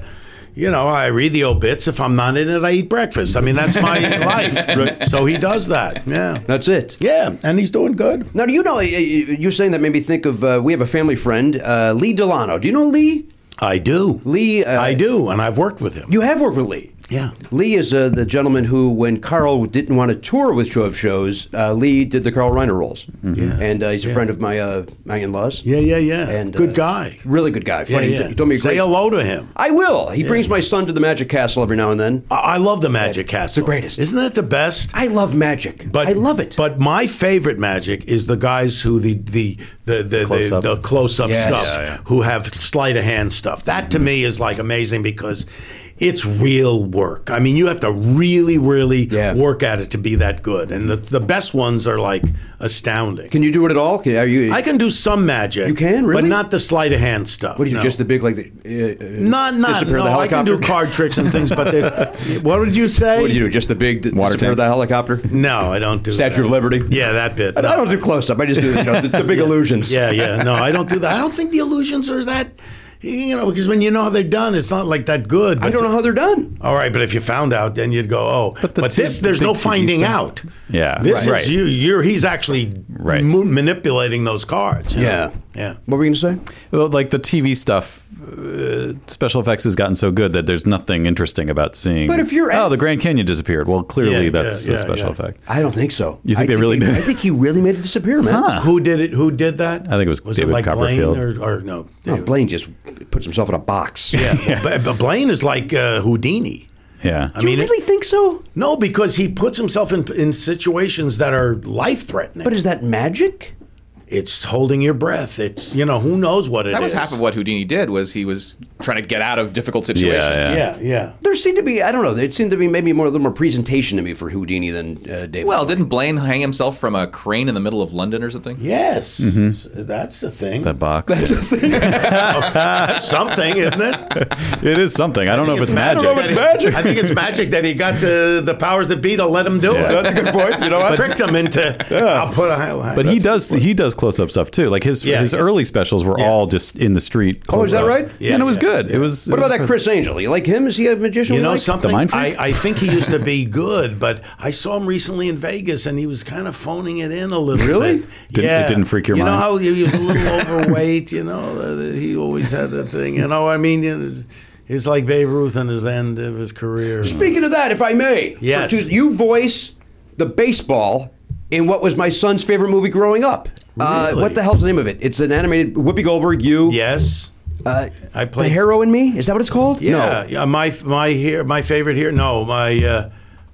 you know, I read the obits. If I'm not in it, I eat breakfast. I mean, that's my life. So he does that. Yeah. That's it. Yeah, and he's doing good. Now, do you know, uh, you- you're saying that made me think of, uh, we have a family friend, uh, Lee Delano. Do you know Lee? I do. Lee. Uh, I do, and I've worked with him. You have worked with Lee. Yeah. Lee is uh, the gentleman who, when Carl didn't want to tour with Show of Shows, uh, Lee did the Carl Reiner roles. Mm-hmm. Yeah. And uh, he's a friend of my uh, my in-laws. Yeah, yeah, yeah. And, good uh, guy. Really good guy. Funny. Yeah, yeah. He told me a Say great- hello to him. I will. He brings my son to the Magic Castle every now and then. I, I love the Magic Castle. the greatest. Isn't that the best? I love magic. But I love it. But my favorite magic is the guys who the the the the the, Close-up. the close up Yes. stuff Yeah, yeah. who have sleight of hand stuff. That to me is like amazing because it's real work. I mean, you have to really, really Yeah. work at it to be that good. And the the best ones are like astounding. Can you do it at all? Can, are you? I can do some magic. You can? but Really? not the sleight of hand stuff. What are you? no. Just the big like the. Uh, uh, not not disappear no. the I can helicopter. do card tricks and things, but they- what would you say? What do you do? Just the big d- Water disappear tank. with the helicopter. No, I don't do Statue that. of Liberty? Yeah, that bit. I, no. I don't do close up. I just do you know, the, the big illusions. Yeah, yeah. No, I don't do that. I don't think the illusions are that, you know, because when you know how they're done, it's not like that good. I don't know how they're done. All right, but if you found out, then you'd go, oh. But, But the this, t- the there's no big TV finding stuff. out. Yeah, This right. is you. You're. He's actually Right. mo- manipulating those cards. you know? Yeah. Yeah. What were you gonna say? Well, like the TV stuff, uh, special effects has gotten so good that there's nothing interesting about seeing. But if you're- oh, the Grand Canyon disappeared. Well, clearly Yeah, that's yeah, a yeah, special yeah. effect. I don't think so. You think I they really he, did? I think he really made it disappear, man. Huh. Who did it? Who did that? I think it was was Uh, David it like Copperfield. Blaine or, or no? Oh, Blaine just puts himself in a box. Yeah, But, but Blaine is like uh, Houdini. Yeah, I Do mean, you it- really think so? no, because he puts himself in in situations that are life threatening. But is that magic? it's holding your breath. It's you know who knows what it is. That was half of what Houdini did was he was trying to get out of difficult situations. yeah. Yeah, yeah. There seemed to be, I don't know, there seemed to be maybe more, a little more presentation to me for Houdini than uh, David. Well, didn't Blaine hang himself from a crane in the middle of London or something? Yes, that's Mm-hmm. the thing. that box. That's something, isn't it? it is something. I don't know if it's magic. that he- I think it's magic that he got the the powers that be to let him do it. That's a good point. You know, what? tricked him into. I'll put a highlight. But he does he does close up stuff too. Like his Yeah, his yeah. early specials were Yeah. all just in the street. Oh, is close-up. that right? Yeah, Yeah, and it was yeah, good. It was. what it was about that good. Chris Angel? You like him? Is he a magician? You we know like? something? mind freak? I, I think he used to be good, but I saw him recently in Vegas, and he was kind of phoning it in a little. Really? Bit. Didn't- it yeah. didn't freak your you mind? know how he was a little overweight. You know, uh, he always had that thing. You know, I mean, it's, it's like Babe Ruth in his end of his career. Speaking of that, if I may, Yes. for Tues- you voice the baseball in what was my son's favorite movie growing up. Uh, Really? what the hell's the name of it? It's an animated Whoopi Goldberg. You, Yes. uh, I played- the hero in me. Is that what it's called? Yeah, No. Ah, yeah, my my here, my favorite here. No, my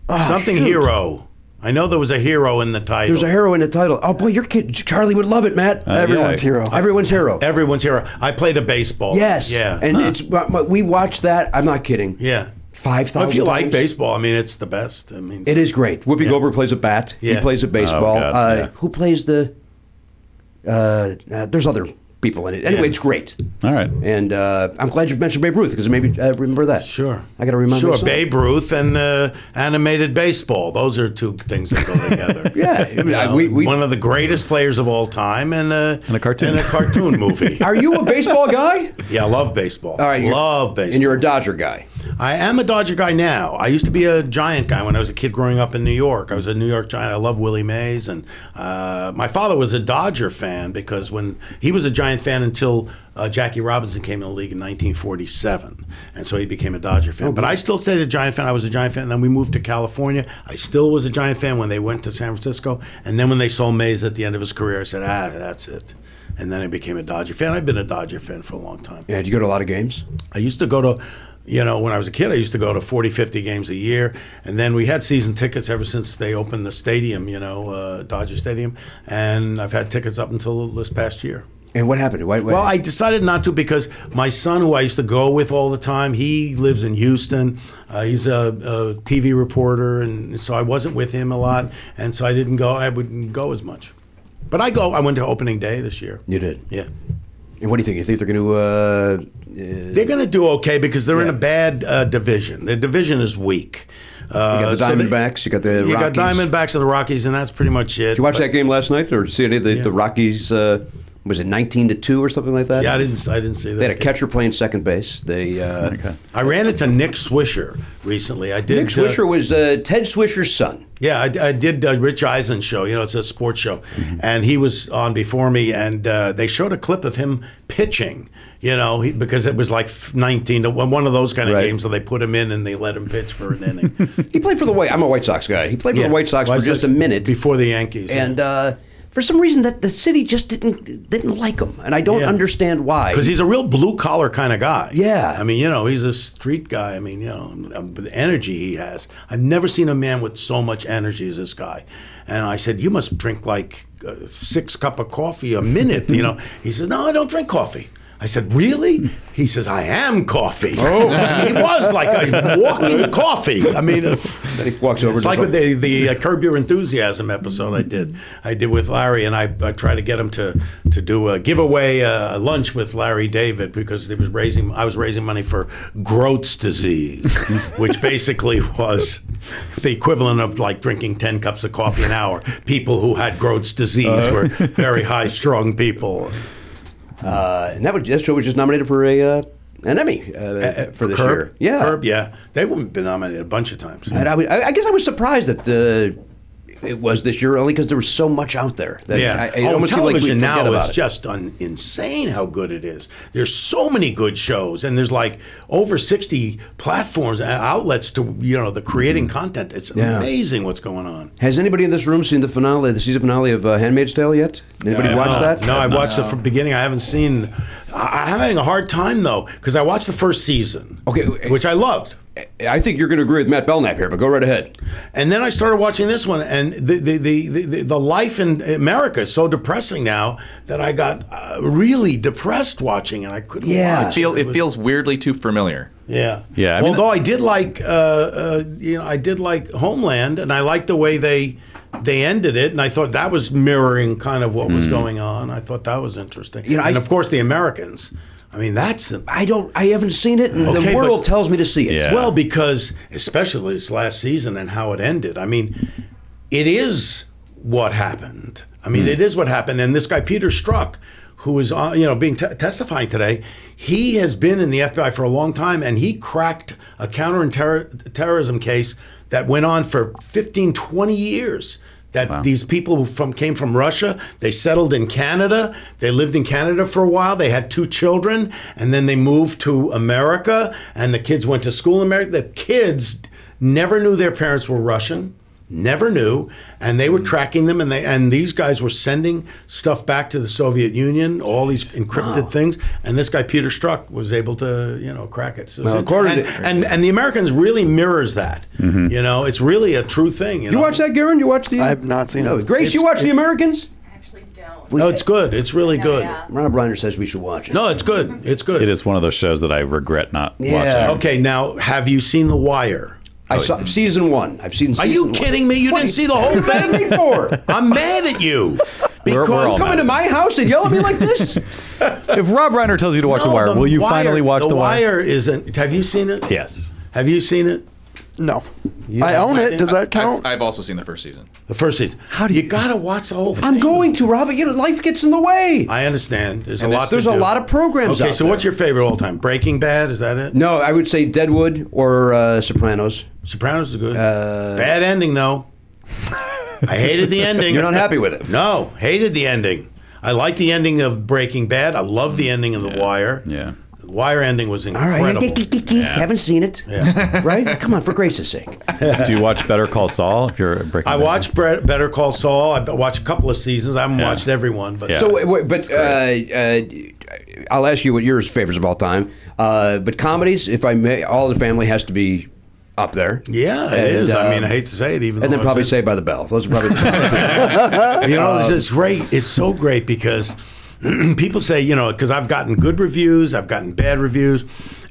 uh, something shoot. hero. I know there was a hero in the title. There's a hero in the title. Oh boy, your kid Charlie would love it, Matt. Uh, Everyone's yeah. hero. Everyone's hero. Everyone's hero. I played a baseball. Yes. Yeah. And it's but- but we watched that. I'm not kidding. yeah. Five Well, thousand. if you like baseball, I mean, it's the best. I mean, it is great. Whoopi Goldberg plays a bat. He Yeah. plays a baseball. Oh, God, uh, yeah. Who plays the? Uh, uh, there's other people in it. Anyway, Yeah. it's great. All right. And uh, I'm glad you mentioned Babe Ruth because maybe uh, remember that. Sure. I got to remember. Sure, something. Babe Ruth and uh, animated baseball. Those are two things that go together. Yeah, I mean, I- we- we- one of the greatest players of all time, and uh, a, And a cartoon. and a cartoon movie. Are you a baseball guy? yeah, I love baseball. All right, you're- love baseball. and you're a Dodger guy. I am a Dodger guy now. I used to be a Giant guy when I was a kid growing up in New York. I was a New York Giant. I love Willie Mays, and uh, my father was a Dodger fan because when he was a Giant fan until uh, Jackie Robinson came in the league in 1947, and so he became a Dodger fan. But I still stayed a Giant fan. I was a Giant fan. And then we moved to California. I still was a Giant fan when they went to San Francisco, and then when they saw Mays at the end of his career, I said, "Ah, that's it." And then I became a Dodger fan. I've been a Dodger fan for a long time. Yeah, do you go to a lot of games? I used to go to, you know, when I was a kid, I used to go to 40, 50 games a year. And then we had season tickets ever since they opened the stadium, you know, uh, Dodger Stadium. And I've had tickets up until this past year. And what happened? Why, why- Well, I decided not to because my son, who I used to go with all the time, he lives in Houston. Uh, he's a, a TV reporter, and so I wasn't with him a lot, and so I didn't go. I wouldn't go as much, but I go. I went to opening day this year. you did. Yeah. And what do you think? You think they're going to? Uh, uh, They're going to do okay because they're in a bad uh, division. Their division is weak. Uh, You got the so they- Diamondbacks. you got the you Rockies. got Diamondbacks and the Rockies, and that's pretty much it. Did you watch But- that game last night, or see any of the, the Rockies? Uh, was it nineteen to two or something like that? Yeah, I didn't. I didn't see that. They had a game. catcher playing second base. They uh, I ran into Nick Swisher recently. I did. Nick uh, Swisher was uh, Ted Swisher's son. Yeah, I, I did uh, Rich Eisen show. You know, it's a sports show, and he was on before me, and uh, they showed a clip of him pitching. You know, he, because it was like f- nineteen to one of those kind of Right. games, so they put him in and they let him pitch for an inning. He played for the White. I'm a White Sox guy. He played for Yeah. the White Sox White for just Sox a minute before the Yankees, yeah. and uh, for some reason that the city just didn't didn't like him, and I don't Yeah. understand why. because he's a real blue collar kind of guy. Yeah. I mean, you know, he's a street guy. I mean, you know, um, the energy he has. I've never seen a man with so much energy as this guy. And I said, you must drink like uh, six cup of coffee a minute. You know, he says, no, I don't drink coffee. I said, really? He says, I am coffee. Oh, he was like a walking coffee. I mean, Then he walks over It's to like some- with the the uh, Curb Your Enthusiasm episode I did. I did with Larry, and I, I tried to get him to to do a giveaway uh, lunch with Larry David because they was raising I was raising money for Grote's disease, which basically was the equivalent of like drinking ten cups of coffee an hour. People who had Grote's disease were very high strung people. uh, and that, was, that show was just nominated for a uh, an Emmy uh, for this Curb? year. Yeah, Curb, yeah, they've been nominated a bunch of times. And I, was- I I guess I was surprised that uh, it was this year only because there was so much out there. That yeah, I, it oh, almost seemed like we television forget now about is it. just un- insane how good it is. There's so many good shows, and there's like over 60 uh, platforms and outlets to you know the creating content. It's Yeah. amazing what's going on. Has anybody in this room seen the finale, the season finale of uh, Handmaid's Tale yet? Anybody Yeah, watch no, that? No, I watched the fr- beginning. I haven't seen. I- I'm having a hard time though because I watched the first season, Okay, w- which I loved. I think you're going to agree with Matt Belknap here, but go right ahead. And then I started watching this one, and the the the, the, the life in America is so depressing now that I got uh, really depressed watching, it. I couldn't. Yeah. watch. Feel, it was- feels weirdly too familiar. Yeah. Yeah, I mean- Although I did like, uh, uh, you know, I did like Homeland, and I liked the way they they ended it, and I thought that was mirroring kind of what Mm. was going on. I thought that was interesting. You know, and I- of course, the Americans. I mean, that's I don't. I haven't seen it, and Okay, the but- world tells me to see it. Yeah. well because especially this last season and how it ended. I mean, it is what happened. I mean, it is what happened. And this guy Peter Strzok, who is uh, you know being te- testifying today, he has been in the FBI for a long time, and he cracked a counterterrorism case that went on for 15, 20 years. That these people who from came from Russia, they settled in Canada. They lived in Canada for a while. They had two children, and then they moved to America. And the kids went to school in America. The kids never knew their parents were Russian. never knew and they were tracking them and they and these guys were sending stuff back to the Soviet Union all these encrypted things and this guy Peter Strzok was able to you know crack it so Well, it's according and, to- and and the Americans really mirrors that you know it's really a true thing you, You know? watch that, Garen? You watch the? I've not seen Oh, No, it. Grace, you It's- watch the Americans? no it's good it's really good Rob Reiner says we should watch it. no it's good it's good It is one of those shows that I regret not Yeah. watching. okay now have you seen The Wire I saw season one. I've seen. are Season you one. kidding me you What didn't are see the whole mad at thing me for? I'm mad at you We're- we're because all Coming to my house and yell at me like this? If Rob Reiner tells you to watch No, The Wire, will you Wire- finally watch The, Wire? Wire isn't. Have you seen it? Yes. Have you seen it? No. I own it. Does that count? I've, I've also seen the first season. The first season. How do you? gotta watch the whole thing. I'm going to Robert. You know, life gets in the way. I understand. There's a And lot. there's- to there's a do. lot of programs Okay, out so what's there. your favorite all time? Breaking Bad. Is that it? No, I would say Deadwood or uh, Sopranos. Sopranos is good. Uh, Bad ending though. I hated the ending. You're not happy with it. No, hated the ending. I like the ending of Breaking Bad. I love the ending of The Wire. Yeah. The Wire ending was All right, incredible. geek, geek, geek, geek. haven't seen it, right? Come on, for grace's sake. Do you watch Better Call Saul if you're breaking? I Bad? watched Bre- Better Call Saul. I watched a couple of seasons. I haven't Yeah. watched everyone, but Yeah. So, wait, wait, but uh, uh, I'll ask you what your favorites of all time. Uh, but comedies, if I may, All in the Family has to be up there. Yeah, it And, is. I uh, mean, I hate to say it, even and then though probably I've said- Saved by the Bell. Those are probably. you know, it's just great. It's so great because people say, you know, because I've gotten good reviews, I've gotten bad reviews,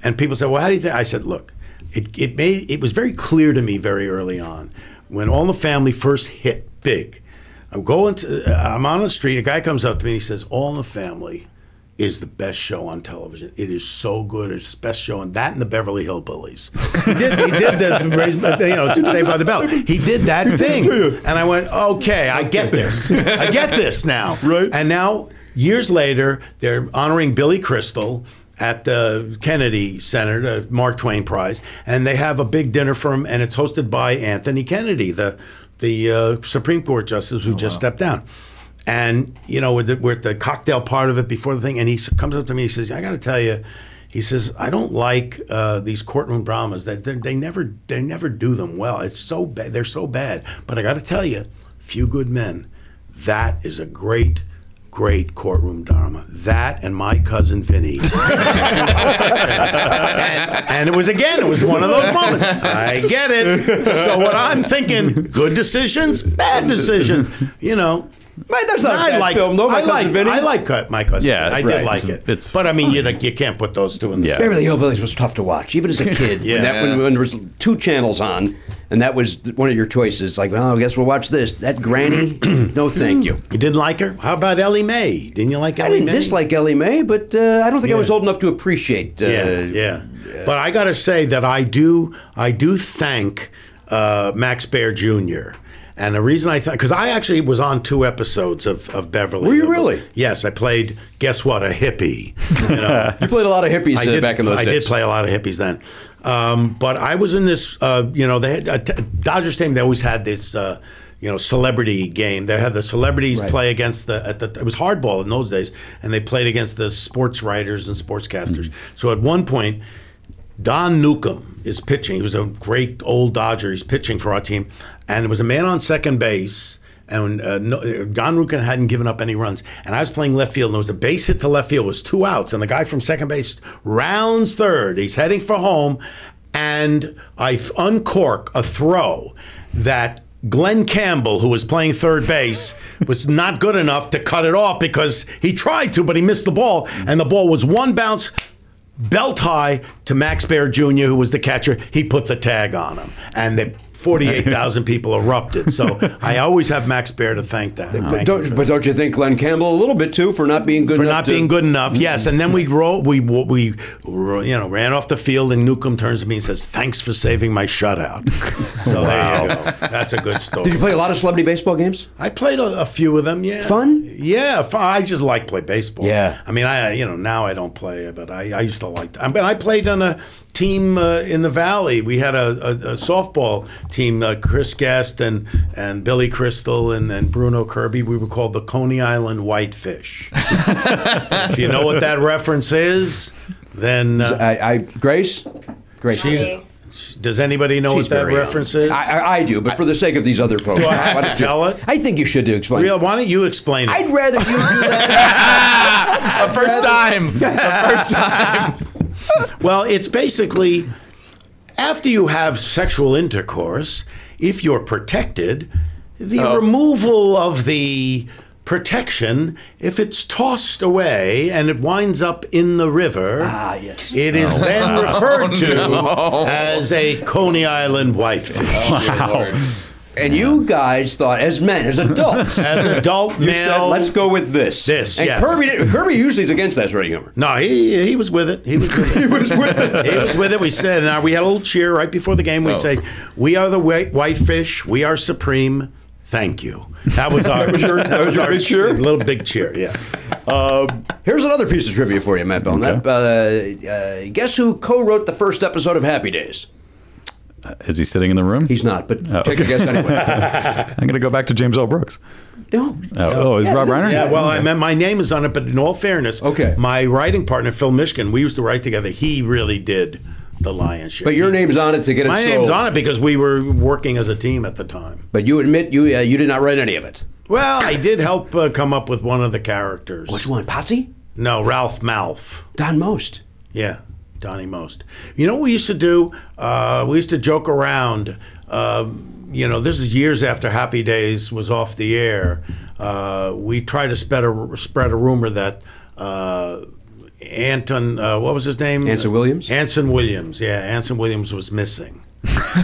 and people say, well, how do you think? I said, look, it it made it was very clear to me very early on when All in the Family first hit big. I'm going to, uh, I'm on the street. A guy comes up to me and he says, All in the Family is the best show on television. It is so good. It's the best show on that and the Beverly Hillbillies. He did, he did the raise, you know, Saved by the Bell. He did that thing, and I went, okay, I get this. I get this now. Right. And now, years later, they're honoring Billy Crystal at the Kennedy Center, the Mark Twain Prize, and they have a big dinner for him, and it's hosted by Anthony Kennedy, the the uh, Supreme Court justice who just stepped down. And you know, with the, with the cocktail part of it before the thing, and he s- comes up to me. He says, "I got to tell you," he says, "I don't like uh, these courtroom dramas. That they, they never they never do them well. It's so bad. They're so bad. But I got to tell you, Few Good Men, that is a great." Great courtroom drama. That and my cousin Vinny. and, and it was again, it was one of those moments. I get it. So what I'm thinking, good decisions, bad decisions. You know, Mate, that's not a I bad like, film, though, My I Cousin like, Vinny. I like Cut- My Cousin Yeah, Vinny. I right. did like it. It's- it's but I mean, you, you can't put those two in the Yeah. same- Beverly Hillbillies was tough to watch, even as a kid. Yeah. When that when, when there was two channels on, and that was one of your choices. Like, well, I guess we'll watch this. That Granny, no, thank you. You didn't like her? How about Ellie Mae? Didn't you like I Ellie didn't Mae? dislike Ellie Mae, but uh, I don't think I Yeah. was old enough to appreciate. Uh, yeah, yeah. But I got to say that I do, I do thank uh, Max Baer Jr. And the reason I thought, because I actually was on two episodes of, of Beverly. Were you Hillbillies. really? Yes, I played. Guess what? A hippie. You know, You played a lot of hippies uh, back in those I days. did play a lot of hippies then. Um, but I was in this, uh, you know, they had, uh, t- Dodgers team. They always had this, uh, you know, celebrity game. They had the celebrities Right. play against the, at the. It was hardball in those days, and they played against the sports writers and sportscasters. So at one point, Don Newcomb is pitching. He was a great old Dodger. He's pitching for our team, and there was a man on second base. And uh, no, Don Newcomb hadn't given up any runs. And I was playing left field, and there was a base hit to left field. It was two outs, and the guy from second base rounds third. He's heading for home, and I th- uncork a throw that Glenn Campbell, who was playing third base, was not good enough to cut it off because he tried to, but he missed the ball, and the ball was one bounce belt high to Max Baer Jr., who was the catcher. He put the tag on him, and the 48,000 people erupted. So I always have Max Baer to thank that. But Thank you for don't, but don't you think Glenn Campbell a little bit too for not being good for enough not to- Mm-hmm. being good enough. Yes, and then we roll. We we ro- you know ran off the field, and Newcomb turns to me and says, "Thanks for saving my shutout." So there you go. That's a good story. Did you play a lot of celebrity baseball games? I played a, a few of them. Yeah, Fun? Yeah, fun. I just like play baseball. Yeah. I mean, I you know now I don't play, but I, I used to like. I mean, I played on a team uh, in the valley. We had a, a, a softball team. Uh, Chris Guest and and Billy Crystal and and Bruno Kirby. We were called the Coney Island Whitefish. if you know what that reference is, then uh, I, I Grace, Grace. she's, Does anybody know She's what that very young. reference is? I, I- I do, but for the sake of these other folks, Do I have why to don't you- tell it? I think you should do explain. Real, why don't you explain it? I'd rather you do that. The first time. The first time. well, it's basically after you have sexual intercourse, if you're protected, the removal of the protection, if it's tossed away and it winds up in the river, ah, yes. it is then referred to as a Coney Island whitefish. And you guys thought, as men, as adults, As adult you male, said, let's go with this. This, And yes. Kirby, did- Kirby usually is against that sort of humor. No, he he was with it. He was with it. he was with it. he was with it. We said, and we had a little cheer right before the game. We'd Oh. say, "We are the white, white fish. We are supreme. Thank you." That was our. that was your our big cheer? Little big cheer. Yeah. Um, here's another piece of trivia for you, Matt Bell. Uh, uh, guess who co-wrote the first episode of Happy Days? Is he sitting in the room? He's not, but Oh, take a okay. guess anyway. I'm gonna go back to James L. Brooks. no. Oh, oh, is Rob Reiner? Yeah, well, I meant my name is on it, but in all fairness, Okay. my writing partner Phil Michigan, we used to write together. He really did the lion's share. But your name's on it to get it my sold. name's on it because we were working as a team at the time. But you admit you uh, you did not write any of it. Well, I did help uh, come up with one of the characters. Which one, Potsy? No, Ralph Malf. Don Most. Yeah, Donnie Most. You know what we used to do? Uh, we used to joke around. Uh, you know, this is years after Happy Days was off the air. Uh, we tried to spread a spread a rumor that uh, Anton, uh, what was his name? Anson Williams? Anson Williams. Yeah, Anson Williams was missing.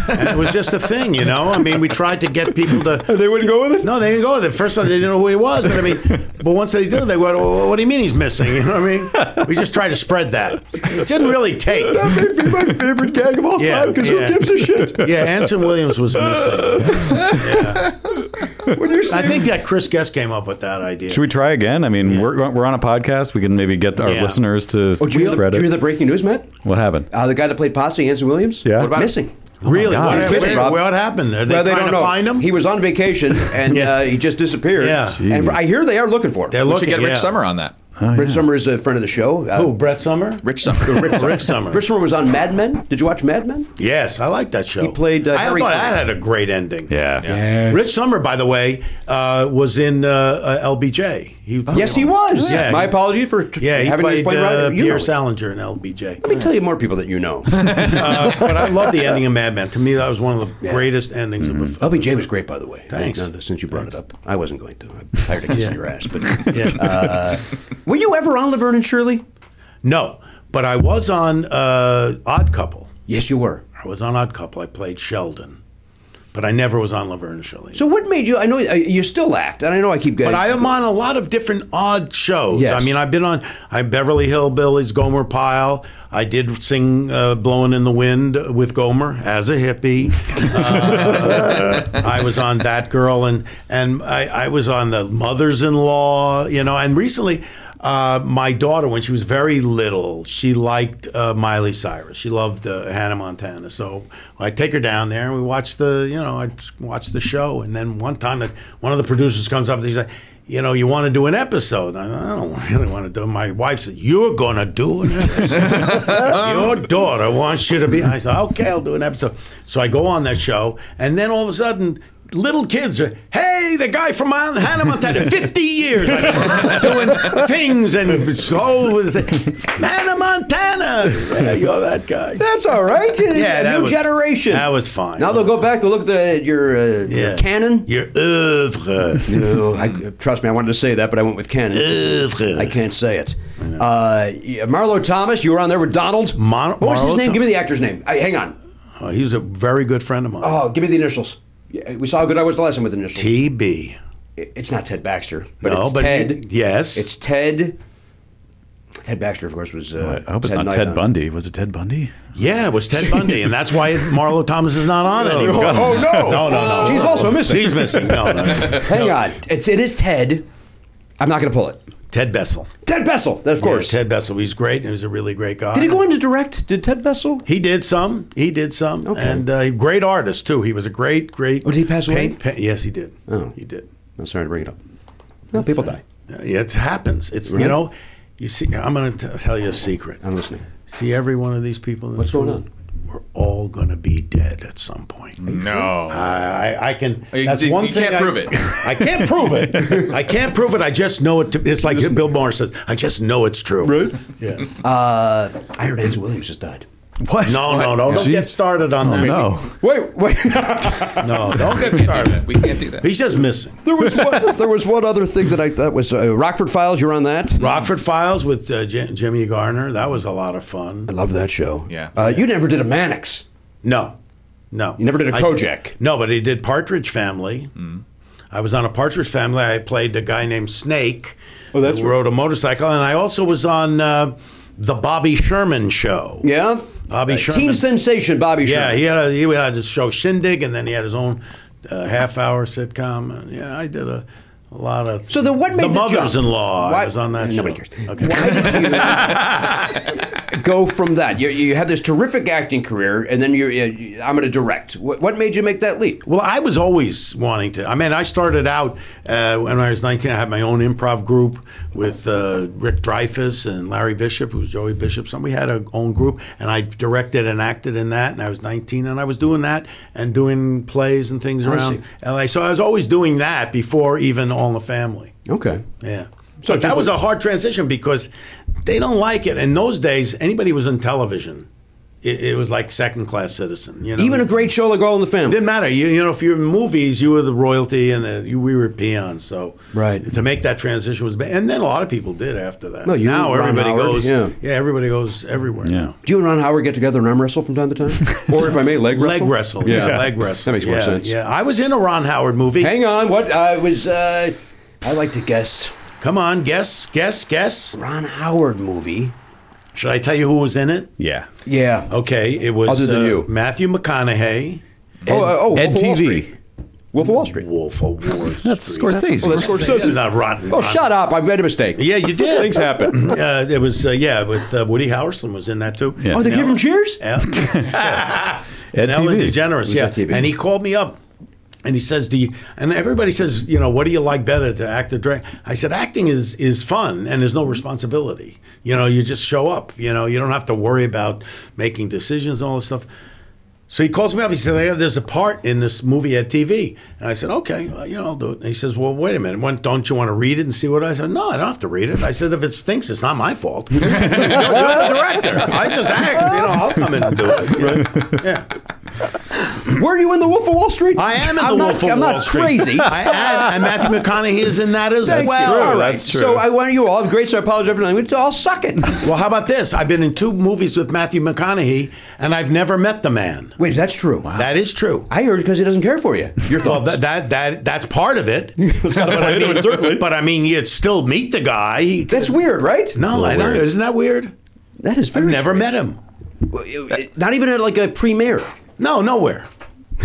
and it was just a thing, you know. I mean, we tried to get people to. They wouldn't go with it. No, they didn't go with it. First time they didn't know who he was, but I mean, but once they did, they went, well, "What do you mean he's missing?" You know what I mean? We just tried to spread that. It didn't really take. be my favorite gag of all Yeah, time, 'cause who yeah. gives a shit? Yeah, Anson Williams was missing. I think that Chris Guest came up with that idea. Should we try again? I mean, we're, we're on a podcast. We can maybe get our Yeah. listeners to Oh, did you, hear the, spread did you hear it. the breaking news, Matt? what happened? Uh, the guy that played Potsy, Anson Williams? Yeah. What about Wow. missing? Oh Really? God. What, You're kidding, what- Rob. what happened? Are they Well, trying to find him? He was on vacation and Yeah. uh, he just disappeared. Yeah. And I hear they are looking for him. They're We looking. should get Rich yeah. Summer on that. Rich Summer is a friend of the show. Uh, Who? Brett Summer. Rich Summer. Rick Summer. Rick Summer. Rich Summer was on Mad Men. Did you watch Mad Men? Yes, I like that show. He played, uh, I Harry thought Connick. that had a great ending. Yeah. Rich Summer, by the way, uh, was in uh, uh, LBJ. He, Oh, Yes, he was. Yeah. My apologies for t- Yeah, he having to played explain right. uh, You know Pierre it. Salinger in LBJ. Let me tell you more people that you know. Uh, but I love the ending of Mad Men. To me, that was one of the greatest endings of a film. LBJ was great, by the way. Thanks. Uh, Since you brought it up, I wasn't going to. I'm tired of kissing your ass. But Yeah. uh, were you ever on Laverne and Shirley? No, but I was on uh, Odd Couple. Yes, you were. I was on Odd Couple. I played Sheldon, but I never was on Laverne and Shirley. So what made you? I know uh, you still act, and I know I keep. But I am on a lot of different odd shows. Yes. I mean, I've been on I Beverly Hillbillies, Gomer Pyle. I did sing uh, "Blowing in the Wind" with Gomer as a hippie. Uh, I was on that girl, and and I, I was on the Mothers-in-Law. You know, and recently. Uh, my daughter, when she was very little, she liked uh, Miley Cyrus. She loved uh, Hannah Montana. So I take her down there and we watch the, you know, I just watch the show. And then one time, one of the producers comes up and he's like, you know, you want to do an episode? I, I don't really want to do. it. My wife said, "You're gonna do an episode. Your daughter wants you to be." I said, "Okay, I'll do an episode." So I go on that show, and then all of a sudden, little kids are, "Hey, the guy from Mon- Hannah Montana, 50 years like, doing things and so was the Hannah Montana. Yeah, you're that guy." That's all right. uh, Yeah, that new was- generation. that was fine. Now they'll go back. They'll look at the, your, uh, your canon. Your oeuvre. No, I, trust me, I wanted to say that, but I went with canon. Oeuvre. I can't say it. Uh, yeah, Marlo Thomas, you were on there with Donald. Mon- what was his Marlo name? Thom- give me the actor's name. I, hang on. Oh, he's a very good friend of mine. Oh, give me the initials. Yeah, we saw how good I was the last time with the initials. TB. It- It's not Ted Baxter, but No, it's but Ted. you- yes. it's Ted. Ted Baxter, of course, was. Uh, I hope it's not Knight Ted on- Bundy. Was it Ted Bundy? Yeah, it was Ted Bundy, and that's why Marlo Thomas is not on anymore. Oh, no. No, no, no. She's also missing. She's missing. No, no. no. Hang on, it's it is Ted. I'm not going to pull it. Ted Bessel. Ted Bessel, of course. Yeah, Ted Bessel. He's great, and he's a really great guy. Did he go in to direct? Did Ted Bessel? He did some. He did some, Okay. and uh, great artist too. He was a great, great. Oh, did he pass away? paint- pa- yes, he did. Oh. he did. I'm sorry to bring it up. No, people die. Yeah, it happens. It's you know, you see. I'm going to tell you a secret. I'm listening. See every one of these people. In What's this going room, on? we're all going to be dead at some point. No. I, I- I can. You- Uh, That's you- one you thing. can't I, prove it. I can't prove it. I can't prove it. I just know it. To, it's like Bill Maher says. I just know it's true. Right? Yeah. Uh, I heard Ed Williams just died. What? Oh, No, no, no. Don't get started on that. Wait, wait. No, don't get started. We can't do that. He's just missing. There was one, there was one other thing that I thought was uh, Rockford Files. You were on that. Rockford Files with uh, J- Jimmy Garner. That was a lot of fun. I love that show. Yeah. Uh, you never did a Mannix. No, no. You never did a I- Kojak. no, but he did Partridge Family. I was on a Partridge Family. I played a guy named Snake oh, that's who rode a motorcycle, and I also was on uh, the Bobby Sherman Show. Yeah. Bobby Uh, Sherman. Teen sensation Bobby yeah, Sherman. he had a, he had his show Shindig, and then he had his own uh, half-hour sitcom. And, yeah, I did a. A lot of So then what made the jump? mothers-in-law Why- I was on that Nobody show. cares. Okay. Why did you go from that? You, you had this terrific acting career, and then you're, you I'm going to direct. What, what made you make that leap? Well, I was always wanting to. I mean, I started out uh, when I was 19. I had my own improv group with uh, Rick Dreyfuss and Larry Bishop, who's Joey Bishop. So we had our own group, and I directed and acted in that. And I was 19, and I was doing that and doing plays and things around LA. So I was always doing that before even All in the Family. Okay. Yeah. So So just- that was a hard transition because they don't like it. In those days, anybody who was on television. It, it was like second class citizen. You know? Even a great show like All in the Family. didn't matter. You, you know, if you're in movies, you were the royalty, and the, you, we were peons. So Right. to make that transition was, ba- and then a lot of people did after that. No, you, now Ron everybody Howard, goes. yeah. everybody goes everywhere now. Do you and Ron Howard get together and arm wrestle from time to time? or if I may, leg wrestle? Leg wrestle, yeah, leg wrestle. That makes more Yeah, sense. Yeah, I was in a Ron Howard movie. Hang on. What? I was, uh, I like to guess, Come on, guess, guess, guess. Ron Howard movie. Should I tell you who was in it? Yeah. Yeah. Okay, it was uh, Other than you. Matthew McConaughey, oh, uh, oh, Ed Wolf of Wall TV. Street. Wolf of Wall Street. Wolf of Wall Street. That's Scorsese. Well, that's Scorsese. This is not rotten. Oh, shut up. I made a mistake. Yeah, you did. Things happen. Uh, it was uh, yeah, with uh, Woody Howerson was in that too. Yeah. Oh, the kid from Cheers? Yeah. and Ed Ellen TV. DeGeneres, Was yeah. that TV? And he called me up and he says the and everybody says, you know, what do you like better to act or direct? I said acting is is fun and there's no responsibility. You know, you just show up, you know, you don't have to worry about making decisions and all this stuff. So he calls me up. He said, "Hey, "There's a part in this movie at TV," and I said, "Okay, well, you know, I'll do it." And he says, "Well, wait a minute. When, don't you want to read it and see what?" I said, "No, I don't have to read it." I said, "If it stinks, it's not my fault. You're the director. I just act. You know, I'll come in and do it." you know. Yeah, Were you in the Wolf of Wall Street? I am in I'm the not, Wolf of I'm Wall not Street. crazy. I am, and Matthew McConaughey is in that as Thank well. you. All right. that's true. So I want you all great. So I apologize for nothing. I'll suck it. Well, how about this? I've been in two movies with Matthew McConaughey, and I've never met the man. Wait, that's true. That is true. I heard because he doesn't care for you. Your Well, thoughts? that, that that that's part of it. but, I mean, but I mean, you'd still meet the guy. He- that's weird, right? no, I know. Isn't that weird? That is very. I've never met him. him. Not even at like a premiere. No, nowhere.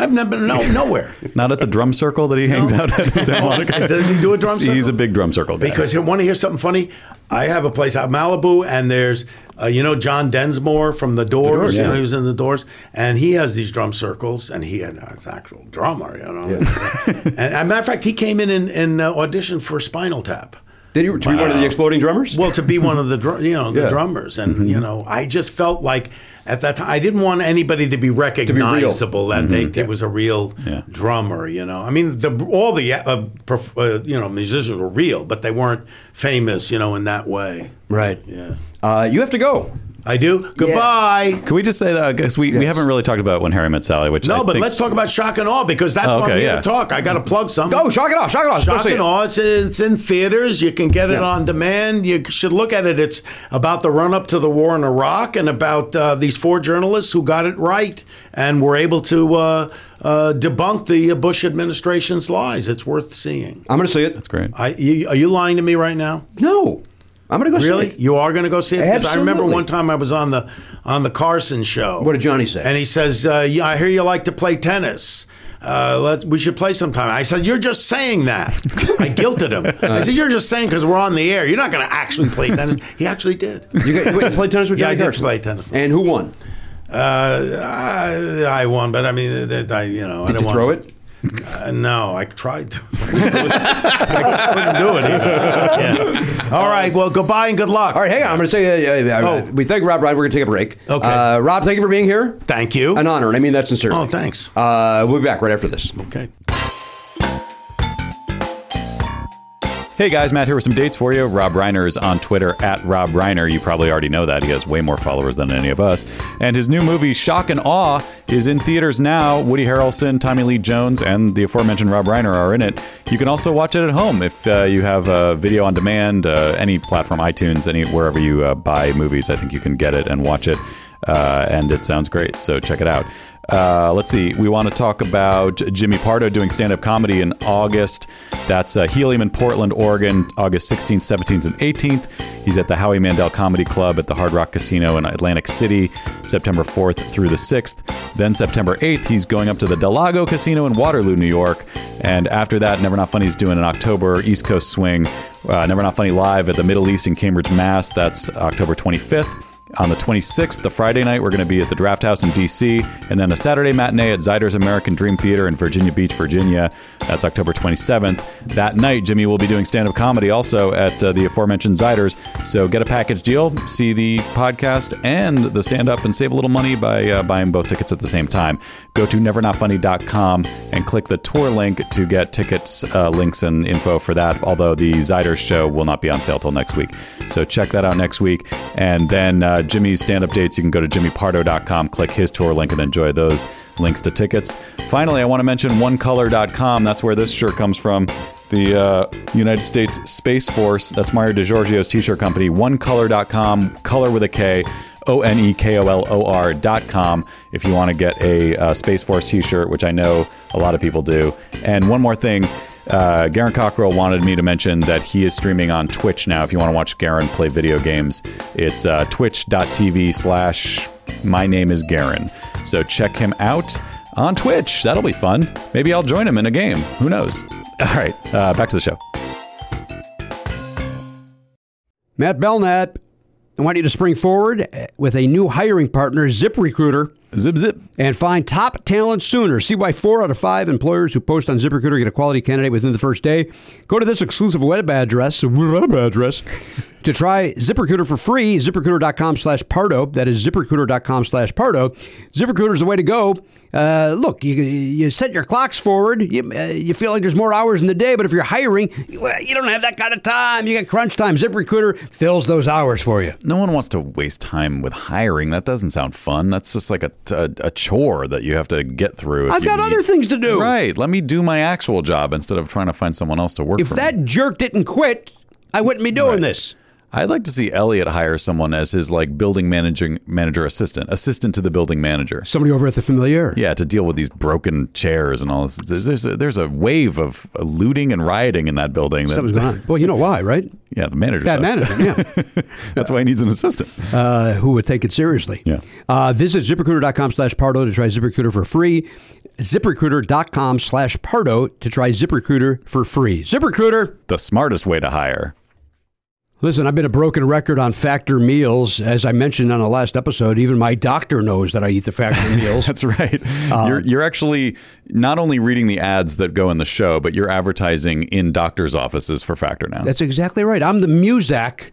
I've never no nowhere Not at the drum circle that he hangs out at in Santa Monica. Does he do a drum He's circle? a big drum circle guy. because you want to hear something funny. I have a place out in Malibu, and there's uh, you know John Densmore from the Doors. You know yeah. he was in the Doors, and he has these drum circles, and he had an actual drummer. You know, and as a matter of fact, he came in and, and uh, auditioned for Spinal Tap. Did he? To be one of the exploding drummers? Well, to be one of the dru- you know the Yeah. drummers, and you know, I just felt like at that time I didn't want anybody to be recognizable that they, it was a real Yeah. drummer. You know, I mean, the all the uh, perf- uh, you know musicians were real, but they weren't famous. You know, in that way. right. Yeah, Uh, you have to go. I do. Goodbye. Can we just say that? Because we, we haven't really talked about When Harry Met Sally, which No, I but think- let's talk about shock and awe because that's Oh, what I'm okay, here yeah. to talk. I got to plug something. Go. Shock it off. Shock it off. Go Shock see and it. Awe. It's in, it's in theaters. You can get it on demand. You should look at it. It's about the run up to the war in Iraq and about uh, these four journalists who got it right and were able to uh, uh, debunk the Bush administration's lies. It's worth seeing. I'm going to see it. That's great. I, you, are you lying to me right now? No, I'm going to go Really? see it. You are going to go see it? 'Cause I remember Absolutely. one time I was on the on the Carson show. What did Johnny say? And he says, uh, yeah, "I hear you like to play tennis. Uh, let's, we should play sometime." I said, "You're just saying that." I guilted him. I said, "You're just saying because we're on the air. You're not going to actually play tennis." He actually did. You, got, wait, you played tennis with Yeah, I Johnny did Carson? play tennis. And who won? Uh, I, I won, but I mean, that- I, you know, I Did don't you throw want- it? Uh, no, I tried to. I couldn't do it. either. Yeah. All right. Well, goodbye and good luck. Oh. All right, hang on. I'm going to say uh, uh, uh, we thank Rob Ryan. We're going to take a break. Okay. Uh, Rob, thank you for being here. Thank you. An honor, and I mean that sincerely. Oh, thanks. Uh, we'll be back right after this. Okay. Hey guys, Matt here with some dates for you. Rob Reiner is on Twitter at Rob Reiner. You probably already know that. He has way more followers than any of us. And his new movie, Shock and Awe, is in theaters now. Woody Harrelson, Tommy Lee Jones, and the aforementioned Rob Reiner are in it. You can also watch it at home if uh, you have uh, video on demand, uh, any platform, iTunes, any wherever you uh, buy movies. I think you can get it and watch it. Uh, and it sounds great, so check it out. Uh, let's see. We want to talk about Jimmy Pardo doing stand up comedy in August. That's uh, Helium in Portland, Oregon, August 16th, 17th, and 18th. He's at the Howie Mandel Comedy Club at the Hard Rock Casino in Atlantic City, September 4th through the 6th. Then September 8th, he's going up to the Delago Casino in Waterloo, New York. And after that, Never Not Funny's doing an October East Coast swing. Uh, Never Not Funny Live at the Middle East in Cambridge, Mass. That's October 25th. On the 26th, the Friday night, we're going to be at the Draft House in DC, and then a Saturday matinee at Zyder's American Dream Theater in Virginia Beach, Virginia. That's October 27th. That night, Jimmy will be doing stand up comedy also at uh, the aforementioned Zyder's. So get a package deal, see the podcast and the stand up, and save a little money by uh, buying both tickets at the same time. Go to nevernotfunny.com and click the tour link to get tickets, uh, links, and info for that. Although the Zyder's show will not be on sale till next week. So check that out next week. And then uh, Jimmy's stand up dates, you can go to jimmypardo.com, click his tour link, and enjoy those links to tickets. Finally, I want to mention onecolor.com. That's where this shirt comes from. The uh, United States Space Force, that's Mario DiGiorgio's t shirt company, onecolor.com, color with a K. O N E K O L O R dot com if you want to get a uh, Space Force t shirt, which I know a lot of people do. And one more thing. Uh, Garen Cockrell wanted me to mention that he is streaming on Twitch now. If you want to watch Garen play video games, it's uh, twitch.tv slash my name is Garen. So check him out on Twitch. That'll be fun. Maybe I'll join him in a game. Who knows? All right, uh, back to the show. Matt Belknap, I want you to spring forward with a new hiring partner, ZipRecruiter. Zip, zip. And find top talent sooner. See why four out of five employers who post on ZipRecruiter get a quality candidate within the first day. Go to this exclusive web address, web address, to try ZipRecruiter for free. ZipRecruiter.com slash Pardo. That is ZipRecruiter.com slash Pardo. ZipRecruiter is the way to go. Uh, look, you, you set your clocks forward. You, uh, you feel like there's more hours in the day, but if you're hiring, well, you don't have that kind of time. You got crunch time. ZipRecruiter fills those hours for you. No one wants to waste time with hiring. That doesn't sound fun. That's just like a, a, a chore that you have to get through. if I've you got need- other things to do. Right. Let me do my actual job instead of trying to find someone else to work If for. me. that jerk didn't quit, I wouldn't be doing this. I'd like to see Elliot hire someone as his like building managing manager assistant, assistant to the building manager. Somebody over at the Familiar. Yeah, to deal with these broken chairs and all this. There's, there's, a, there's a wave of looting and rioting in that building. That, Something's going on. Well, you know why, right? Yeah, the manager. Bad sucks. management, That's why he needs an assistant. uh, who would take it seriously. Yeah. Uh, visit ZipRecruiter.com slash Pardo to try ZipRecruiter for free. ZipRecruiter.com slash Pardo to try ZipRecruiter for free. ZipRecruiter. The smartest way to hire. Listen, I've been a broken record on Factor meals. As I mentioned on the last episode, even my doctor knows that I eat the Factor meals. That's right. Uh, you're, you're actually not only reading the ads that go in the show, but you're advertising in doctors' offices for Factor now. That's exactly right. I'm the Muzak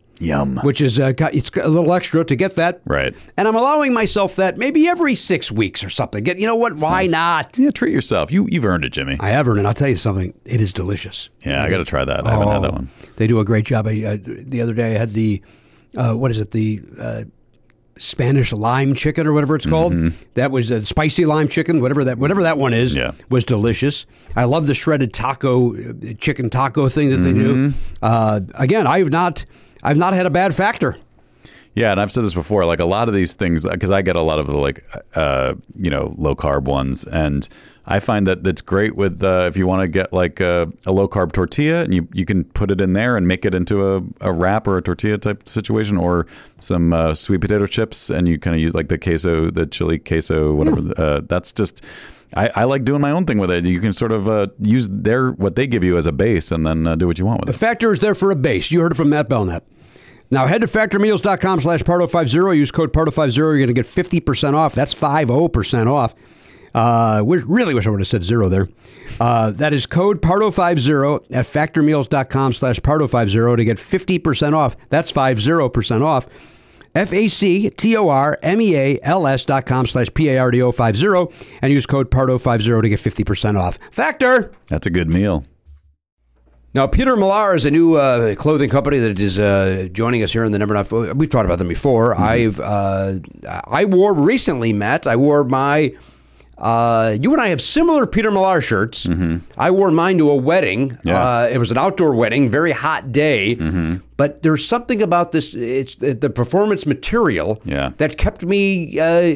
Yum. Which is uh, got- it's got a little extra to get that. Right. And I'm allowing myself that maybe every six weeks or something. Get you know what? Why not? Yeah, treat yourself. You you've earned it, Jimmy. I have earned, and I'll tell you something. It is delicious. Yeah, I got to try that. I haven't Oh, had that one. They do a great job. I, uh, the other day, I had the uh, what is it? The uh, Spanish lime chicken or whatever it's called. Mm-hmm. That was a spicy lime chicken, whatever that whatever that one is. Yeah. was delicious. I love the shredded taco, uh, chicken Mm-hmm. taco thing that they do. Uh, again, I have not, I've not had a bad factor. Yeah, and I've said this before. Like a lot of these things, because I get a lot of the like, uh, you know, low carb ones, and I find that that's great with uh, if you want to get like a, a low carb tortilla, and you you can put it in there and make it into a, a wrap or a tortilla type situation, or some uh, sweet potato chips, and you kind of use like the queso, the chili queso, whatever. Uh, that's just. I, I like doing my own thing with it. You can sort of uh, use their what they give you as a base, and then uh, do what you want with it. The Factor is there for a base. You heard it from Matt Belknap. Now head to factormeals.com slash pardo50. Use code pardo50. You're going to get 50% off. That's 50% off. Uh, wish, really wish I would have said zero there. Uh, that is code pardo50 at factormeals.com slash pardo50 to get 50% off. That's 50% off. E F-A-C-T-O-R-M-E-A-L-S dot com slash P-A-R-D-O-50 and use code pardo50 to get 50% off. Factor! That's a good meal. Now, Peter Millar is a new uh, clothing company that is uh, joining us here in the number. Nine, we've talked about them before. Mm-hmm. I've uh, I wore recently, Matt. I wore my. Uh, you and I have similar Peter Millar shirts. Mm-hmm. I wore mine to a wedding. Uh, it was an outdoor wedding, very hot day. Mm-hmm. But there's something about this. It's uh, the performance material Yeah. that kept me uh,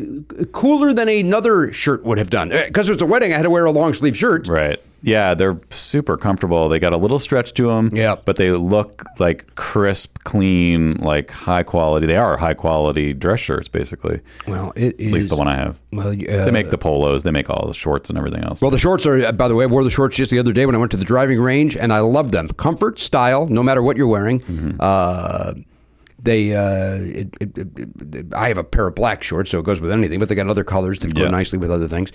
cooler than another shirt would have done. Because it was a wedding, I had to wear a long sleeve shirt. Right. Yeah, they're super comfortable. They got a little stretch to them. Yeah. But they look like crisp, clean, like high quality. They are high quality dress shirts, basically. Well, it At least the is- one I have. well, uh, you- they make the polos. They make all the shorts and everything else. Well, the shorts are, by the way, I wore the shorts just the other day when I went to the driving range, and I love them. Comfort, style, no matter what you're wearing. Mm-hmm. Uh, they, uh, it, it, it- it- I have a pair of black shorts, so it goes with anything, but they got other colors that go Yeah. nicely with other things.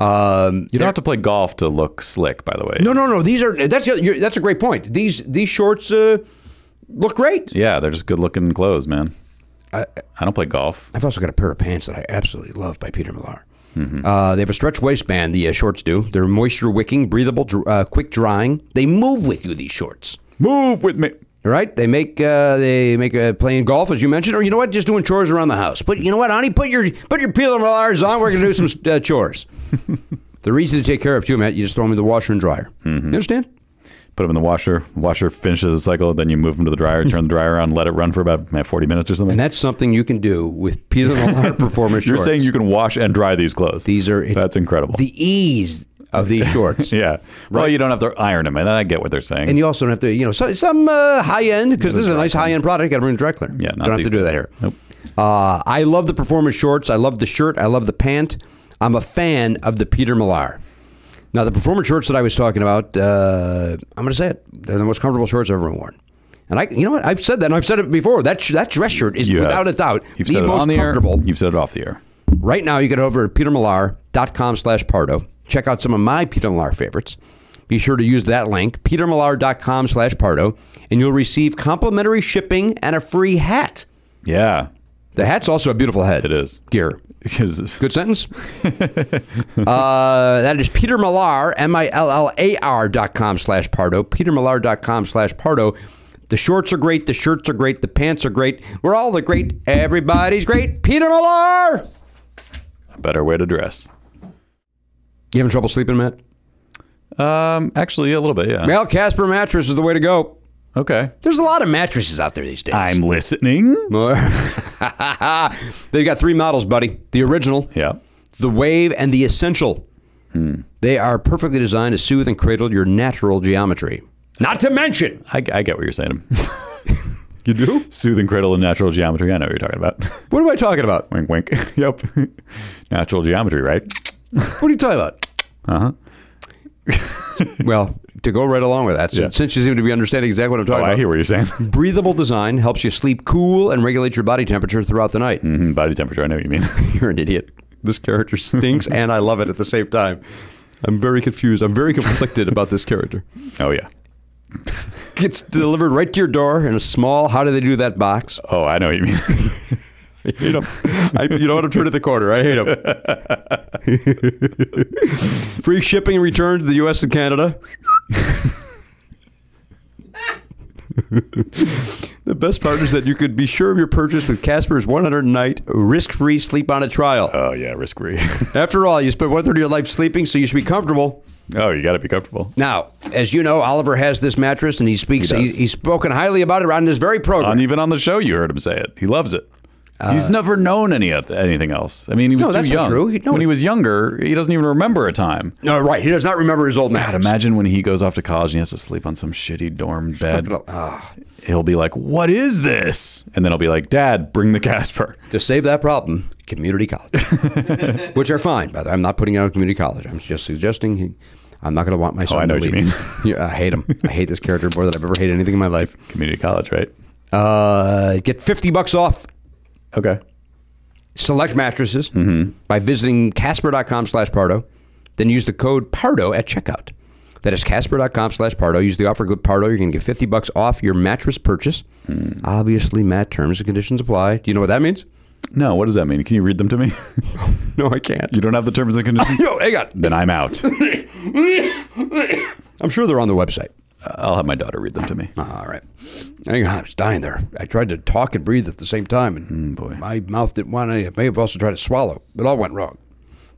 Um, you don't have to play golf to look slick, by the way. no, no, no. These are that's the other- you're, that's a great point. These these shorts uh, look great. Yeah, they're just good looking clothes, man. I, don't play golf. I've also got a pair of pants that I absolutely love by Peter Millar. Mm-hmm. Uh, they have a stretch waistband. The uh, shorts do. They're moisture wicking, breathable, dr- uh, quick drying. They move with you. These shorts. Move with me. Right? They make uh, they make uh, playing golf as you mentioned, or you know what, just doing chores around the house. But you know what, Ani, put your put your peeler millars on. We're gonna do some uh, chores. They're easy to take care of too, Matt. You just throw them in the washer and dryer. Mm-hmm. You understand? Put them in the washer. Washer finishes the cycle. Then you move them to the dryer. Turn the dryer on. Let it run for about eh, forty minutes or something. And that's something you can do with Peter Millar performance. You're shorts. saying you can wash and dry these clothes. These are- that's incredible. the ease of these shorts. yeah. Well, you don't have to iron them, and I get what they're saying. And you also don't have to, you know, so, some uh, high end because this is a nice high end product. You got to bring a dry cleaner. Yeah, not don't have these to do days. that here. Nope. Uh, I love the performance shorts. I love the shirt. I love the pant. I'm a fan of the Peter Millar. Now, the performance shorts that I was talking about, uh, I'm going to say it. They're the most comfortable shorts I've ever worn. And I, you know what? I've said that, and I've said it before. That sh- that dress shirt is You have. without a doubt You've the said it most on the air. comfortable. You've said it off the air. Right now, you get over at petermillar.com slash Pardo. Check out some of my Peter Millar favorites. Be sure to use that link, petermillar.com slash Pardo, and you'll receive complimentary shipping and a free hat. Yeah, The hat's also a beautiful head. it is. Gear. Because Good sentence. uh, that is Peter Millar, M I L L A R dot com slash Pardo. PeterMillar.com slash Pardo. The shorts are great. The shirts are great. The pants are great. We're all the great. Everybody's great. Peter Millar. a better way to dress. You having trouble sleeping, Matt? Um, actually, a little bit. Yeah. Well, Casper mattress is the way to go. Okay. There's a lot of mattresses out there these days. I'm listening. They've got three models, buddy. The original, Yeah. the Wave, and the Essential. They are perfectly designed to soothe and cradle your natural geometry. Not to mention, I, I get what you're saying. you do? Soothing cradle and natural geometry. I know what you're talking about. what am I talking about? wink, wink. yep. natural geometry, right? What are you talking about? Uh huh. well, to go right along with that, since, Uh-huh. Yeah. since you seem to be understanding exactly what I'm Oh, talking I about, hear what you're saying. breathable design helps you sleep cool and regulate your body temperature throughout the night. Mhm, Body temperature. I know what you mean. You're an idiot. This character stinks, and I love it at the same time. I'm very confused. I'm very conflicted about this character. oh yeah. Gets delivered right to your door in a small. How do they do that box? Oh, I know what you mean. I hate him. I, you know what? I'm turning the corner. I hate him. Free shipping and return to the U.S. and Canada. the best part is that you could be sure of your purchase with Casper's 100 night risk free sleep on a trial. oh yeah, risk free. After all, you spent one third of your life sleeping, so you should be comfortable. oh, you got to be comfortable. Now, as you know, Oliver has this mattress, and he speaks. He He does. he's spoken highly about it on this very program. And even on the show, you heard him say it. He loves it. He's never known any oth- anything else. I mean, he was Uh, No, too that's not young. true. He- no. when he was younger, he doesn't even remember a time. No, right. He does not remember his old God, imagine when he goes off to college and he has to sleep on some shitty dorm bed. Ah. He'll be like, "What is this?" And then I'll be like, "Dad, bring the Casper." To save that problem, community college, which are fine. By the way, I'm not putting out a community college. I'm just suggesting he, I'm not going to want my son Oh, I know to what you leave. mean. yeah, I hate him. I hate this character more than I've ever hated anything in my life. Community college, right? Uh, get 50 bucks off Okay. select mattresses Mm-hmm. by visiting casper.com slash pardo. Then use the code pardo at checkout. That is casper.com slash pardo. Use the offer code pardo. You're going to get 50 bucks off your mattress purchase. Hmm. Obviously, Matt, terms and conditions apply. Do you know what that means? No, what does that mean? Can you read them to me? no, I can't. You don't have the terms and conditions. Yo, hang on. then I'm out. I'm sure they're on the website. I'll have my daughter read them to me. All right. Hang on, I was dying there. I tried to talk and breathe at the same time, Mm, and my mouth didn't want any. I may have also tried to swallow. It all went wrong.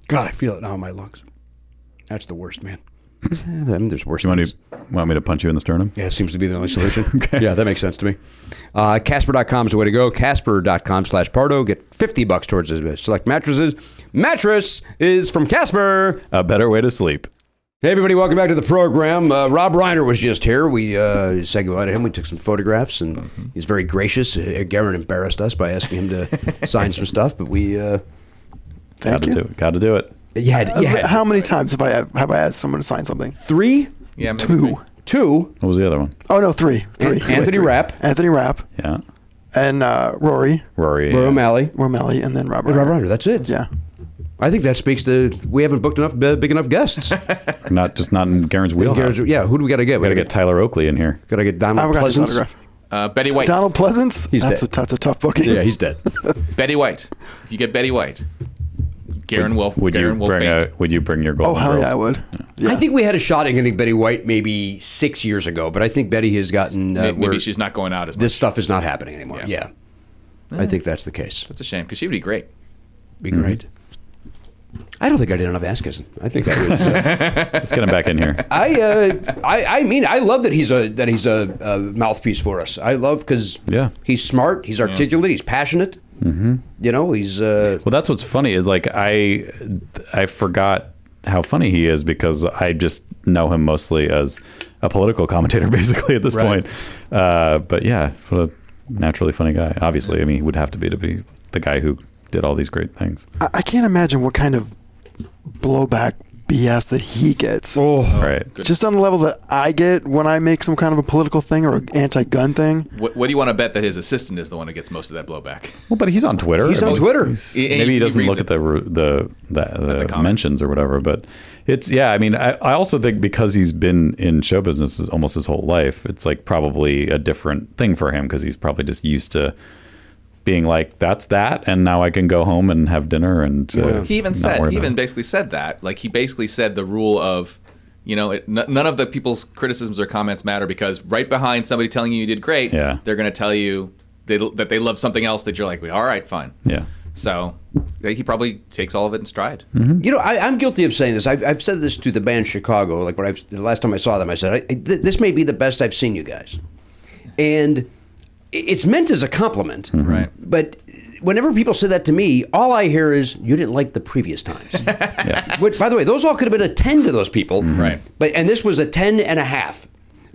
God, I feel it now in my lungs. That's the worst, man. Eh, I mean, there's worse You want, things. to, want me to punch you in the sternum? Yeah, it seems to be the only solution. Yeah, that makes sense to me. Uh, Casper.com is the way to go. Casper.com slash Pardo. Get 50 bucks towards uh, select mattresses. Mattress is from Casper. A better way to sleep. Hey, everybody, welcome back to the program. Uh, Rob Reiner was just here. We uh, said goodbye to him. We took some photographs, and he's very gracious. Uh, Garen embarrassed us by asking him to sign some stuff, but we. Uh, Thank Got to you. do it. Got to do it. you had, you had How many times have I have I asked someone to sign something? three, Yeah, maybe Two. two, What was the other one? Oh no, three, three. Anthony Rapp, Anthony Rapp Yeah. and uh, Rory, Rory. Burrow yeah. O'Malley, Romelli, and then Rob. Rob Reiner. Reiner. That's it. Yeah. I think that speaks to we haven't booked enough uh, big enough guests. Not just not in Garen's wheelhouse. Garen's- yeah, who do we got to get? Got to get Tyler Oakley in here. Got to get I Donald forgot his Pleasance. autograph. Uh, Betty White. Donald Pleasance. He's that's dead. a that's a tough booking. Yeah, he's dead. Betty White. If you get Betty White, Garen will. Would Garen you will bring faint. a? uh, Would you bring your oh golden hell girls? yeah, I would. I think we had a shot at getting Betty White maybe six years ago, but I think Betty has gotten uh, May- Maybe where she's not going out as much. this stuff is not happening anymore. Yeah, Yeah. I think that's the case. That's a shame because she would be great. Be great. I don't think I did enough ass kissing. I think that was. Uh, Let's get him back in here. I, uh, I I mean I love that he's a that he's a, a mouthpiece for us. I love because Yeah. he's smart, he's articulate, he's passionate. Mm-hmm. You know, he's uh, Well, that's what's funny is like I I forgot how funny he is because I just know him mostly as a political commentator basically at this Right. point. Uh, but yeah, what a naturally funny guy. Obviously, I mean, he would have to be to be the guy who did all these great things. I, I can't imagine what kind of blowback BS that he gets. Oh, right. Just on the level that I get when I make some kind of a political thing or an anti-gun thing. What, what do you want to bet that his assistant is the one who gets most of that blowback? Well, but he's on Twitter. He's I on mean, Twitter. he's- He- he- maybe he he doesn't reads look it. at the ru- the the, the, comments. mentions or whatever. But it's yeah. I mean, I, I also think because he's been in show business his- almost his whole life, it's like probably a different thing for him because he's probably just used to being like, "That's that," and now I can go home and have dinner and uh, He even not said, worry he about even it. basically said that. Like he basically said the rule of, you know, it, n- none of the people's criticisms or comments matter because right behind somebody telling you you did great, Yeah. they're going to tell you they, that they love something else that you're like, all right, fine. yeah. So he probably takes all of it in stride. Hmm. You know, I, I'm guilty of saying this. I've, I've said this to the band Chicago. Like when I've, the last time I saw them, I said, I, I- th- "This may be the best I've seen you guys," and i- it's meant as a compliment, Right. But whenever people say that to me, all I hear is, "You didn't like the previous times." Which, by the way, those all could have been a ten to those people, Right. But and this was a ten and a half.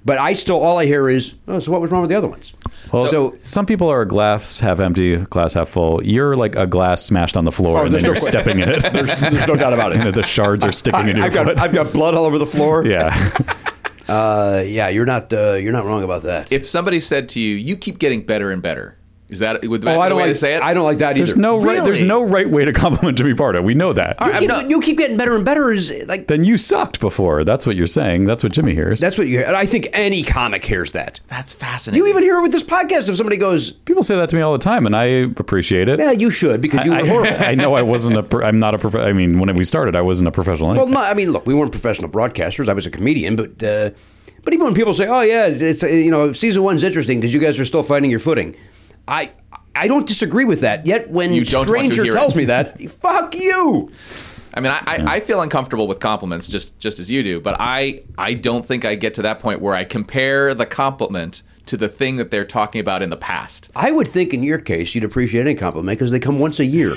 But I still, all I hear is, "Oh, so what was wrong with the other ones?" Well, so, so some people are a glass half empty, glass half full. You're like a glass smashed on the floor, and then Oh, there's no you're que- stepping in it. There's, no doubt about it. the shards are sticking in your I've got, foot. I've got blood all over the floor. yeah. uh, yeah. You're not, uh, you're not wrong about that. If somebody said to you, you keep getting better and better, is that would that Oh, be I the don't way like to say it? I don't like that either. There's no right. There's Really? no right way to compliment Jimmy Pardo. We know that. You keep, you keep getting better and better. Is like Then you sucked before. That's what you're saying. That's what Jimmy hears. that's what you. hear. And I think any comic hears that. That's fascinating. You even hear it with this podcast. If somebody goes, People say that to me all the time, and I appreciate it. "Yeah, you should," because you I, were horrible. I know I wasn't a. Pro, I'm not a. Prof, I mean, when we started, I wasn't a professional. well, anything. no, I mean, look, we weren't professional broadcasters. I was a comedian, but uh, but even when people say, "Oh yeah, it's, it's uh, you know season one's interesting because you guys are still finding your footing," I I don't disagree with that. Yet when You don't want to stranger hear tells it. me that, fuck you. I mean, I, I, I feel uncomfortable with compliments just just as you do, but I I don't think I get to that point where I compare the compliment to the thing that they're talking about in the past. I would think in your case you'd appreciate any compliment because they come once a year.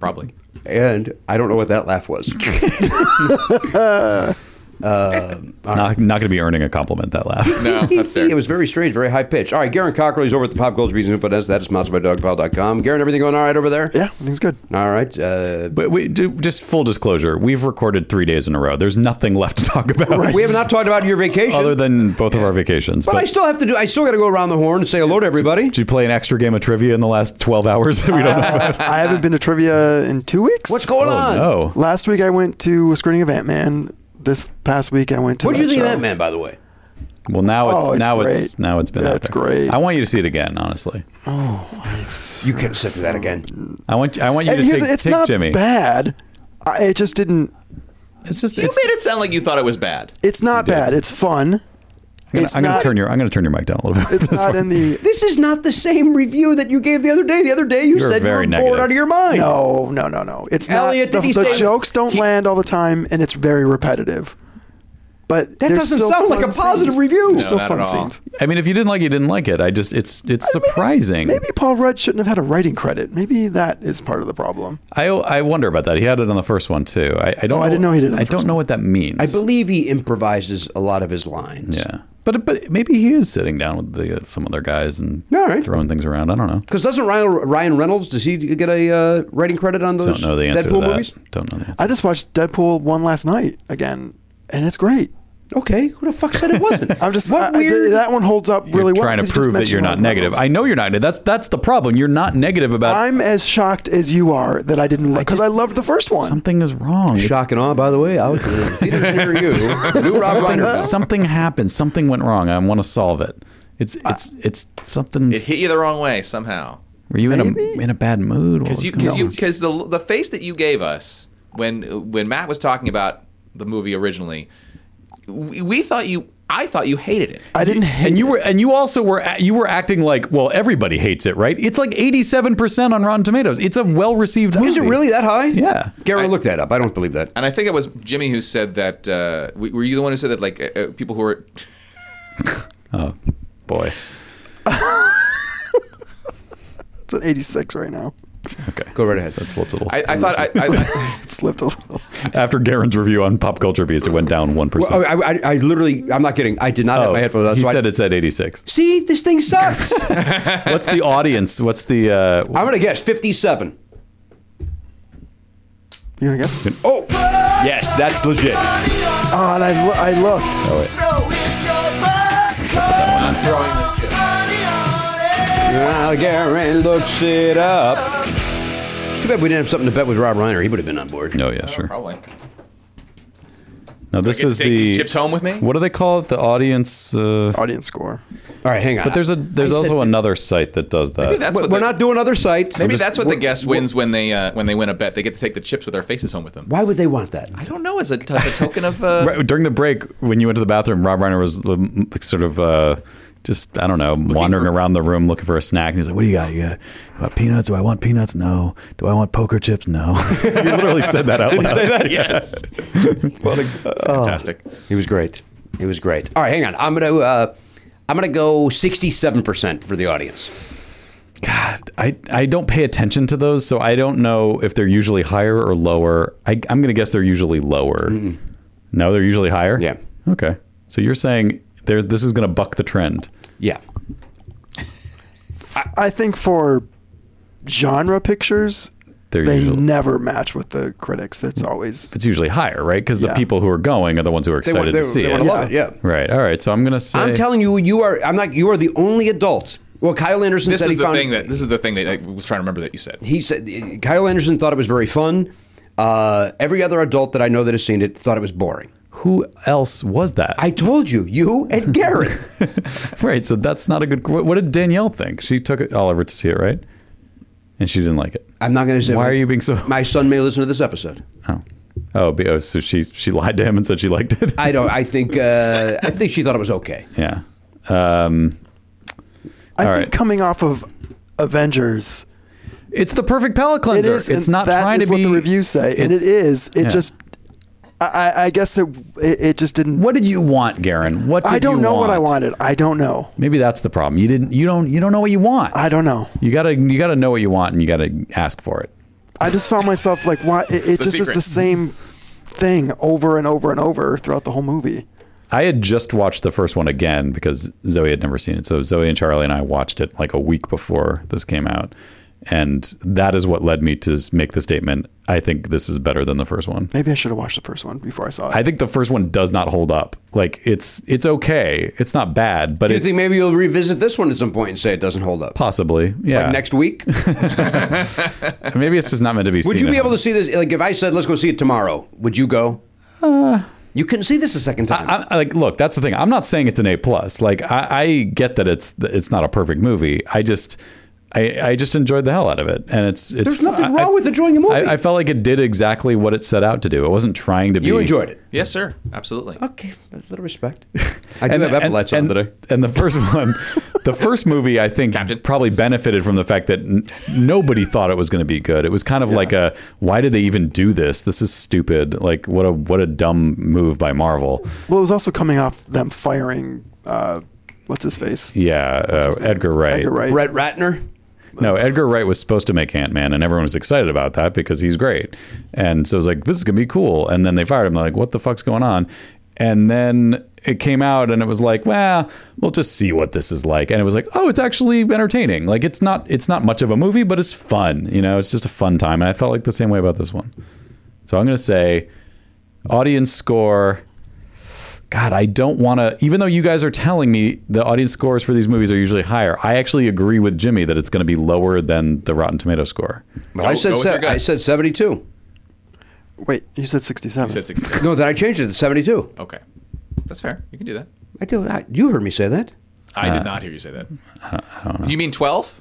Probably. And I don't know what that laugh was. Um, not not going to be earning a compliment that laugh. No, that's fair. it was very strange, very high pitched. All right, Garen Cockrell is over at the Pop Culture Beats Info Desk. That is sponsored by DogPile.com. Garen, everything going all right over there? Yeah, everything's good. All right. Uh, But we do, just full disclosure: we've recorded three days in a row. There's nothing left to talk about We have not talked about your vacation, other than both of our vacations. but I still have to do. I still got to go around the horn and say hello to everybody. did you play an extra game of trivia in the last 12 hours that we don't know Uh, about? I haven't been to trivia in two weeks. What's going on? Oh, Last week I went to a screening of Ant Man. This past week I went to. What do you that think of show. that man, by the way? well now it's, Oh, it's now it's great. now it's been. out That's there. great. I want you to see it again, honestly. You can't sit through that again. I want I want you And to here's- take, it's take not Jimmy. bad. I, it just didn't. It's just You it's, made it sound like you thought it was bad. It's not bad. It's fun. I'm gonna, it's I'm gonna not- turn your I'm gonna turn your mic down a little bit. It's not in the. This is not the same review that you gave the other day. The other day you You're said very you were negative. bored out of your mind. No, no, no, no. It's Elliot, not. did he The, the say- jokes don't land all the time, and it's very repetitive. But That there's doesn't still sound like fun a positive scenes. review. There's No, still not fun at all. scenes. I mean, if you didn't like it, you didn't like it. I just it's it's surprising. Maybe Paul Rudd shouldn't have had a writing credit. Maybe that is part of the problem. I I wonder about that. He had it on the first one too. I, I don't. Oh, I didn't know he did it on I the don't first know what that means. I believe he improvises a lot of his lines. Yeah, but but maybe he is sitting down with the, some other guys and All right. throwing things around. I don't know. Because doesn't Ryan, Ryan Reynolds does he get a uh, writing credit on Don't those know the answer Deadpool to that. movies? Don't know the answer. I just watched Deadpool one last night again, and it's great. Okay, who the fuck said it wasn't? I'm just what I- I- weird. that one holds up You're really well. trying to 'cause you just prove that mentioned you're not Ryan negative. I Reynolds. know you're not. That's that's the problem. You're not negative about I'm as shocked as you are that I didn't look because I loved the first one. something is wrong. It's- Shock and awe, by the way. I was in the theater near you. Lou Rob something, Reiner. something happened. Something went wrong. I want to solve it. It's it's it's something. It hit you the wrong way somehow. Were you in a in a bad mood? What Because was you, going because you, on? because the the face that you gave us when when Matt was talking about the movie originally, we, we thought you, I thought you hated it. I didn't hate. and you were and you also were a- you were acting like well everybody hates it right it's like 87% on rotten tomatoes it's a well-received movie Is it really that high? Yeah. Gary, look that up. I don't believe that. And I think it was Jimmy who said that. Uh, w- were you the one who said that? Like uh, uh, people who are boy It's an 86 right now. Go right ahead. that slipped a little I, I thought I, I, It slipped a little. after Garen's review on Pop Culture Beast it went down 1% Well, I, I, I literally, I'm not kidding. I did not have my headphones on. Oh, he so I- said it's at 86 See, this thing sucks. what's the audience what's the uh, I'm gonna guess 57. You gonna guess? Oh, yes, that's legit. Oh, and I, lo- I looked. I'm throwing this chip. Now Garen looks it up. It's too bad we didn't have something to bet with Rob Reiner. He would have been on board. oh yeah sure Probably. now this get to is take the these chips home with me? what do they call it the audience uh, Audience score. All right, hang on. but there's a there's also another site that does that That's We're what we're the- not doing other sites. Maybe that's what the guest wins when they uh, when they win a bet. They get to take the chips with their faces home with them. Why would they want that? I don't know. As a, t- a token of uh, Right, during the break, when you went to the bathroom, Rob Reiner was um, sort of uh, just I don't know, wandering for- around the room looking for a snack. And he's like, "What do you got? You got, you got peanuts? Do I want peanuts? No. Do I want poker chips? No." you literally said that out loud. yes, fantastic. Oh. He was great. He was great. All right, hang on. I'm gonna uh, I'm gonna go 67 percent for the audience. God, I I don't pay attention to those, so I don't know if they're usually higher or lower. I, I'm gonna guess they're usually lower. No, they're usually higher. Yeah. Okay. So you're saying there this is gonna buck the trend. Yeah. I think for genre pictures, They're they usually never match with the critics. That's always. it's usually higher, right? Because the Yeah. people who are going are the ones who are They excited they, to see they it. wanna love it. Yeah. Right. All right. So I'm gonna say. I'm telling you, you are. I'm not. You are the only adult. Well, Kyle Anderson This said is he the found thing that this is the thing that I was trying to remember that you said. he said Kyle Anderson thought it was very fun. Uh, every other adult that I know that has seen it thought it was boring. who else was that? I told you, you and Garrett. right. So that's not a good. What, what did Danielle think? She took Oliver to see it, right? And she didn't like it. I'm not going to say. Why are you being so? My son may listen to this episode. oh. Oh, be- oh, so she she lied to him and said she liked it. I don't. I think. Uh, I think she thought it was okay. yeah. Um, I All think right. coming off of Avengers, it's the perfect palate it cleanser. is. it's and not that trying is to what be the reviews say, and it it's- is. It yeah. just. I, I guess it, it it just didn't. What did you want, Garen? What did I don't you know want? what I wanted. I don't know. Maybe that's the problem. You didn't. You don't. You don't know what you want. I don't know. You gotta. You gotta know what you want, and you gotta ask for it. I just found myself like, why? It, it The just is secret. the same thing over and over and over throughout the whole movie. I had just watched the first one again because Zoe had never seen it. So Zoe and Charlie and I watched it like a week before this came out. And that is what led me to s- make the statement I think this is better than the first one. Maybe I should have watched the first one before I saw it. I think the first one does not hold up. Like it's it's okay. It's not bad, but Do you it's think maybe you'll revisit this one at some point and say it doesn't hold up? possibly. Yeah. Like next week? Maybe it's just not meant to be Would seen you be at able home. to see this? Like, if I said, let's go see it tomorrow, would you go? Uh. you couldn't see this a second time. I, I, like, look, that's the thing. I'm not saying it's an A plus. Like, I, I get that it's it's not a perfect movie. I just, I, I just enjoyed the hell out of it, and it's it's. There's nothing I- wrong I- with enjoying a movie. I, I felt like it did exactly what it set out to do. It wasn't trying to be. you enjoyed it. Yes, sir. Absolutely. Okay, a little respect. I do have epaulets on and, today. and the first one, the first movie, I think probably benefited from the fact that n- nobody thought it was going to be good. It was kind of like a, why did they even do this? This is stupid. Like what a what a dumb move by Marvel. Well, it was also coming off them firing. Uh, what's his face? Yeah, uh, Edgar Wright. Edgar Wright. Brett Ratner? No, Edgar Wright was supposed to make Ant Man, and everyone was excited about that because he's great. And so it was like, this is gonna be cool. And then they fired him. They're like, what the fuck's going on? And then it came out, and it was like, well, we'll just see what this is like. And it was like, oh, it's actually entertaining. Like it's not it's not much of a movie, but it's fun. You know, it's just a fun time. And I felt like the same way about this one. So I'm gonna say, audience score. God, I don't want to. Even though you guys are telling me the audience scores for these movies are usually higher, I actually agree with Jimmy that it's going to be lower than the Rotten Tomato score. Well, I Go- said go with your se- gut. I said 72. Wait, you said sixty-seven. You said 60. No, then I changed it to 72. Okay. That's fair. You can do that. I do. I, you heard me say that. I did not hear you say that. You mean 12?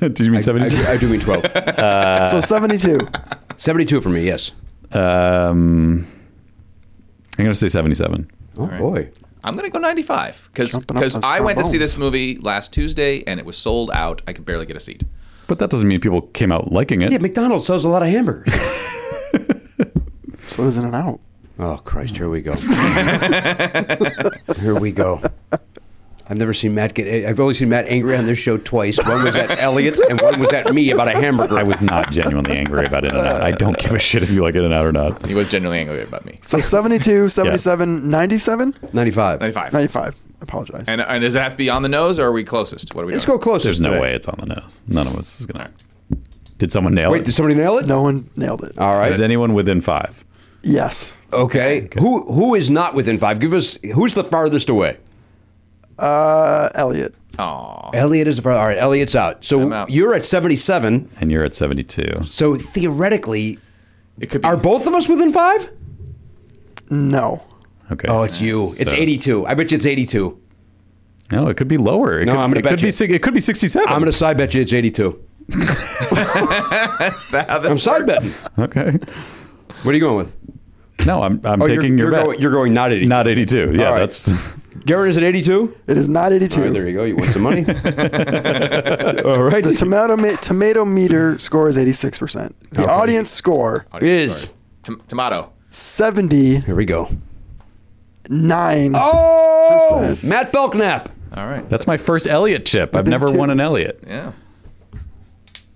Did you mean I, seventy? do- I do mean 12. so seventy-two. 72 for me, yes. Um, I'm going to say seventy-seven. Oh, boy. I'm going to go 95 because Jumping up those I went to see trombones. this movie last Tuesday and it was sold out. I could barely get a seat. But that doesn't mean people came out liking it. Yeah, McDonald's sells a lot of hamburgers. So does In and Out. oh, Christ, here we go. here we go. I've never seen Matt get. I've only seen Matt angry on this show twice. One was at Elliot, and one was at me about a hamburger. I was not genuinely angry about it. I don't give a shit if you like it or not or not. He was genuinely angry about me. So 72, 77, 97, 95. 95. 95. Apologize. And, and does it have to be on the nose or are we closest? What are we Let's go doing? closer. There's no today. way it's on the nose. None of us is going to. Did someone nail Wait, it? did somebody nail it? no one nailed it. Uh, All right. Is anyone within five? Yes. Okay. Who who is not within five? Give us who's the farthest away. Uh, Elliot. Aw. Elliot is the farthest. All right, Elliot's out. So I'm out. you're at seventy-seven. And you're at seventy-two. So theoretically, It could be. are both of us within five? No. Okay. Oh, it's you. It's So- eighty-two. I bet you it's eighty-two. No, it could be lower. It No, could, I'm gonna it bet could you. be si- it could be 67. I'm gonna side bet you it's eighty-two. How this I'm side works? betting. okay. What are you going with? No, I'm I'm Oh, you're- taking you're your bet. going- you're going not 82. Not 82. Yeah, All right. that's Garrett is at eighty-two. It is not 82. there you go. You want some money? All right. The tomato me- tomato meter score is 86%. The audience score Is. Tom- tomato. 79. Here we go. Oh, Matt Belknap. All right. that's my first Elliot chip. I've been never two. won an Elliot. Yeah.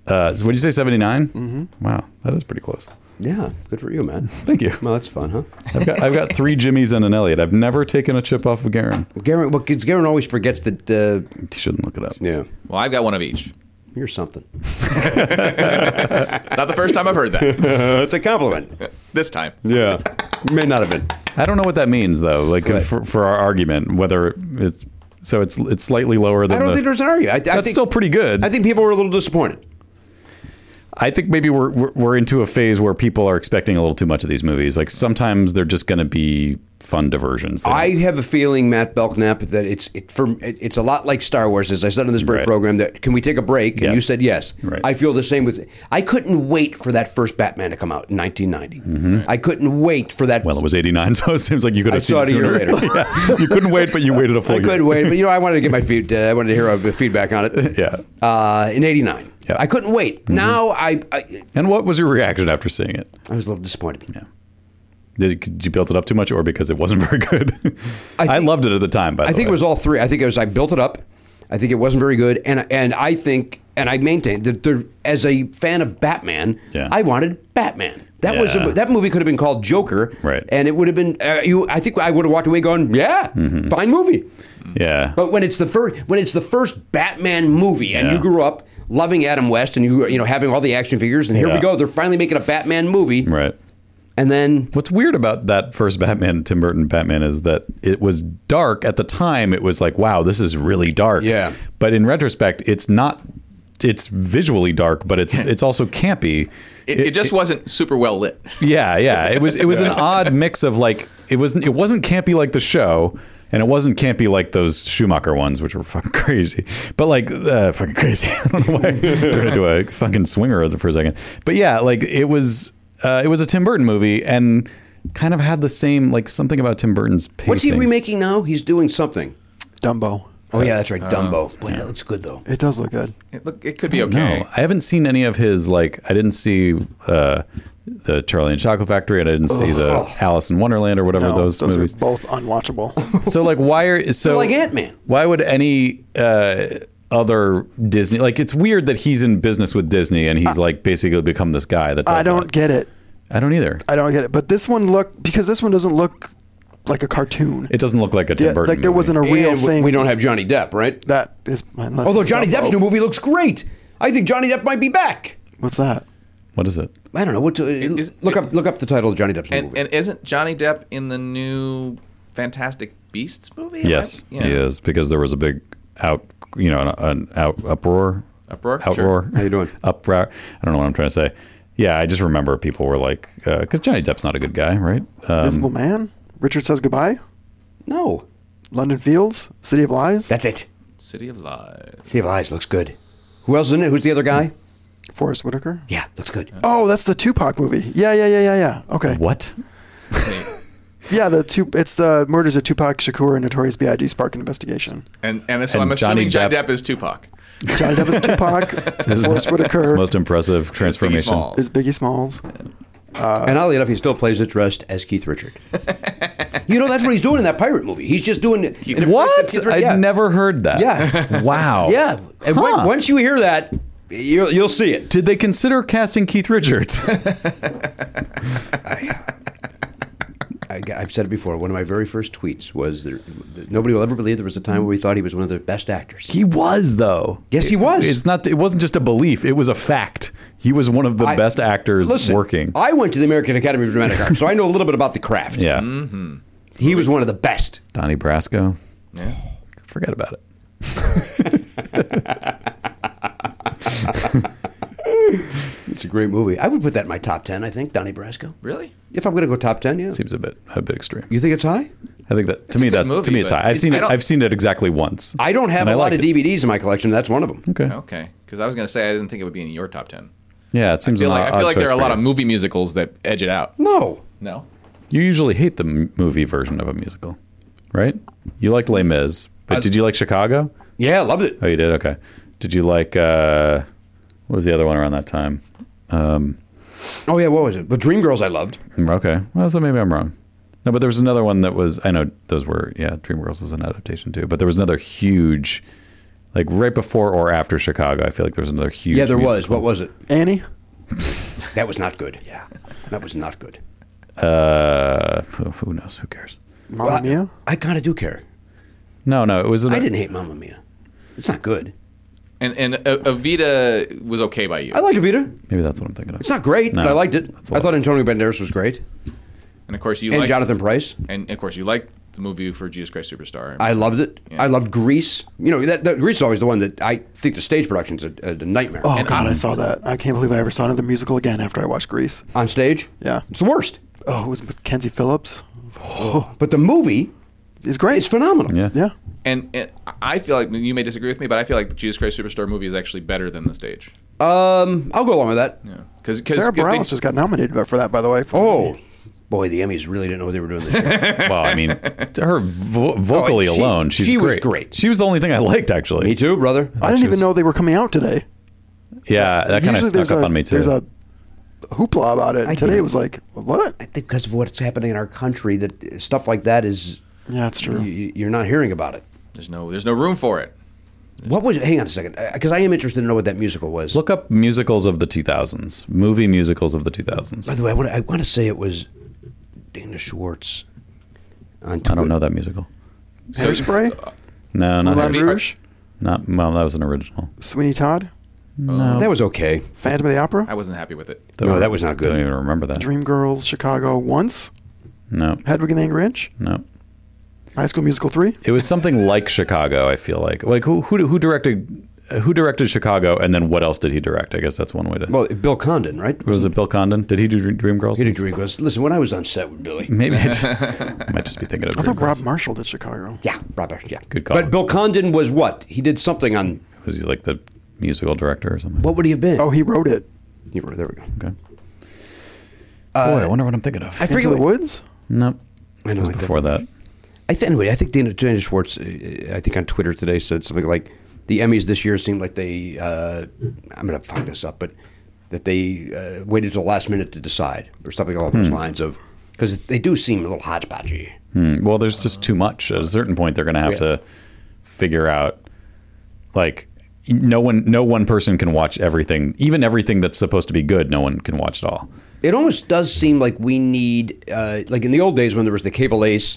Uh, so what'd you say? 79. Mm-hmm. Wow, that is pretty close. Yeah, good for you, man. Thank you. Well, that's fun, huh? I've got I've got three Jimmys and an Elliot. I've never taken a chip off of Garen. Garen, well, 'cause Garen always forgets that. Uh, You shouldn't look it up. yeah, Well, I've got one of each. you're something. Not the first time I've heard that. That's a compliment. this time. Yeah, may not have been. I don't know what that means though. Like Right. for, for our argument, whether it's so it's it's slightly lower than I don't the, think there's an argument. I, th- I that's think, still pretty good. I think people were a little disappointed. I think maybe we're, we're we're into a phase where people are expecting a little too much of these movies. Like sometimes they're just going to be fun diversions. They- I have a feeling, Matt Belknap, that it's it, for it, it's a lot like Star Wars. As I said on this very Right. program, that can we take a break? And you Yes. said yes. Right. I feel the same with. I couldn't wait for that first Batman to come out in 1990. I couldn't wait for that. Mm-hmm. well, it was '89, so it seems like you could I have seen saw it it a year sooner. later. Yeah. You couldn't wait, but you waited a full I year. couldn't wait, but you know, I wanted to get my feed. Uh, I wanted to hear a, a feedback on it. Yeah. Uh, in '89, Yeah. Mm-hmm. I couldn't wait. Now I, I, And what was your reaction after seeing it? I was a little disappointed. Yeah. Did, did you built it up too much, or because it wasn't very good? I, loved it at the time. By I the think way. it was all three. I think it was I built it up. I think it wasn't very good, and and I think and I maintained that there, as a fan of Batman, I wanted Batman. That was Yeah. a, that movie could have been called Joker, Right. And it would have been uh, you. I think I would have walked away going, yeah, Mm-hmm. fine movie. Yeah. But when it's the first when it's the first Batman movie, and you grew up loving Adam West, and you you know having all the action figures, and here we Yeah. go, they're finally making a Batman movie, Right. And then what's weird about that first Batman, Tim Burton Batman, is that it was dark at the time. It was like, wow, this is really dark. Yeah. But in retrospect, it's not. It's visually dark, but it's it's also campy. It, it just wasn't super well lit. Yeah, yeah. It was it was an odd mix of like it wasn't it wasn't campy like the show, and it wasn't campy like those Schumacher ones, which were fucking crazy. But like uh, fucking crazy. I don't know why I turned into a fucking swinger for a second. But yeah, like it was uh, it was a Tim Burton movie and kind of had the same like something about Tim Burton's pacing. What's he remaking now? He's doing something. Dumbo. Oh yeah, that's right, Oh. Dumbo. Boy, that looks good though. It does look good. It, look, it could I be don't know. okay. I haven't seen any of his like. I didn't see uh, the Charlie and Chocolate Factory, and I didn't see the Alice in Wonderland or whatever No, those, those movies. are both unwatchable. so like why are so like Ant-Man. Why would any uh, other Disney like it's weird that he's in business with Disney and he's like basically become this guy that does I don't that. get it. I don't either. I don't get it. But this one looked because this one doesn't look like a cartoon. It doesn't look like a Tim Yeah, Burton. like there movie. wasn't a real And we- thing. We don't have Johnny Depp, right? That is unless Although it's Johnny Dumbo. Depp's new movie looks great. I think Johnny Depp might be back. What's that? What is it? I don't know. What to, look up look up the title of Johnny Depp's And, movie. and isn't Johnny Depp in the new Fantastic Beasts movie? Yes, Yeah. he is because there was a big out, you know, an, an out uproar, Uproar? outroar. Sure. How you doing? uproar. I don't know what I'm trying to say. Yeah, I just remember people were like, because Johnny Depp's not a good guy, right? Um, Invisible Man. Richard says goodbye. No. London Fields. City of Lies. That's it. City of Lies. Steve Eyes looks good. Who else is in it? Who's the other guy? Forrest Whitaker. Yeah, looks good. Oh, that's the Tupac movie. Yeah, yeah, yeah, yeah, yeah. Okay. What? Yeah, the two. It's the murders of Tupac Shakur and Notorious B.I.G. spark an investigation. And and so And I'm Johnny assuming Johnny Depp is Tupac. Johnny Depp is Tupac. his- Forrest his Whitaker most impressive transformation. Smalls. is Biggie Smalls. Uh, and oddly enough, he still plays it dressed as Keith Richard. you know, that's what he's doing in that pirate movie. He's just doing an impression of What? Keith Richard. I'd Yeah. never heard that. Yeah. wow. Yeah. And when- once you hear that, you'll, you'll see it. Did they consider casting Keith Richards? I, have said it before. One of my very first tweets was there, that nobody will ever believe there was a time where we thought he was one of the best actors. he was though. Yes, he was. It's not. It wasn't just a belief. It was a fact. He was one of the I- best actors Listen, working. I went to the American Academy of Dramatic Arts, so I know a little bit about the craft. yeah. Mm-hmm. He was one of the best. Donnie Brasco. Yeah. Forget about it. It's a great movie. I would put that in my top 10, I think, Donnie Brasco. Really? If I'm going to go top 10, yeah. Seems a bit a bit extreme. You think it's high? I think that to me a good that to movie, me it's but high. I've seen I it. don't- I've seen it exactly once. I don't have And a I lot of liked it. Hmm. DVDs in my collection. That's one of them. Okay. Okay. Because I was gonna say I didn't think it would be in your top ten. Yeah, it I seems feel an like odd- I odd feel like choice there are a for lot you. of movie musicals that edge it out. No. No. You usually hate the m- movie version of a musical, right? You liked Les Mis, but did you like Chicago? Yeah, I loved it. Oh, you did. Okay. Did you like uh, what was the other one around that time? Um, Oh, yeah, what was it? But Dreamgirls I loved. okay. Well, so maybe I'm wrong. No, but there was another one that was. I know those were. Yeah, Dreamgirls was an adaptation too. But there was another huge, like right before or after Chicago. I feel like there was another huge. yeah, there was. musical. What was it? Annie. That was not good. Yeah. That was not good. Uh, who who knows? Who cares? Mamma Well, Mia. I kind of do care. No, no. It was. An, I didn't hate Mamma Mia. It's not good. And and uh, Evita was okay by you. I liked Evita. Maybe that's what I'm thinking of. It's not great, No, but I liked it. that's a I lot. thought Antonio Banderas was great. and of course you and liked, Jonathan Price. And of course you liked the movie for Jesus Christ Superstar. I loved it. Yeah. I loved Grease. You know, that, that Grease is always the one that I think the stage production's a, a nightmare. Oh God, I saw that. I can't believe I ever saw another musical again after I watched Grease. On stage? Yeah. It's the worst. Oh, it was with Kenzie Phillips. But the movie It's great. is phenomenal. Yeah. yeah. and, and I feel like you may disagree with me, but I feel like the Jesus Christ Superstar movie is actually better than the stage. Um, I'll go along with that. Yeah. Because Sarah Bareilles just got nominated for that, by the way. for- Oh, boy, the Emmys really didn't know what they were doing this year. Well, I mean, her vo- vocally Oh, she- alone, she's she was great. great. She was the only thing I liked, actually. Me too, brother. I didn't even know they were coming out today. Yeah, that kind of Usually snuck there's up a- on me too. There's a hoopla about it. I Today think- it was like, what? I think because of what's happening in our country, that stuff like that is. Yeah, that's true. You, you're not hearing about it. There's no there's no room for it. What was? Hang on a second, because I am interested to know what that musical was. Look up musicals of the 2000s, movie musicals of the 2000s. By the way, I want, I want to say it was Dana Schwartz. On I don't know that musical. Hairspray? uh, No, not Moulin Hairspray. Rouge? Not well. That was an original. Sweeney Todd? No, That was okay. Phantom of the Opera? I wasn't happy with it. No, that was not I don't good. even remember that. Dreamgirls, Chicago Once? No, Hedwig and the Angry Inch? no. High School Musical 3? It was something like Chicago. I feel like like who who who directed who directed Chicago, and then what else did he direct? I guess that's one way to. Well, Bill Condon, right? was it Bill Condon? Did he do Dream- Dreamgirls? He did Dreamgirls. Listen, when I was on set with Billy, Maybe I, did. I might just be thinking of I thought Rob Dreamgirls. Marshall did Chicago. yeah, Robert, yeah, Good call. But Bill Condon was what? He did something on. Was he like the musical director or something? What would he have been? Oh, he wrote it. He- there we go. Okay. Boy, I wonder what I'm thinking of. I Into forget the what- Woods? nope. I It know was I did. before that. I th- anyway, I think Dana, Dana Schwartz, uh, I think on Twitter today said something like, "The Emmys this year seemed like they, uh, I'm going to fuck this up, but that they uh, waited till the last minute to decide or something along those lines of because they do seem a little hodgepodgey." Hmm. Well, there's just too much. At a certain point, they're going to have Yeah. to figure out, like, no one, no one person can watch everything. Even everything that's supposed to be good, no one can watch it all. It almost does seem like we need, uh, like in the old days when there was the cable ace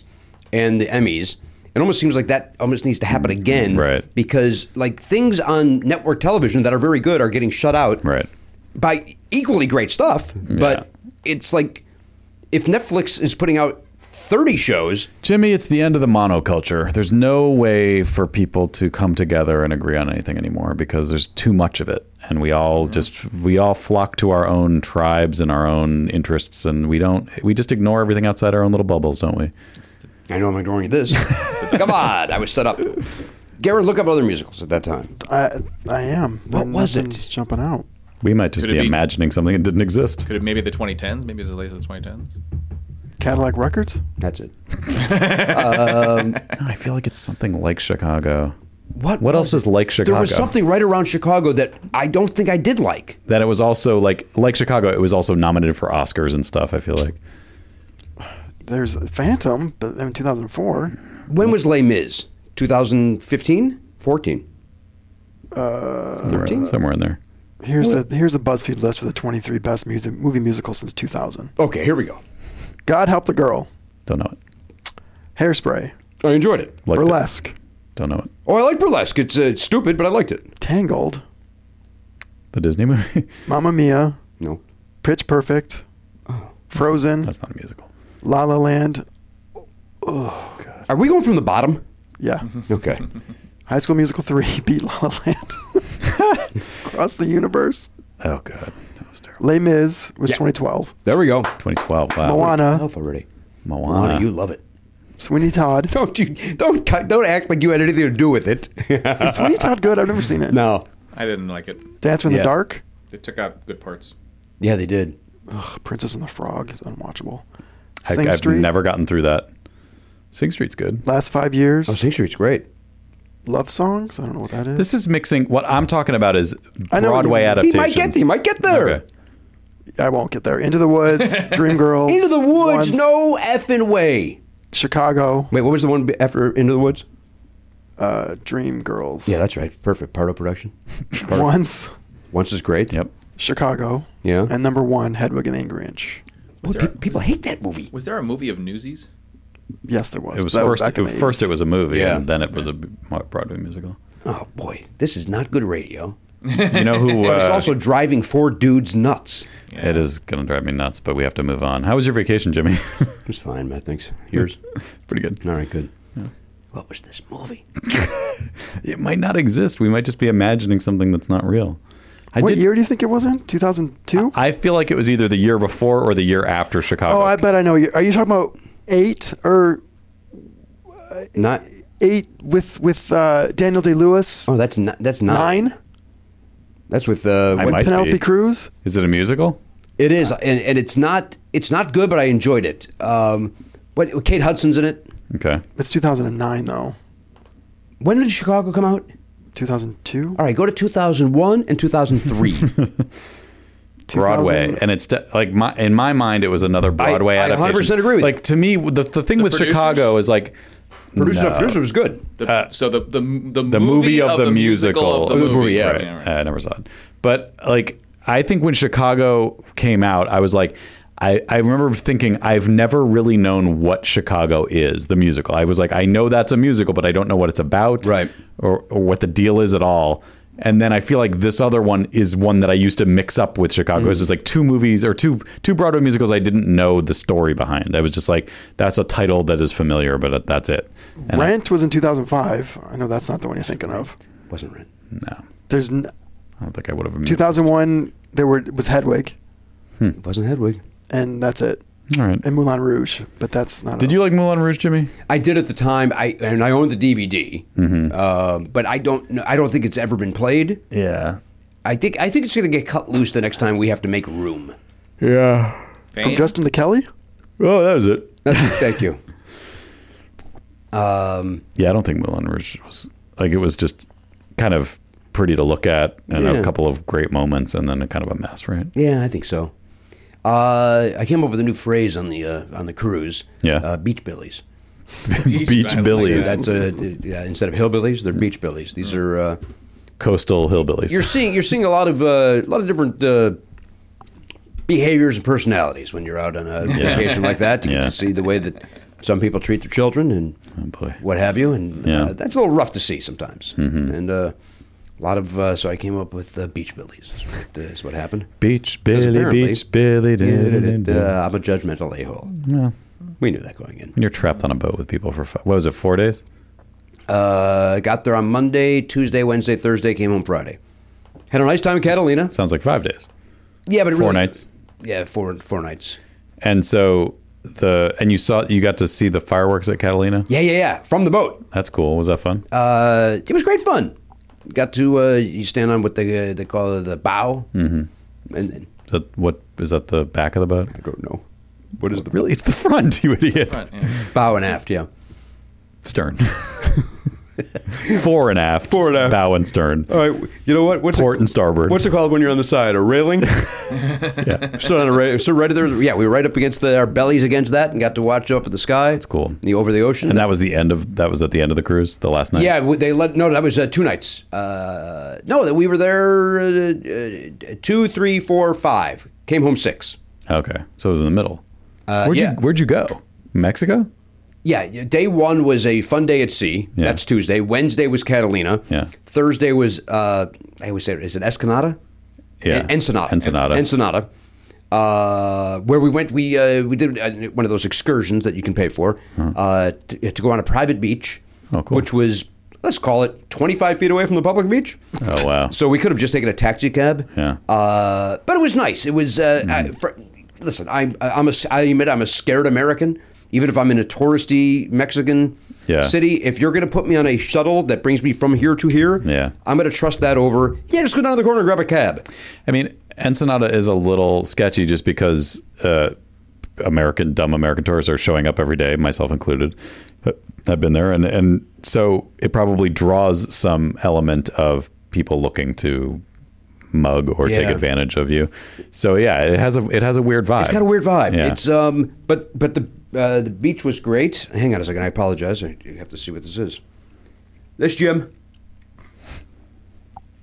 and the Emmys. It almost seems like that almost needs to happen again, Right. Because like things on network television that are very good are getting shut out, Right. by equally great stuff, Mm-hmm. but it's like if Netflix is putting out 30 shows, Jimmy, it's the end of the monoculture. There's no way for people to come together and agree on anything anymore because there's too much of it, and we all just we all flock to our own tribes and our own interests, and we don't we just ignore everything outside our own little bubbles, don't we? I know I'm ignoring this. Come on, I was set up. Garrett, look up other musicals at that time. I I am. What was it? Nothing's jumping out. We might just Could it be, be- imagining something that didn't exist. Could have maybe the 2010s, maybe it was the late of the 2010s. Cadillac Records? That's it. No, I feel like it's something like Chicago. What? What was else is it? like Chicago? There was something right around Chicago that I don't think I did like. that it was also like like Chicago. It was also nominated for Oscars and stuff. I feel like There's Phantom, but in 2004. When was Les Mis? 2015, 14. somewhere, somewhere in there. Here's the here's the BuzzFeed list for the 23 best music movie musicals since 2000. Okay, here we go. God Help the Girl, Don't know it. Hairspray, I enjoyed it. Liked it. Burlesque, Don't know it. Oh, I like burlesque. It's uh, stupid, but I liked it. Tangled, The Disney movie. Mamma Mia, No. Pitch Perfect, Oh. Frozen, That's not a musical. La La Land, Are we going from the bottom? yeah, Okay. High School Musical 3 beat La La Land. Across the Universe, Oh god, that was terrible. Les Mis was Yeah. 2012, there we go. 2012. Wow. Moana, Enough already. Moana. Moana, you love it. Sweeney Todd. Uh-huh. Don't you don't cut- don't act like you had anything to do with it. Is Sweeney Todd good? I've never seen it. no. I didn't like it. Dancer in Yeah. the Dark, They took out good parts. Yeah, they did. Princess and the Frog is unwatchable. I, Sing have Street, never gotten through that. Sing Street's good. Last Five Years, Oh, Sing Street's great. Love Songs. I don't know what that is. This is mixing. What I'm talking about is I know what you Broadway mean. adaptations. He might get he might get there. Okay. I won't get there. Into the Woods, Dreamgirls, Into the woods, Once, no effing way. Chicago, Wait, what was the one b- after Into the Woods? uh, Dreamgirls. Yeah, that's right. Perfect. Pardo production. Pardo. Once, Once is great. Yep. Chicago. Yeah. And number one, Hedwig and the Angry Inch. Boy, pe- people hate that movie. Was there a movie of Newsies? Yes, there was. It was That first. back in the first, 80s. it was a movie, Yeah. and then it was a b- Broadway musical. Oh boy, this is not good radio. You know who? But it's uh, also driving four dudes nuts. It is gonna drive me nuts, but we have to move on. How was your vacation, Jimmy? It was fine, Matt. Thanks. Yours. Pretty good. All right, good. What was this movie? It might not exist. We might just be imagining something that's not real. I What did. year do you think it was in? 2002? I feel like it was either the year before or the year after Chicago. oh, I bet I know. you- Are you talking about eight or Not. eight with with uh, Daniel Day Lewis? Uh, Oh, that's not. That's not. Nine? That's with uh, I what- might Penelope be. Cruz? Is it a musical? It is, and, and it's not it's not good, but I enjoyed it. Um, but Kate Hudson's in it. Okay. It's 2009, though. When did Chicago come out? 2002? All right, go to 2001 and 2003. Broadway, 2000 and it's de- like my in my mind it was another Broadway I 100% adaptation. agree with you. Like to me, the the thing with producers? Chicago is like Producer, no. producer was good. The, so the the the, Uh, the movie of, the, musical, of the movie. yeah, Right, yeah, right. I never saw it. But like, I think when Chicago came out, I was like, I, I remember thinking I've never really known what Chicago is, the musical. I was like, I know that's a musical, but I don't know what it's about, right, or, or what the deal is at all. And then I feel like this other one is one that I used to mix up with Chicago. It's just like two movies or two two Broadway musicals I didn't know the story behind. I was just like, that's a title that is familiar, but that's it. And I- Rent was in 2005. I know that's not the one you're thinking of. Wasn't Rent. no, There's n- I don't think I would have. 2001. There were was Hedwig, It wasn't Hedwig. and that's it. All right. And Moulin Rouge, but that's not. Did you like Moulin Rouge, Jimmy? I did at the time. I and I owned the DVD, Um, but I don't. know- I don't think it's ever been played. Yeah. I think. I think it's going to get cut loose the next time we have to make room. Yeah. from Justin to Kelly? Oh, that was it. That's- thank you. Um, Yeah, I don't think Moulin Rouge was like it was just kind of pretty to look at and Yeah. a couple of great moments and then a kind of a mess, right? yeah, I think so. Uh, I came up with a new phrase on the uh, on the cruise. Yeah. uh, beach billies. Beach Billies, That's a yeah, instead of hillbillies, they're beach billies. These are. Uh, coastal hillbillies. You're seeing you're seeing a lot of uh, a lot of different uh, behaviors and personalities when you're out on a Yeah. vacation like that. You get Yeah. to see the way that some people treat their children and Oh, boy. what have you, and Yeah. Mm-hmm. uh, that's a little rough to see sometimes. And uh, a lot of uh, so I came up with uh, beach billies. Is what, uh, is what happened. beach Because Billy, apparently- Beach Billy. da- da- da- da- Uh, I'm a judgmental a hole. Yeah. We knew that going in. When you're trapped on a boat with people for fi- what was it, four days? Uh, got there on Monday, Tuesday, Wednesday, Thursday. Came home Friday. Had a nice time in Catalina. Sounds like five days, Yeah, but it four really- nights. Yeah, four four nights. And so the and you saw you got to see the fireworks at Catalina. Yeah, yeah, yeah. From the boat. That's cool. Was that fun? uh, it was great fun. Got to uh, you stand on what they uh, they call the bow, mm-hmm. and then, Is that, what is that? The back of the boat? I don't know. What is the really? It's the front, you idiot. bow and aft. Yeah, Stern. Fore and aft. Fore and aft. Bow and stern. All right, you know what? What's Port and starboard. What's it called when you're on the side? A railing? yeah. stood on a ra- stood right there. Yeah, we were right up against the, our bellies against that, and got to watch up at the sky. It's cool. The over the ocean. And that was the end of that was at the end of the cruise, the last night. yeah, we- they let no. That was uh, two nights. Uh, no, that we were there uh, uh, two, three, four, five. Came home six. Okay. So it was in the middle. Uh, where'd yeah. you Where'd you go? Mexico. Yeah, day one was a fun day at sea. Yeah. That's Tuesday. Wednesday was Catalina. Yeah. Thursday was uh, I always say is it Escanada? Yeah. En- Ensenada. Ensenada. Ensenada. Uh, where we went, we uh, we did uh, one of those excursions that you can pay for uh, to, to go on a private beach, Hmm. Oh, cool. which was let's call it 25 feet away from the public beach. Oh wow. So we could have just taken a taxi cab. Yeah. Hmm. Uh, but it was nice. It was. Uh, I, for, listen, I'm. I'm a. I admit I'm a scared American. Even if I'm in a touristy Mexican Yeah. city, if you're going to put me on a shuttle that brings me from here to here, Yeah. I'm going to trust that over. Yeah, just go down to the corner and grab a cab. I mean, Ensenada is a little sketchy just because uh, American dumb American tourists are showing up every day, myself included. I've been there, and and so it probably draws some element of people looking to mug or take Yeah. advantage of you. So yeah, it has a it has a weird vibe. It's got a weird vibe. Yeah. It's um, but but the uh, the beach was great. Hang on a second. I apologize. I have to see what this is. This Jim,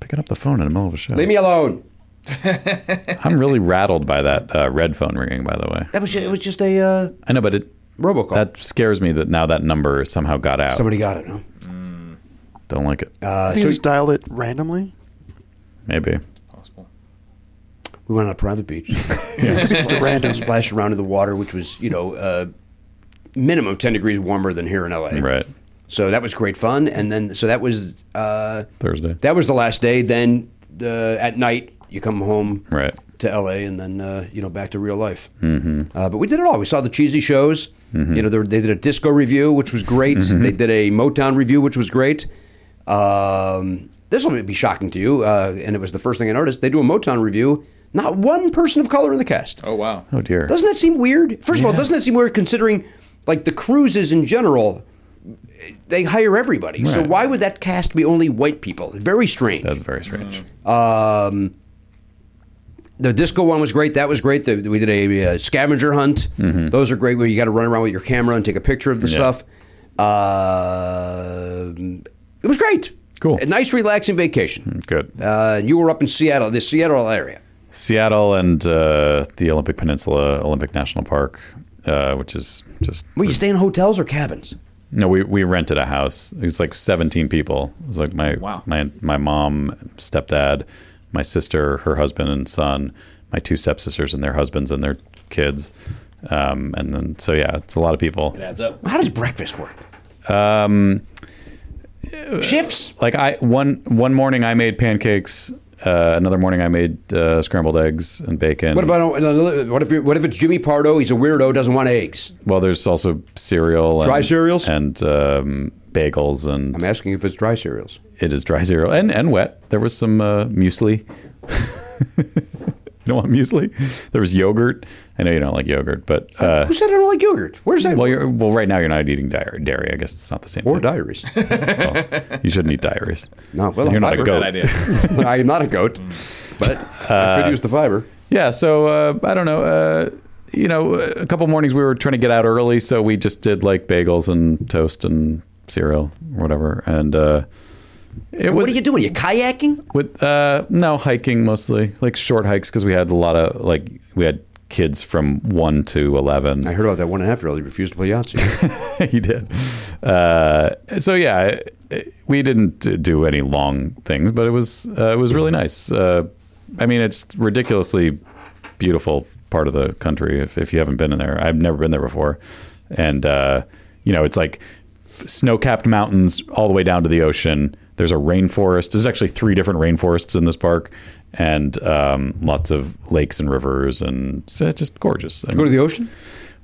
picking up the phone in the middle of a show. leave me alone. I'm really rattled by that uh, red phone ringing. By the way, That was ju- it. Was just a uh, I know, but it robocall. that scares me that now that number somehow got out. Somebody got it. Huh? don't like it. Uh, you so just dialed it randomly. Maybe. Possible. we went on a private beach. just a random. and splash around in the water, which was, you know, uh, minimum 10 degrees warmer than here in LA. Right. So that was great fun. And then, so that was, uh, Thursday. that was the last day. Then the, at night, you come home Right. to LA and then, uh, you know, back to real life. Mm-hmm. Uh, but we did it all. We saw the cheesy shows. You know, they, were- they did a disco review, which was great. They did a Motown review, which was great. Um, this will be shocking to you. Uh, and it was the first thing I noticed. They do a Motown review. Not one person of color in the cast. Oh wow. Oh dear. Doesn't that seem weird? First of all, doesn't that seem weird considering like the cruises in general? They hire everybody, so Right. why would that cast be only white people? Very strange. That's very strange. Um, the disco one was great. That was great. The, we did a, uh scavenger hunt. Those are great where you got to run around with your camera and take a picture of the Mm-hmm. Yeah. stuff. Uh, it was great. Cool. A nice, relaxing vacation. Good. Uh, and you were up in Seattle, the Seattle area. Seattle and uh, the Olympic Peninsula, Olympic National Park, uh, which is just Were you staying in hotels or cabins? no. We, we rented a house. It was like seventeen people. It was like my my my mom, stepdad, my sister, her husband and son, my two stepsisters and their husbands and their kids, um, and then so yeah, it's a lot of people. adds up. How does breakfast work? Um, Shifts. Like I one one morning I made pancakes. Uh, another morning I made uh, scrambled eggs and bacon. What if I don't? What if you what if it's Jimmy Pardo? He's a weirdo. Doesn't want eggs. Well, there's also cereal, and, Dry cereals, and um, bagels, and I'm asking if it's dry cereals. It is dry cereal and and wet. There was some uh, muesli. you don't want muesli? There was yogurt. I know you don't like yogurt, but uh, Who said I don't like yogurt? Where's that? well, you're, well, right now you're not eating dairy. Dairy, I guess it's not the same. Or thing. diaries. Well, you shouldn't eat diaries. No, well, you're the not fiber. a goat. Mm. Uh, I am not a goat, but I could use the fiber. Yeah, so uh, I don't know. Uh, you know, a couple mornings we were trying to get out early, so we just did like bagels and toast and cereal, or whatever. And uh, it was what are you doing? You kayaking? with uh, no hiking mostly, like short hikes because we had a lot of like we had kids from one to eleven. I heard about that one and a half year old. He refused to play Yahtzee. he did. Uh, so yeah, it- it- we didn't d- do any long things, but it was uh, it was really nice. Uh, I mean, it's ridiculously beautiful part of the country. If if you haven't been in there, I've never been there before, and uh, you know, it's like snow-capped mountains all the way down to the ocean. There's a rainforest. There's actually three different rainforests in this park, and um, lots of lakes and rivers, and it's uh, just gorgeous. Go to the ocean.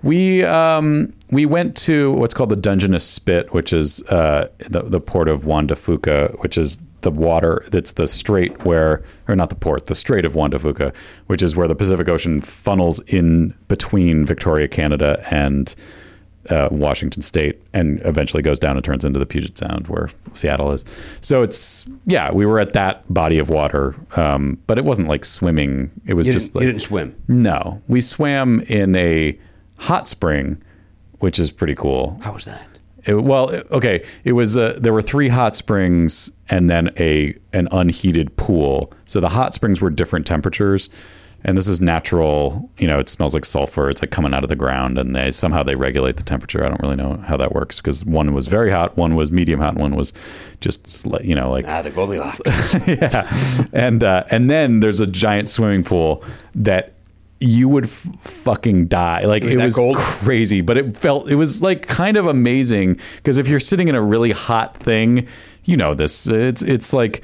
We um, we went to what's called the Dungeness Spit, which is uh, the, the port of Juan de Fuca, which is the water that's the strait where, or not the port, the strait of Juan de Fuca, which is where the Pacific Ocean funnels in between Victoria, Canada, and uh, Washington State, and eventually goes down and turns into the Puget Sound, where Seattle is. So it's yeah, we were at that body of water, um, but it wasn't like swimming. It was You just didn't- like you didn't swim. no, we swam in a hot spring, which is pretty cool. How was that? It, well, it- okay, it was uh, there were three hot springs and then a an unheated pool. So the hot springs were different temperatures, and this is natural. You know, it smells like sulfur. It's like coming out of the ground, and they somehow they regulate the temperature. I don't really know how that works because one was very hot, one was medium hot, and one was just sli- you know like Ah, the Goldilocks. and uh, and then there's a giant swimming pool that you would f- fucking die. Like It it was was, that cold? crazy, but it felt it was like kind of amazing because if you're sitting in a really hot thing, you know this. It's it's like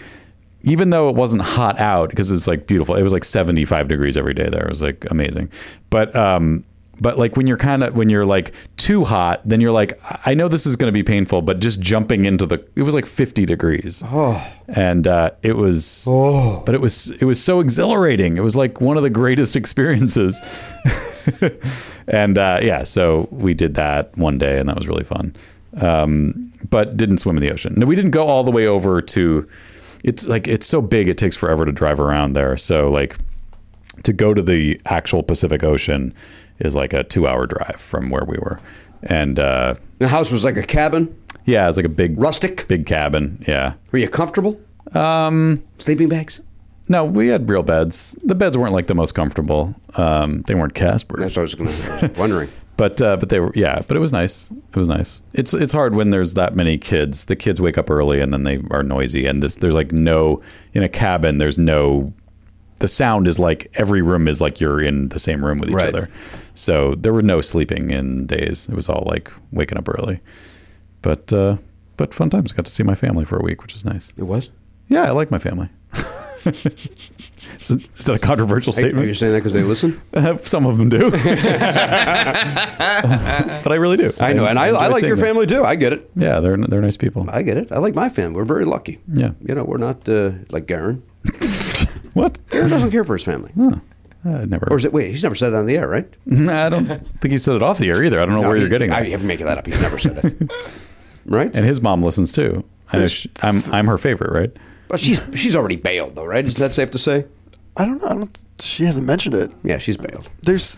even though it wasn't hot out because it's like beautiful. It was like 75 degrees every day there. It was like amazing, but um. But like when you're kind of when you're like too hot, then you're like, I I know this is going to be painful, but just jumping into the it was like 50 degrees. Oh. And uh, it was, but it was it was so exhilarating. It was like one of the greatest experiences. and uh, yeah, so we did that one day, and that was really fun. Um, but didn't swim in the ocean. No, we didn't go all the way over to. It's like it's so big, it takes forever to drive around there. So like to go to the actual Pacific Ocean is like a two-hour drive from where we were, and uh, the house was like a cabin. Yeah, it's like a big rustic big cabin. Yeah. Were you comfortable? Um, Sleeping bags. No, we had real beds. The beds weren't like the most comfortable. Um, they weren't Casper. That's what I was going to wondering. But uh, but they were yeah. But it was nice. It was nice. It's it's hard when there's that many kids. The kids wake up early and then they are noisy. And this there's like no in a cabin. There's no the sound is like every room is like you're in the same room with each other. So there were no sleeping in days. It was all like waking up early. But uh, but fun times. Got to see my family for a week, which is nice. It was. Yeah, I like my family. is, it- is that a controversial Hey, statement? Are you saying that because they listen? Uh, Some of them do. but I really do. I know, and I, enjoy I like seeing your them. family too. I get it. Yeah, they're they're nice people. I get it. I like my family. We're very lucky. Yeah. You know, we're not uh, like Garen. what? Garen doesn't care for his family. I never. Or is it? Wait, he's never said that on the air, right? I don't think he said it off the air either. I don't know No, where he- you're getting I- that. I'm making that up. He's never said it. right? And his mom listens too. I know she, I'm I'm her favorite, right? But she's she's already bailed though, right? Is that safe to say? I don't know. I don't. She hasn't mentioned it. Yeah, she's bailed. There's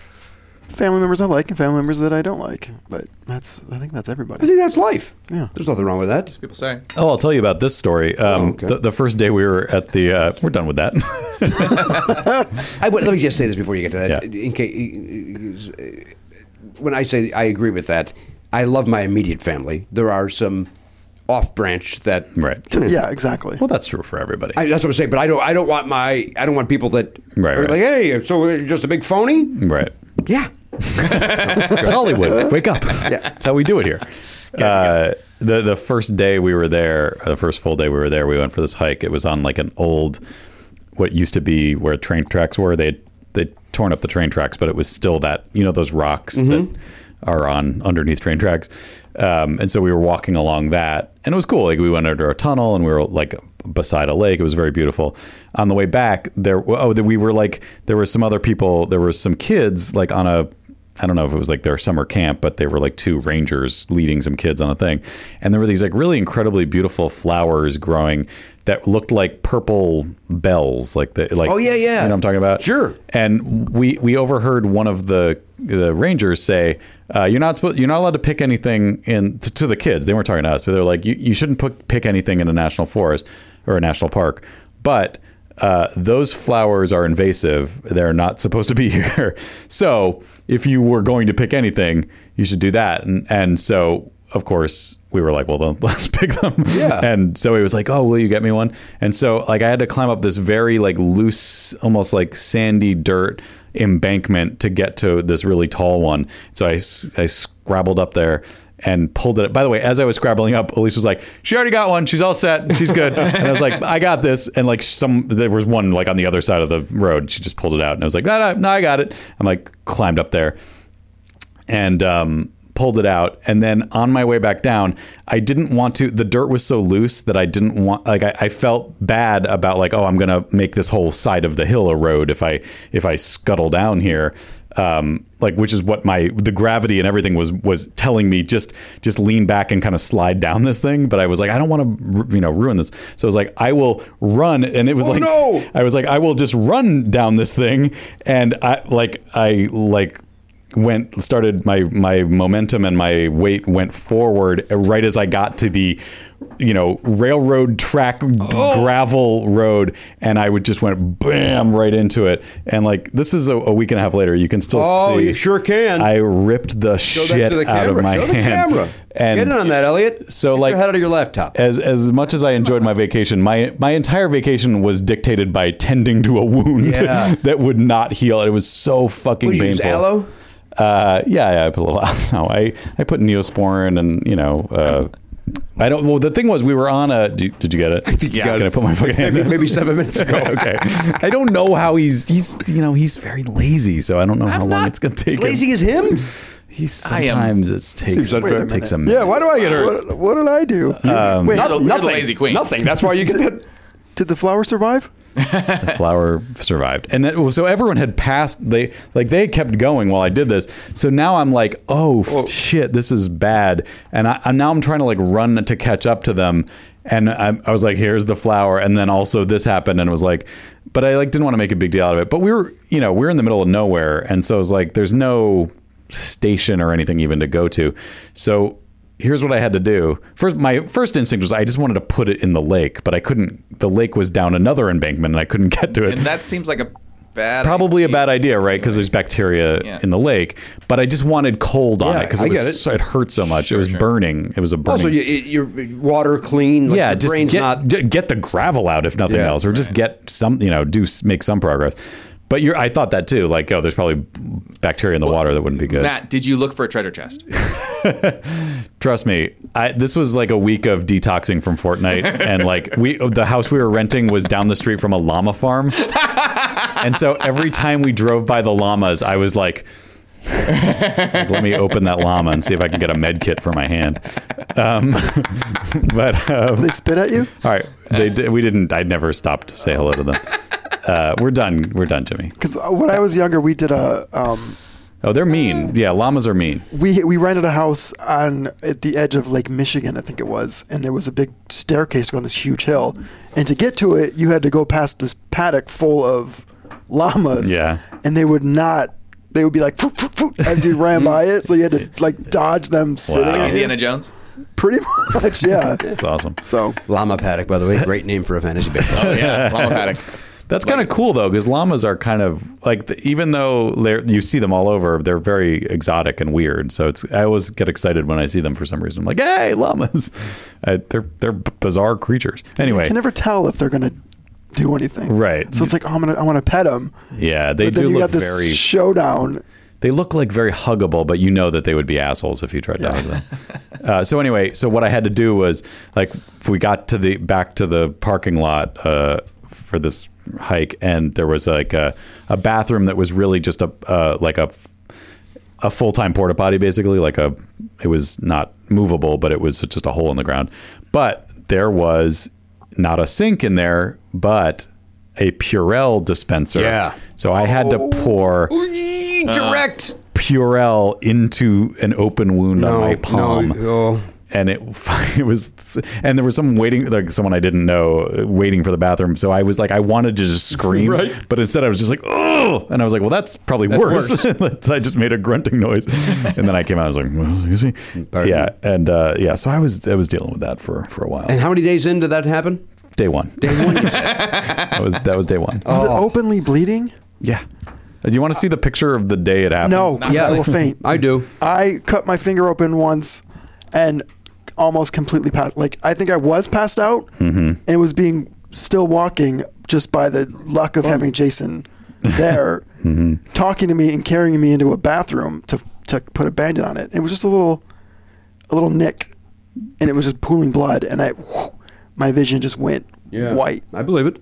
family members I like and family members that I don't like, but that's. I think that's everybody. I think that's life. Yeah. There's nothing wrong with that. People say. Oh, I'll tell you about this story. Oh, Um, the, the first day we were at the, uh, we're done with that. I would, let me just say this before you get to that. In case, when I say I agree with that, I love my immediate family. There are some off branch that right. yeah, exactly. Well, that's true for everybody. I, that's what I'm saying. But I don't. I don't want my. I don't want people that Right, are right. like, hey, so you're just a big phony. right. Yeah. It's Hollywood. Wake up. That's how we do it here. Uh, the the first day we were there, uh, the first full day we were there, we went for this hike. It was on like an old, what used to be where train tracks were. They they torn up the train tracks, but it was still that you know those rocks that are on underneath train tracks. Um, and so we were walking along that, and it was cool. Like we went under a tunnel, and we were like beside a lake. It was very beautiful. On the way back, there oh we were like there were some other people. There were some kids like on a I don't know if it was like their summer camp, but they were like two rangers leading some kids on a thing. And there were these like really incredibly beautiful flowers growing that looked like purple bells, like the like Oh, yeah, yeah. You know what I'm talking about? Sure. And we we overheard one of the the rangers say, uh, "You're not supposed. You're not allowed to pick anything in to, to the kids. They weren't talking to us, but they're like, you, you shouldn't pick pick anything in a national forest or a national park, but." uh, those flowers are invasive. They're not supposed to be here. So if you were going to pick anything, you should do that. And, and so, of course, we were like, well, then let's pick them. Yeah. And Zoe was like, oh, will you get me one? And so, like, I had to climb up this very, like, loose, almost like sandy dirt embankment to get to this really tall one. So I, s- I scrabbled up there and pulled it. By the way, as I was scrabbling up, Elise was like, "She already got one. She's all set. She's good." and I was like, "I got this." And like some, there was one like on the other side of the road. She just pulled it out, and I was like, "No, no, no, I got it." I'm like climbed up there and um, pulled it out. And then on my way back down, I didn't want to. The dirt was so loose that I didn't want. Like I, I felt bad about like, oh, I'm gonna make this whole side of the hill a road if I if I scuttle down here. Um, like which is what my the gravity and everything was was telling me just just lean back and kind of slide down this thing but i was like i don't want to you know ruin this so i was like i will run and it was like no! i was like i will just run down this thing and i like i like went started my my momentum and my weight went forward right as I got to the you know railroad track g- Oh. gravel road and I would just went bam right into it and like this is a, a week and a half later you can still Oh, see you sure can. I ripped the Show that shit to the out camera. of my Show the hand camera. and Get in on that, Elliot. so like Your head out of your laptop. as as much as I enjoyed my vacation, my my entire vacation was dictated by tending to a wound Yeah. that would not heal. It was so fucking Would you use painful. aloe? Uh, yeah, yeah, I put a little. No, I I put Neosporin and you know. Uh, I don't. Well, the thing was, we were on a. Did, did you get it? I think you got Can it. I put my fucking hand? Maybe, in? maybe seven minutes ago. okay. I don't know how he's. He's. You know, he's very lazy. So I don't know how long it's gonna take. him. Lazy as him? He's sometimes it takes. Seems unfair. It takes a minute. Yeah, why do I get hurt? What, what did I do? Wait, You're the, you're the nothing. lazy queen. Nothing. That's why you get that. did the flower survive? flower survived and that, so everyone had passed they like they kept going while i did this so now i'm like oh f- shit this is bad and I, i'm now i'm trying to like run to catch up to them and I, I was like here's the flower and then also this happened and it was like but i like didn't want to make a big deal out of it but we were you know we are in the middle of nowhere and so it was like there's no station or anything even to go to so here's what I had to do. First, my first instinct was I just wanted to put it in the lake, but I couldn't. The lake was down another embankment, and I couldn't get to it. And that seems like a bad. Probably a bad idea, right? Because there's bacteria Yeah. in the lake. But I just wanted cold on Yeah, it because I it was get it. so- it hurt so much. it was burning. It was a burning. Also, you, your water clean. Like yeah, your just brain's get, not. d- get the gravel out if nothing Yeah, else, or just get some, you know, do s- make some progress. But you're, I thought that too. Like, oh, there's probably bacteria in the water that wouldn't be good. Matt, did you look for a treasure chest? Trust me, I, this was like a week of detoxing from Fortnite, and like we, the house we were renting was down the street from a llama farm, and so every time we drove by the llamas, I was like, like, let me open that llama and see if I can get a med kit for my hand. Um, but um, They spit at you? all right, they did, we didn't. I never stopped to say hello to them. Uh, we're done. We're done, Jimmy. Because when I was younger, we did a um, Oh, they're mean. Yeah, llamas are mean. we we rented a house on at the edge of Lake Michigan, I think it was, and there was a big staircase on this huge hill, and to get to it, you had to go past this paddock full of llamas. Yeah. And they would not. They would be like "Foot, foot, foot," as you ran by it, so you had to like dodge them spitting Like at you. Indiana Jones. Pretty much, yeah. It's awesome. So Llama Paddock, by the way, great name for a fantasy baseball. yeah, llama paddock. That's kind of cool though, because llamas are kind of like the, even though they're you see them all over, they're very exotic and weird. So it's I always get excited when I see them for some reason. I'm like, hey, llamas! Uh, they're they're bizarre creatures. You Anyway, can never tell if they're gonna do anything. right? So it's like, oh, I'm gonna, I want to pet him. yeah, they but then do you look got this very. showdown. they look like very huggable, but you know that they would be assholes if you tried to hug them. Uh, so anyway, so what I had to do was like we got to the back to the parking lot uh, for this hike, and there was like a, a bathroom that was really just a uh, like a a full time porta potty, basically. Like a, it was not movable, but it was just a hole in the ground. But there was not a sink in there, but a Purell dispenser. Yeah. So I had to pour Direct. Purell into an open wound Oh, on my palm. no. And it, it was, and there was someone waiting, like someone I didn't know, uh, waiting for the bathroom. So I was like, I wanted to just scream, Right. but instead I was just like, oh, and I was like, well, that's probably worse. so I just made a grunting noise, and then I came out. I was like, well, excuse me, Pardon? yeah, and uh, yeah. So I was, I was dealing with that for for a while. And how many days in did that happen? day one, day one. that was that was day one. Is it openly bleeding? Yeah. Do you want to see the picture of the day it happened? No, 'cause I will faint. I do. I cut my finger open once, and almost completely passed. Like I think I was passed out, and was being still walking just by the luck of having Jason there, talking to me and carrying me into a bathroom to to put a bandit on it. It was just a little, a little nick, and it was just pooling blood, and I, my vision just went white. I believe it.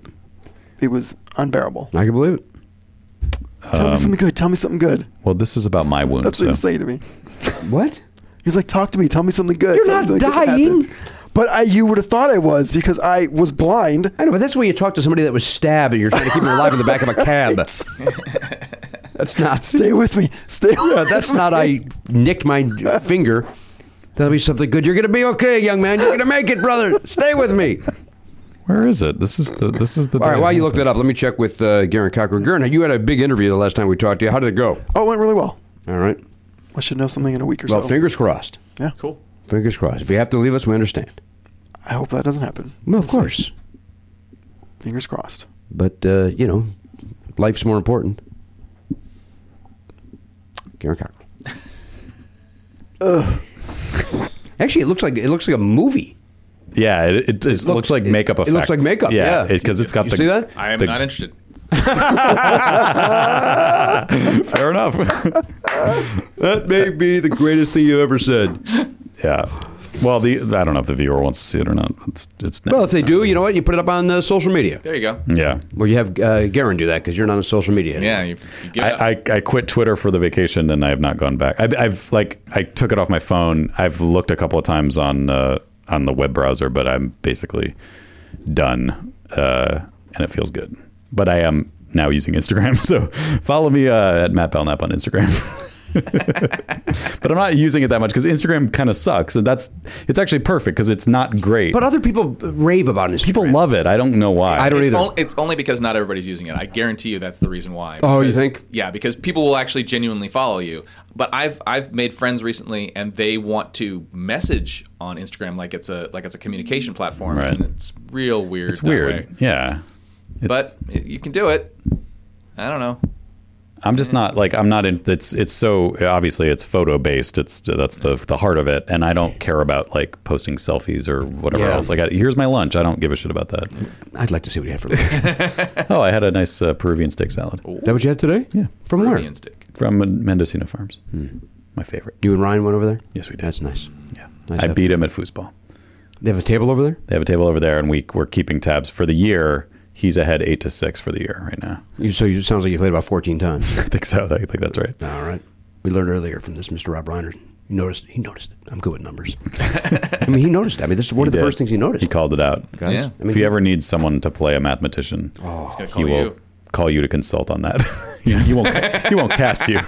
It was unbearable. I can believe it. Tell me something good. Tell me something good. Well, this is about my wound. That's what so. he was saying to me. What? He's like, talk to me. Tell me something good. You're not dying. But I, you would have thought I was because I was blind. I know, but that's where you talk to somebody that was stabbed and you're trying to keep them alive in the back of a cab. That's not. Stay with me. Stay. Yeah, with that's me. not. I nicked my finger. That'll be something good. You're gonna be okay, young man. You're gonna make it, brother. Stay with me. Where is it? This is the this is the. All right. day While it you look happened. that up, let me check with uh, Garen Cochran. Garen, you had a big interview the last time we talked to you. How did it go? Oh, it went really well. All right. I should know something in a week or Well, so. fingers crossed. yeah. Cool. Fingers crossed. If you have to leave us, we understand. I hope that doesn't happen. Well, of course. Fingers crossed. But uh, you know, life's more important. Garen Cochran. Actually, it looks like it looks like a movie. Yeah, it, it, it looks, looks- like makeup it- it effects. looks like makeup, yeah. because it's got You the. see that? I am the- not interested. Fair enough. That may be the greatest thing you ever said. yeah. Well, the I don't know if the viewer wants to see it or not. It's it's. Well, if they do, you know what? You put it up on uh, social media. There you go. Yeah. Well, you have uh, Garen do that because you're not on social media. anymore. Yeah, you, you give up. I, I, I quit Twitter for the vacation and I have not gone back. I, I've like I took it off my phone. I've looked a couple of times on uh, on the web browser, but I'm basically done, uh, and it feels good. But I am now using Instagram, so follow me uh, at Matt Belknap on Instagram. but I'm not using it that much because Instagram kind of sucks, and that's it's actually perfect because it's not great. But other people rave about Instagram. people love it. I don't know why. I don't it's, either. on- it's only because not everybody's using it. I guarantee you that's the reason why. Oh, you Because- think? Yeah, because people will actually genuinely follow you. But I've I've made friends recently, and they want to message on Instagram like it's a like it's a communication platform, Right. and it's real weird. It's that weird. way. Yeah. It's- but you can do it. I don't know. I'm just not like I'm not in. It's it's so obviously it's photo based. It's that's the the heart of it, and I don't care about like posting selfies or whatever Yeah. else. Like I, here's my lunch. I don't give a shit about that. I'd like to see what you had for lunch. Is oh, I had a nice uh, Peruvian steak salad that what you had today? Yeah. From Peruvian where? stick. from Mendocino Farms. Hmm. My favorite. You and Ryan went over there. Yes, we did. That's nice. Yeah, Nice I effort. beat him at foosball. They have a table over there. They have a table over there, and we we're keeping tabs for the year. He's ahead eight to six for the year right now. You, so you- it sounds like you played about 14 times. I think so. I think that's right. All right. We learned earlier from this Mr. Rob Reiner. He noticed. He noticed. It. I'm good with numbers. I mean, he noticed. it. I mean, this is one of the did. first things he noticed. He called it out. Yeah. I mean, Oh, if you ever need someone to play a mathematician, It's he gonna call will you. call you to consult on that. you, you won't. He won't cast you.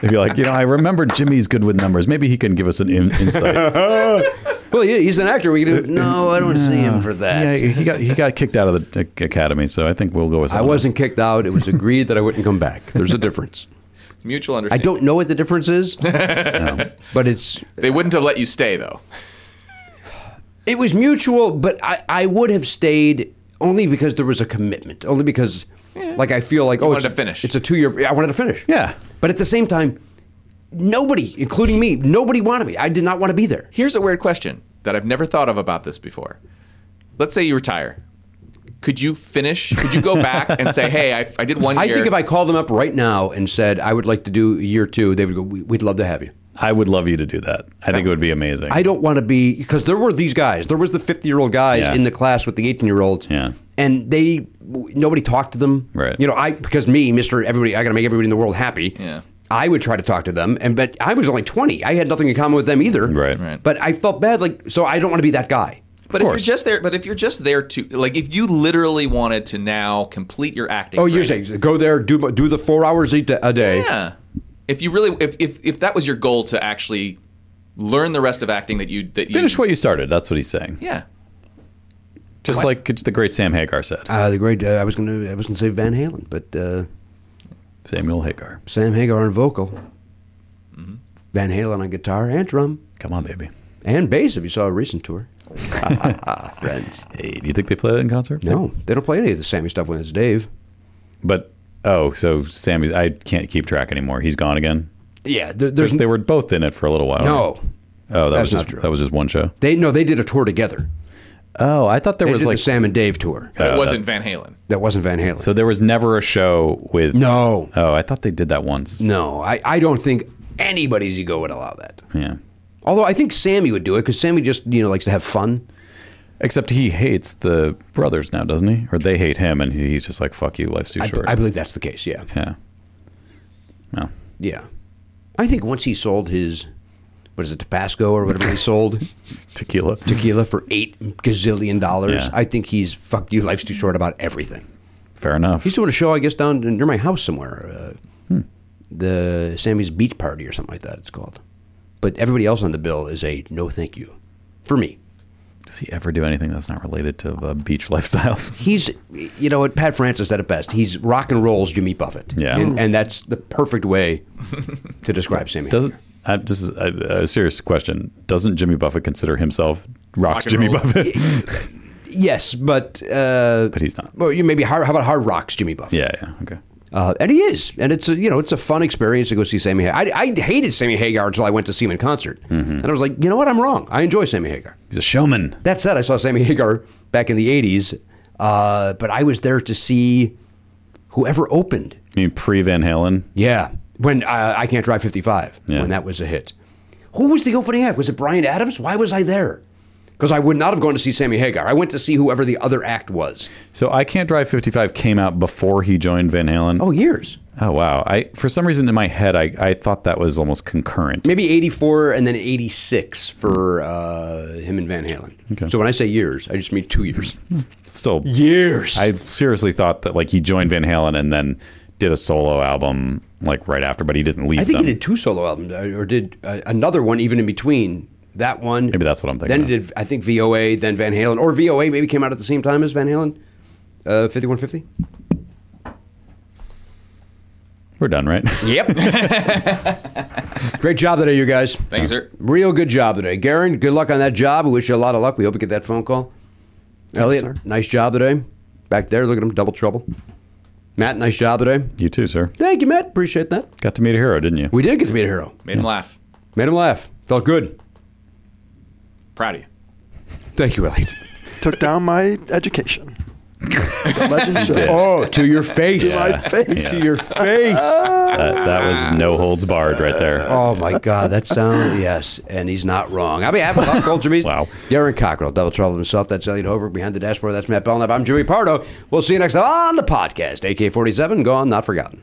He'll be like, you know, I remember Jimmy's good with numbers. Maybe he can give us an in- insight. Well, he, he's an actor. We can do, no, I don't see him for that. Yeah, he got he got kicked out of the uh, academy, so I think we'll go with. I wasn't kicked out. It was agreed that I wouldn't come back. There's a difference. Mutual I understanding. don't know what the difference is, um, but it's They wouldn't have let you stay though. it was mutual. But I, I would have stayed only because there was a commitment. Only because, like, I feel like oh, wanted it's- to finish. It's a two year. I wanted to finish. Yeah. But at the same time, nobody, including me, nobody wanted me. I did not want to be there. Here's a weird question that I've never thought of about this before. Let's say you retire. Could you finish? Could you go back and say, "Hey, I, I did one I year." think if I called them up right now and said I would like to do year two, they would go. "We- We'd love to have you. I would love you to do that. I think it would be amazing. I don't want to be because there were these guys. There was the fifty-year-old guys Yeah. in the class with the eighteen-year-olds. Yeah. and they nobody talked to them. Right. You know, I because me, Mister Everybody, I got to make everybody in the world happy. Yeah. I would try to talk to them, and but I was only twenty. I had nothing in common with them either. Right. Right. But I felt bad, like so. I don't want to be that guy. but if you're just there, but if you're just there to like, if you literally wanted to now complete your acting. Oh, you're career- saying go there, do do the four hours a da- a day. Yeah. If you really, if, if if that was your goal to actually learn the rest of acting that you that finish you, what you started. That's what he's saying. Yeah. Just like the great Sam Hagar said, Uh, the great. Uh, I was gonna. I was gonna say Van Halen, but uh, Samuel Hagar. Sam Hagar on vocal, Mm-hmm. Van Halen on guitar and drum Come on, baby. and bass. If you saw a recent tour. Friends. Hey, do you think they play that in concert? No, they don't play any of the Sammy stuff when it's Dave. But oh, so Sammy, I can't keep track anymore. He's gone again. Yeah, there, there's There's, they were both in it for a little while. no. right? Oh, that That's was just not true. that was just one show. They no, they did a tour together. Oh, I thought there It was was like the Sam and Dave tour. it wasn't Van Halen. That wasn't Van Halen. so there was never a show with no, Mm. Oh, I thought they did that once. no, I, I don't think anybody's ego would allow that. Yeah. Although I think Sammy would do it because Sammy just you know likes to have fun. Except he hates the brothers now, doesn't he? Or they hate him, and he- he's just like, "Fuck you, life's too I, short." I believe that's the case. Yeah, yeah. No. yeah. I think once he sold his what is it Tabasco or whatever he sold Tequila. tequila for eight gazillion dollars. Yeah. I think he's fuck you. Life's too short about everything. Fair enough. He's doing a show, I guess, down near my house somewhere. Uh, Hmm. The Sammy's Beach Party or something like that. It's called. But everybody else on the bill is a no, thank you, for me. Does he ever do anything that's not related to the beach lifestyle? He's, you know, what Pat Francis said it best. He's rock and rolls Jimmy Buffett. Yeah. and, and that's the perfect way to describe Sammy. Does I, this is a, a serious question? Doesn't Jimmy Buffett consider himself rocks Rock and Jimmy roll. Buffett? yes, but uh, but he's not. well, you maybe hard, how about hard rocks Jimmy Buffett? Yeah. Yeah. Okay. Uh, and he is, and it's a you know it's a fun experience to go see Sammy. Hagar. I, I hated Sammy Hagar until I went to see him in concert, Mm-hmm. and I was like, you know what, I'm wrong. I enjoy Sammy Hagar. He's a showman. That said, I saw Sammy Hagar back in the '80s, uh, but I was there to see whoever opened. I mean, pre Van Halen. Yeah, when uh, I Can't Drive 55, Yeah. when that was a hit. Who was the opening act? Was it Brian Adams? Why was I there? Because I would not have gone to see Sammy Hagar. I went to see whoever the other act was. So I Can't Drive 55 came out before he joined Van Halen. Oh, years. Oh, wow. I for some reason in my head I, I thought that was almost concurrent. Maybe 84 and then 86 for uh, him and Van Halen. Okay. So when I say years, I just mean two years. Still years. I seriously thought that like he joined Van Halen and then did a solo album like right after, but he didn't leave I think them. he did two solo albums, uh, or did uh, another one even in between that one. Maybe that's what I'm thinking Then of. he did, I think VOA, then Van Halen, or VOA maybe came out at the same time as Van Halen, uh, 5150. We're done, right? Yep. Great job today, you guys. Thank you, sir. Real good job today, Garen. Good luck on that job. We wish you a lot of luck. We hope you get that phone call. Elliot, sir. nice job today. Back there, look at him, double trouble. Matt, nice job today. you too, sir. Thank you, Matt. Appreciate that. Got to meet a hero, didn't you? We did get to meet a hero. Made him laugh. Made him laugh. Felt good. Proud of you. Thank you, Elliot. Took down my education. The legend show. Oh, to your face. To my face. To your face. that, that was no holds barred right there. Oh my God, that sound yes, and he's not wrong. On behalf of Pop Culture Beast, Wow. Darren Cockrell, Double Trouble himself. That's Elliot Holbrook behind the dashboard. That's Matt Belknap. I'm Jimmy Pardo. We'll see you next time on the podcast. AK47, gone, not forgotten.